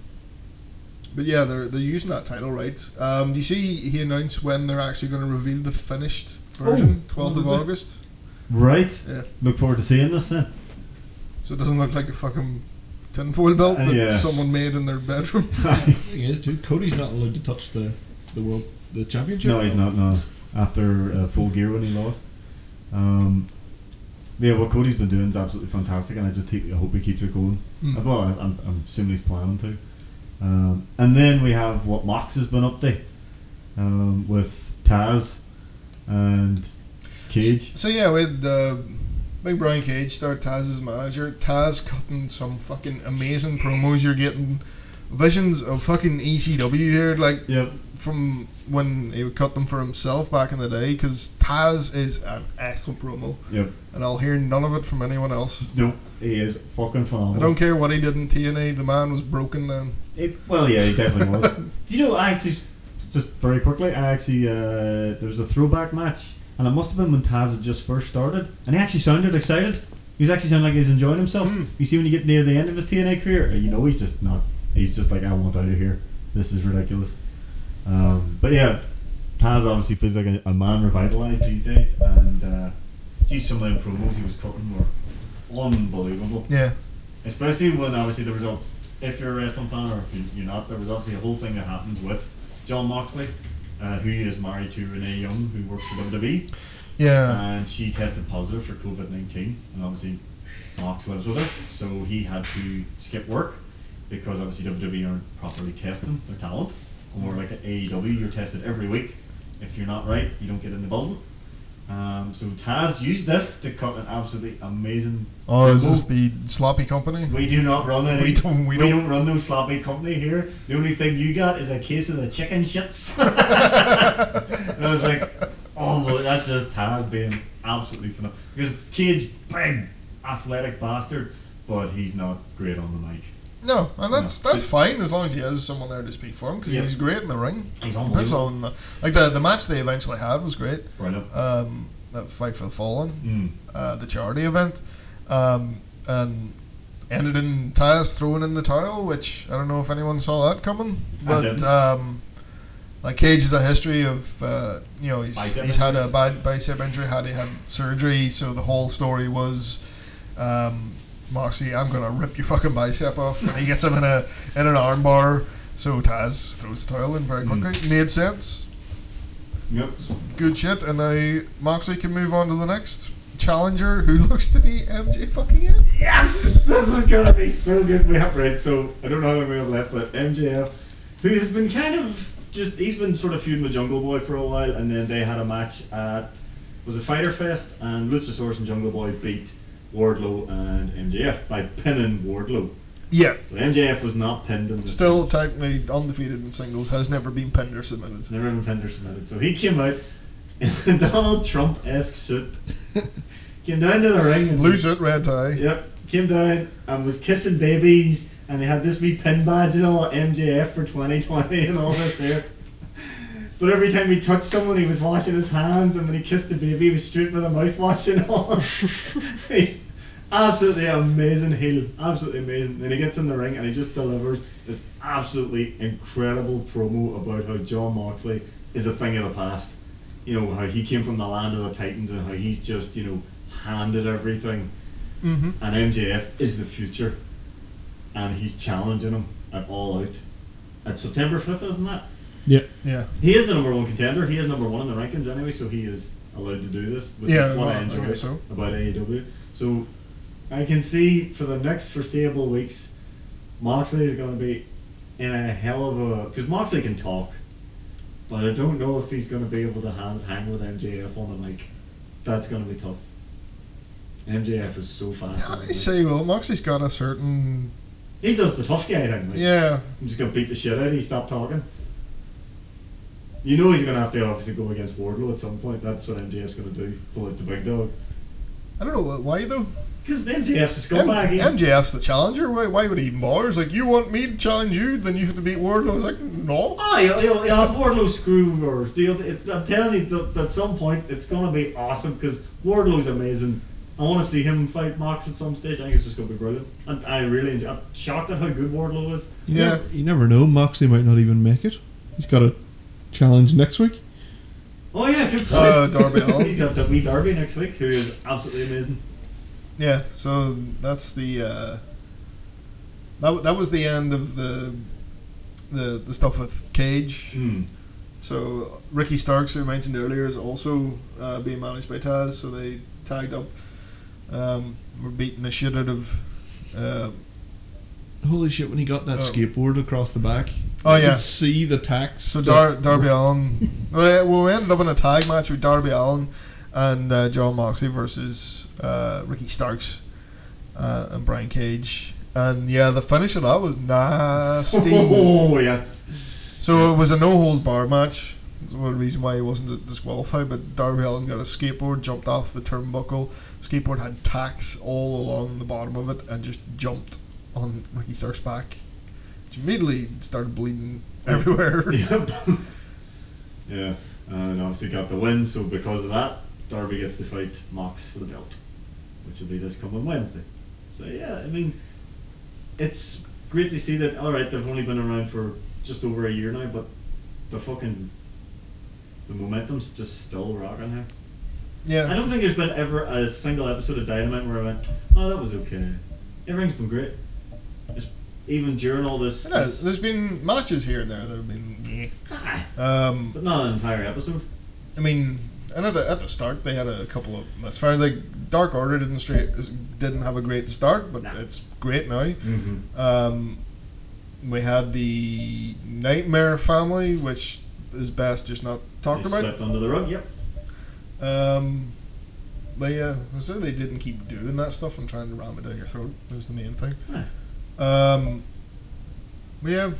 B: but yeah, they're they're using that title right. Um, do you see he announced when they're actually going to reveal the finished version? Twelfth of
C: did they?
B: August.
A: Right.
B: Yeah.
A: Look forward to seeing this then.
B: So it doesn't look like a fucking tinfoil belt
A: Uh,
B: that
A: yeah.
B: someone made in their bedroom.
C: thing is, too, Cody's not allowed to touch the the world the championship.
A: no, he's not. No, after uh, full gear when he lost. Um, yeah, what Cody's been doing is absolutely fantastic, and I just keep, I hope he keeps it going.
B: Mm.
A: Well, I- I'm, I'm assuming he's planning to. Um, and then we have what Mox has been up to um, with Taz and Cage.
B: So yeah, with uh, Big Brian Cage start Taz's manager. Taz cutting some fucking amazing promos. You're getting visions of fucking ECW here, like
A: Yep.
B: from when he would cut them for himself back in the day. Because Taz is an excellent promo,
A: Yep.
B: and I'll hear none of it from anyone else.
A: No, he is fucking phenomenal.
B: I don't care what he did in TNA. The man was broken then.
A: It, well, yeah, he definitely was. Do you know? I actually, just very quickly, I actually uh, there was a throwback match, and it must have been when Taz had just first started, and he actually sounded excited. He was actually sounding like he was enjoying himself.
B: Mm.
A: You see, when you get near the end of his TNA career, uh, you know he's just not. He's just like, I want out of here. This is ridiculous. Um, but yeah, Taz obviously feels like a, a man revitalized these days, and uh, geez, some of the promos he was cutting were unbelievable
B: Yeah.
A: especially when obviously there was a if you're a wrestling fan or if you- you're not there was obviously a whole thing that happened with John Moxley uh, who is married to Renee Young who works for WWE
B: Yeah.
A: and she tested positive for COVID-19 and obviously Mox lives with her so he had to skip work because obviously WWE aren't properly testing their talent and we're like at AEW you're tested every week if you're not right you don't get in the building um, so Taz used this to cut an absolutely amazing
B: Oh, is this
A: promo.
B: the sloppy company?
A: We do not run any.
B: We don't- we don't-
A: run no sloppy company here. The only thing you got is a case of the chicken shits. and I was like, oh, well, that's just Taz being absolutely phenomenal. Because Cage, big, athletic bastard, but he's not great on the mic.
B: No, and that's
A: No.
B: that's fine as long as he has someone there to speak for him because
A: Yeah.
B: he's great in the ring.
A: He's
B: That's
A: unbelievable.
B: all. in the- Like the the match they eventually had was great.
A: Brilliant.
B: Um, that fight for the fallen,
A: Mm.
B: uh, the charity event, um, and ended in Taz throwing in the towel, which I don't know if anyone saw that coming.
A: I
B: But
A: didn't.
B: um, like Cage has a history of uh, you know he's
A: Bicep
B: he's had a
A: injuries?
B: bad bicep injury, had he had surgery, so the whole story was. Um, Moxie, I'm gonna rip your fucking bicep off, and he gets him in a in an armbar. So Taz throws the towel in very
A: Mm.
B: quickly. Made sense
A: Yep.
B: good shit, and now Moxley can move on to the next challenger, who looks to be MJ fucking it.
A: Yes! This is gonna be so good. We have right, so I don't know how long we have left, but MJF, who has been kind of just he's been sort of feuding with Jungle Boy for a while, and then they had a match at was it Fighter Fest, and Luchasaurus and Jungle Boy beat Wardlow and MJF by pinning Wardlow.
B: Yeah.
A: So MJF was not pinned in the
B: Still technically undefeated in singles, has never been pinned or submitted.
A: never been pinned or submitted. So he came out in a Donald Trump esque suit. came down to the ring and
B: Lose it, red tie.
A: Yep, came down and was kissing babies, and they had this wee pin badge and all MJF for 2020 and all this here. But But every time he touched someone, he was washing his hands, and when he kissed the baby, he was straight with a mouthwash and all. He's absolutely amazing heel, absolutely amazing. Then he gets in the ring and he just delivers this absolutely incredible promo about how John Moxley is a thing of the past. You know how he came from the land of the Titans and how he's just you know handed everything,
B: Mm-hmm.
A: and MJF is the future, and he's challenging him at all out. At September fifth, isn't that?
B: Yeah.
A: He is the number one contender. He is number one in the rankings anyway, so he is allowed to do this, which
B: Yeah,
A: is what I
B: well,
A: enjoy
B: okay, so.
A: about AEW. So I can see for the next foreseeable weeks, Moxley is going to be in a hell of a because Moxley can talk, but I don't know if he's going to be able to hang, hang with MJF on the mic. That's going to be tough. MJF is so fast. on the
B: I
A: mic.
B: say, well, Moxley's got a certain.
A: He does the tough guy thing. Like,
B: Yeah.
A: I'm just gonna beat the shit out of you. Stop talking. You know he's gonna have to obviously go against Wardlow at some point. That's what MJF's gonna do. Pull out the big dog.
B: I don't know wh- why though.
A: Because MJF's a
B: M-
A: scumbag. he's-
B: MJF's the challenger. Why, why would he even bother? It's like, you want me to challenge you, then you have to beat Wardlow. I was like, no.
A: Oh, he'll, he'll, he'll have Wardlow screw or steal. It, I'm telling you, that at some point it's gonna be awesome because Wardlow's amazing. I want to see him fight Mox at some stage. I think it's just gonna be brilliant. And I really, enjoy, I'm shocked at how good Wardlow is.
C: You,
B: Yeah.
C: never, you never know. Moxley might not even make it. He's got a challenge next week.
A: Oh yeah, good point.
B: Uh,
A: we
B: Darby Allin.
A: got the wee Darby next week, who is absolutely amazing.
B: Yeah, so that's the. Uh, that, w- that was the end of the the, the stuff with Cage.
A: Hmm.
B: So Ricky Starks, who I mentioned earlier, is also uh, being managed by Taz. So they tagged up. Um, we're beating the shit out of. Uh,
C: Holy shit! When he got
B: Oh.
C: that skateboard across the back,
B: oh
C: you
B: yeah.
C: could see the tax.
B: So
C: that-
B: Dar- Darby Allen. Well, yeah, well, we ended up in a tag match with Darby Allen and uh, John Moxley versus uh, Ricky Starks uh, and Brian Cage. And yeah, the finish of that was nasty.
A: Oh yes.
B: so it was a no holds bar match. That's one reason why he wasn't disqualified. But Darby Allen got a skateboard, jumped off the turnbuckle. Skateboard had tacks all along the bottom of it, and just jumped on Ricky Starks' back. Which immediately started bleeding everywhere.
A: Yep. yeah, and obviously got the win, so because of that, Derby gets to fight Mox for the belt, which will be this coming Wednesday. So yeah, I mean, it's great to see that. All right, they've only been around for just over a year now, but the fucking the momentum's just still rocking here.
B: Yeah.
A: I don't think there's been ever a single episode of Dynamite where I went, "Oh, that was okay." Everything's been great. It's, even during all this,
B: I know,
A: this-
B: there's been matches here and there that have been.
A: ah,
B: Um,
A: but not an entire episode.
B: I mean, I know that at the start they had a couple of misfires. Like Dark Order didn't straight didn't have a great start, but
A: No.
B: it's great now.
A: Mm-hmm.
B: Um, we had the Nightmare Family, which is best just not talked
A: they
B: about.
A: Swept under the rug. Yep.
B: Um, they uh, I said they didn't keep doing that stuff and trying to ram it down your throat. Was the main thing.
A: Mm.
B: Um, but yeah,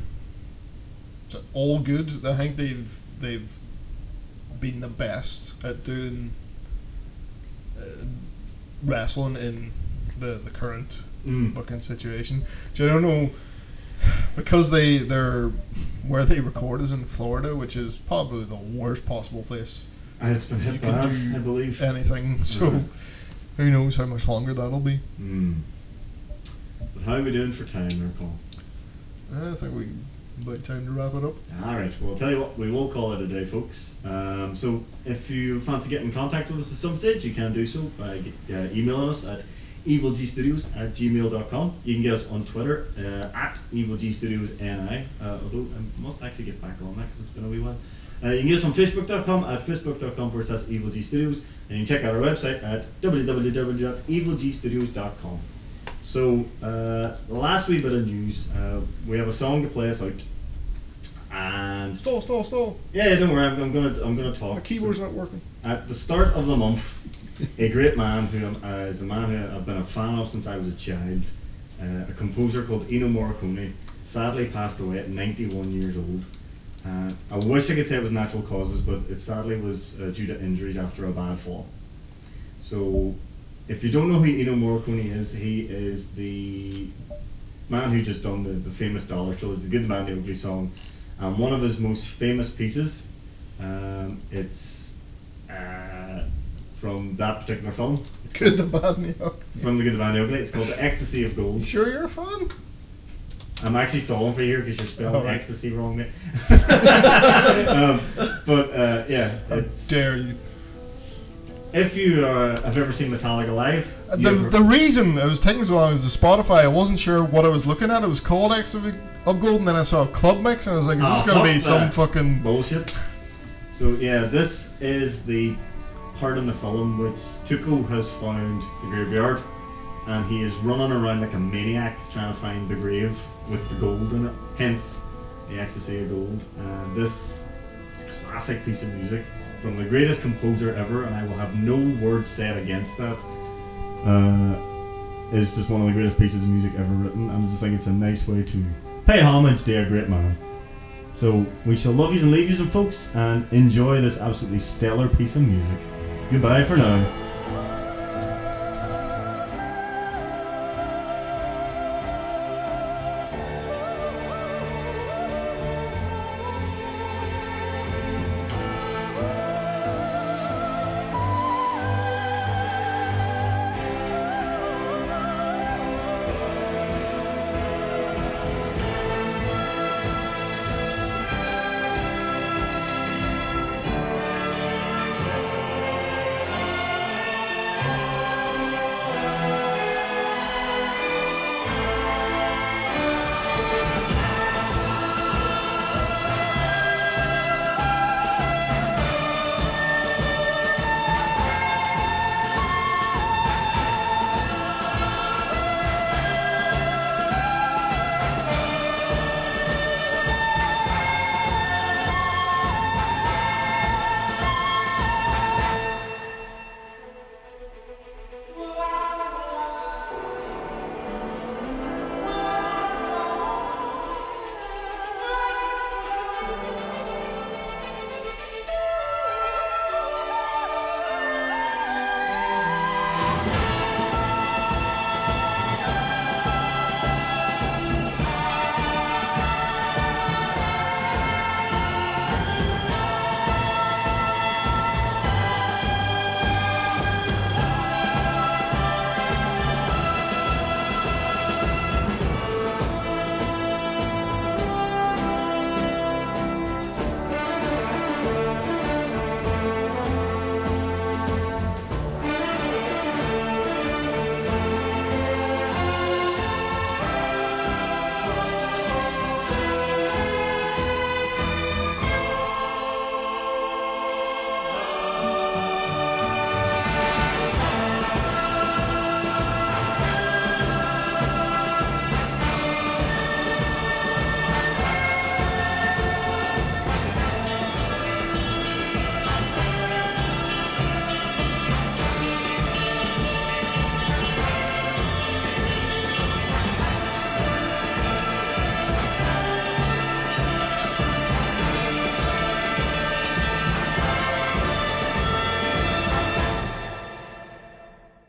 B: it's all good. I think they've they've been the best at doing uh, wrestling in the the current
A: Mm.
B: booking situation. Which I don't know because they they're where they record is in Florida, which is probably the worst possible place
A: And it's been hit
B: You
A: by
B: can
A: us,
B: do
A: I believe.
B: anything. So
A: Mhm.
B: who knows how much longer that'll be.
A: Mm. But how are we doing for time there, Paul?
B: I think we about time to wrap it up.
A: All right. Well, I'll tell you what, we will call it a day, folks. Um, so, if you fancy getting in contact with us at some stage, you can do so by g- uh, emailing us at evilgstudios at gmail.com. You can get us on Twitter uh, at evilgstudiosni, uh, although I must actually get back on that because it's been a wee while. Uh, you can get us on facebook.com at facebook.com forward slash evilgstudios, and you can check out our website at www.evilgstudios.com. So, uh, last wee bit of news, uh, we have a song to play us out. And
B: Stall, stall, stall.
A: yeah, yeah, don't worry. I'm, I'm gonna I'm gonna talk.
B: My keyboard's not working.
A: At the start of the month, a great man who I'm- uh, is a man who I've been a fan of since I was a child, uh, a composer called Ennio Morricone, sadly passed away at 91 years old. Uh, I wish I could say it was natural causes, but it sadly was uh, due to injuries after a bad fall. So, if you don't know who Ennio Morricone is, he is the man who just done the, the famous Dollar Trilogy, the Good, the Bad, and the Ugly song. And one of his most famous pieces Um, it's uh, from that particular film. It's
B: Good, the
A: called-
B: bad, and the
A: From the Good, the Bad, and the Ugly. It's called The Ecstasy of
B: You
A: Gold.
B: sure you're a fan?
A: I'm actually stalling for you because you're spelling
B: Alright.
A: ecstasy wrong. mate. um, but uh, yeah, it's
B: Dare you?
A: if you uh, have ever seen Metallica live,
B: Uh,
A: you
B: The,
A: ever-
B: the reason it was taking so long is the Spotify. I wasn't sure what I was looking at. It was called X of, of Gold, and then I saw a club mix, and I was like, "Is this
A: Ah,
B: gonna be
A: fuck
B: some
A: that.
B: fucking?"
A: bullshit. So yeah, this is the part in the film which Tuco has found the graveyard, and he is running around like a maniac trying to find the grave with the gold in it. Hence, the ecstasy of gold. Uh, this is a classic piece of music from the greatest composer ever, and I will have no words said against that. Uh, is just one of the greatest pieces of music ever written, and I just think it's a nice way to pay homage to a great man. So we shall love yous and leave yous, and folks, and enjoy this absolutely stellar piece of music. Goodbye for now.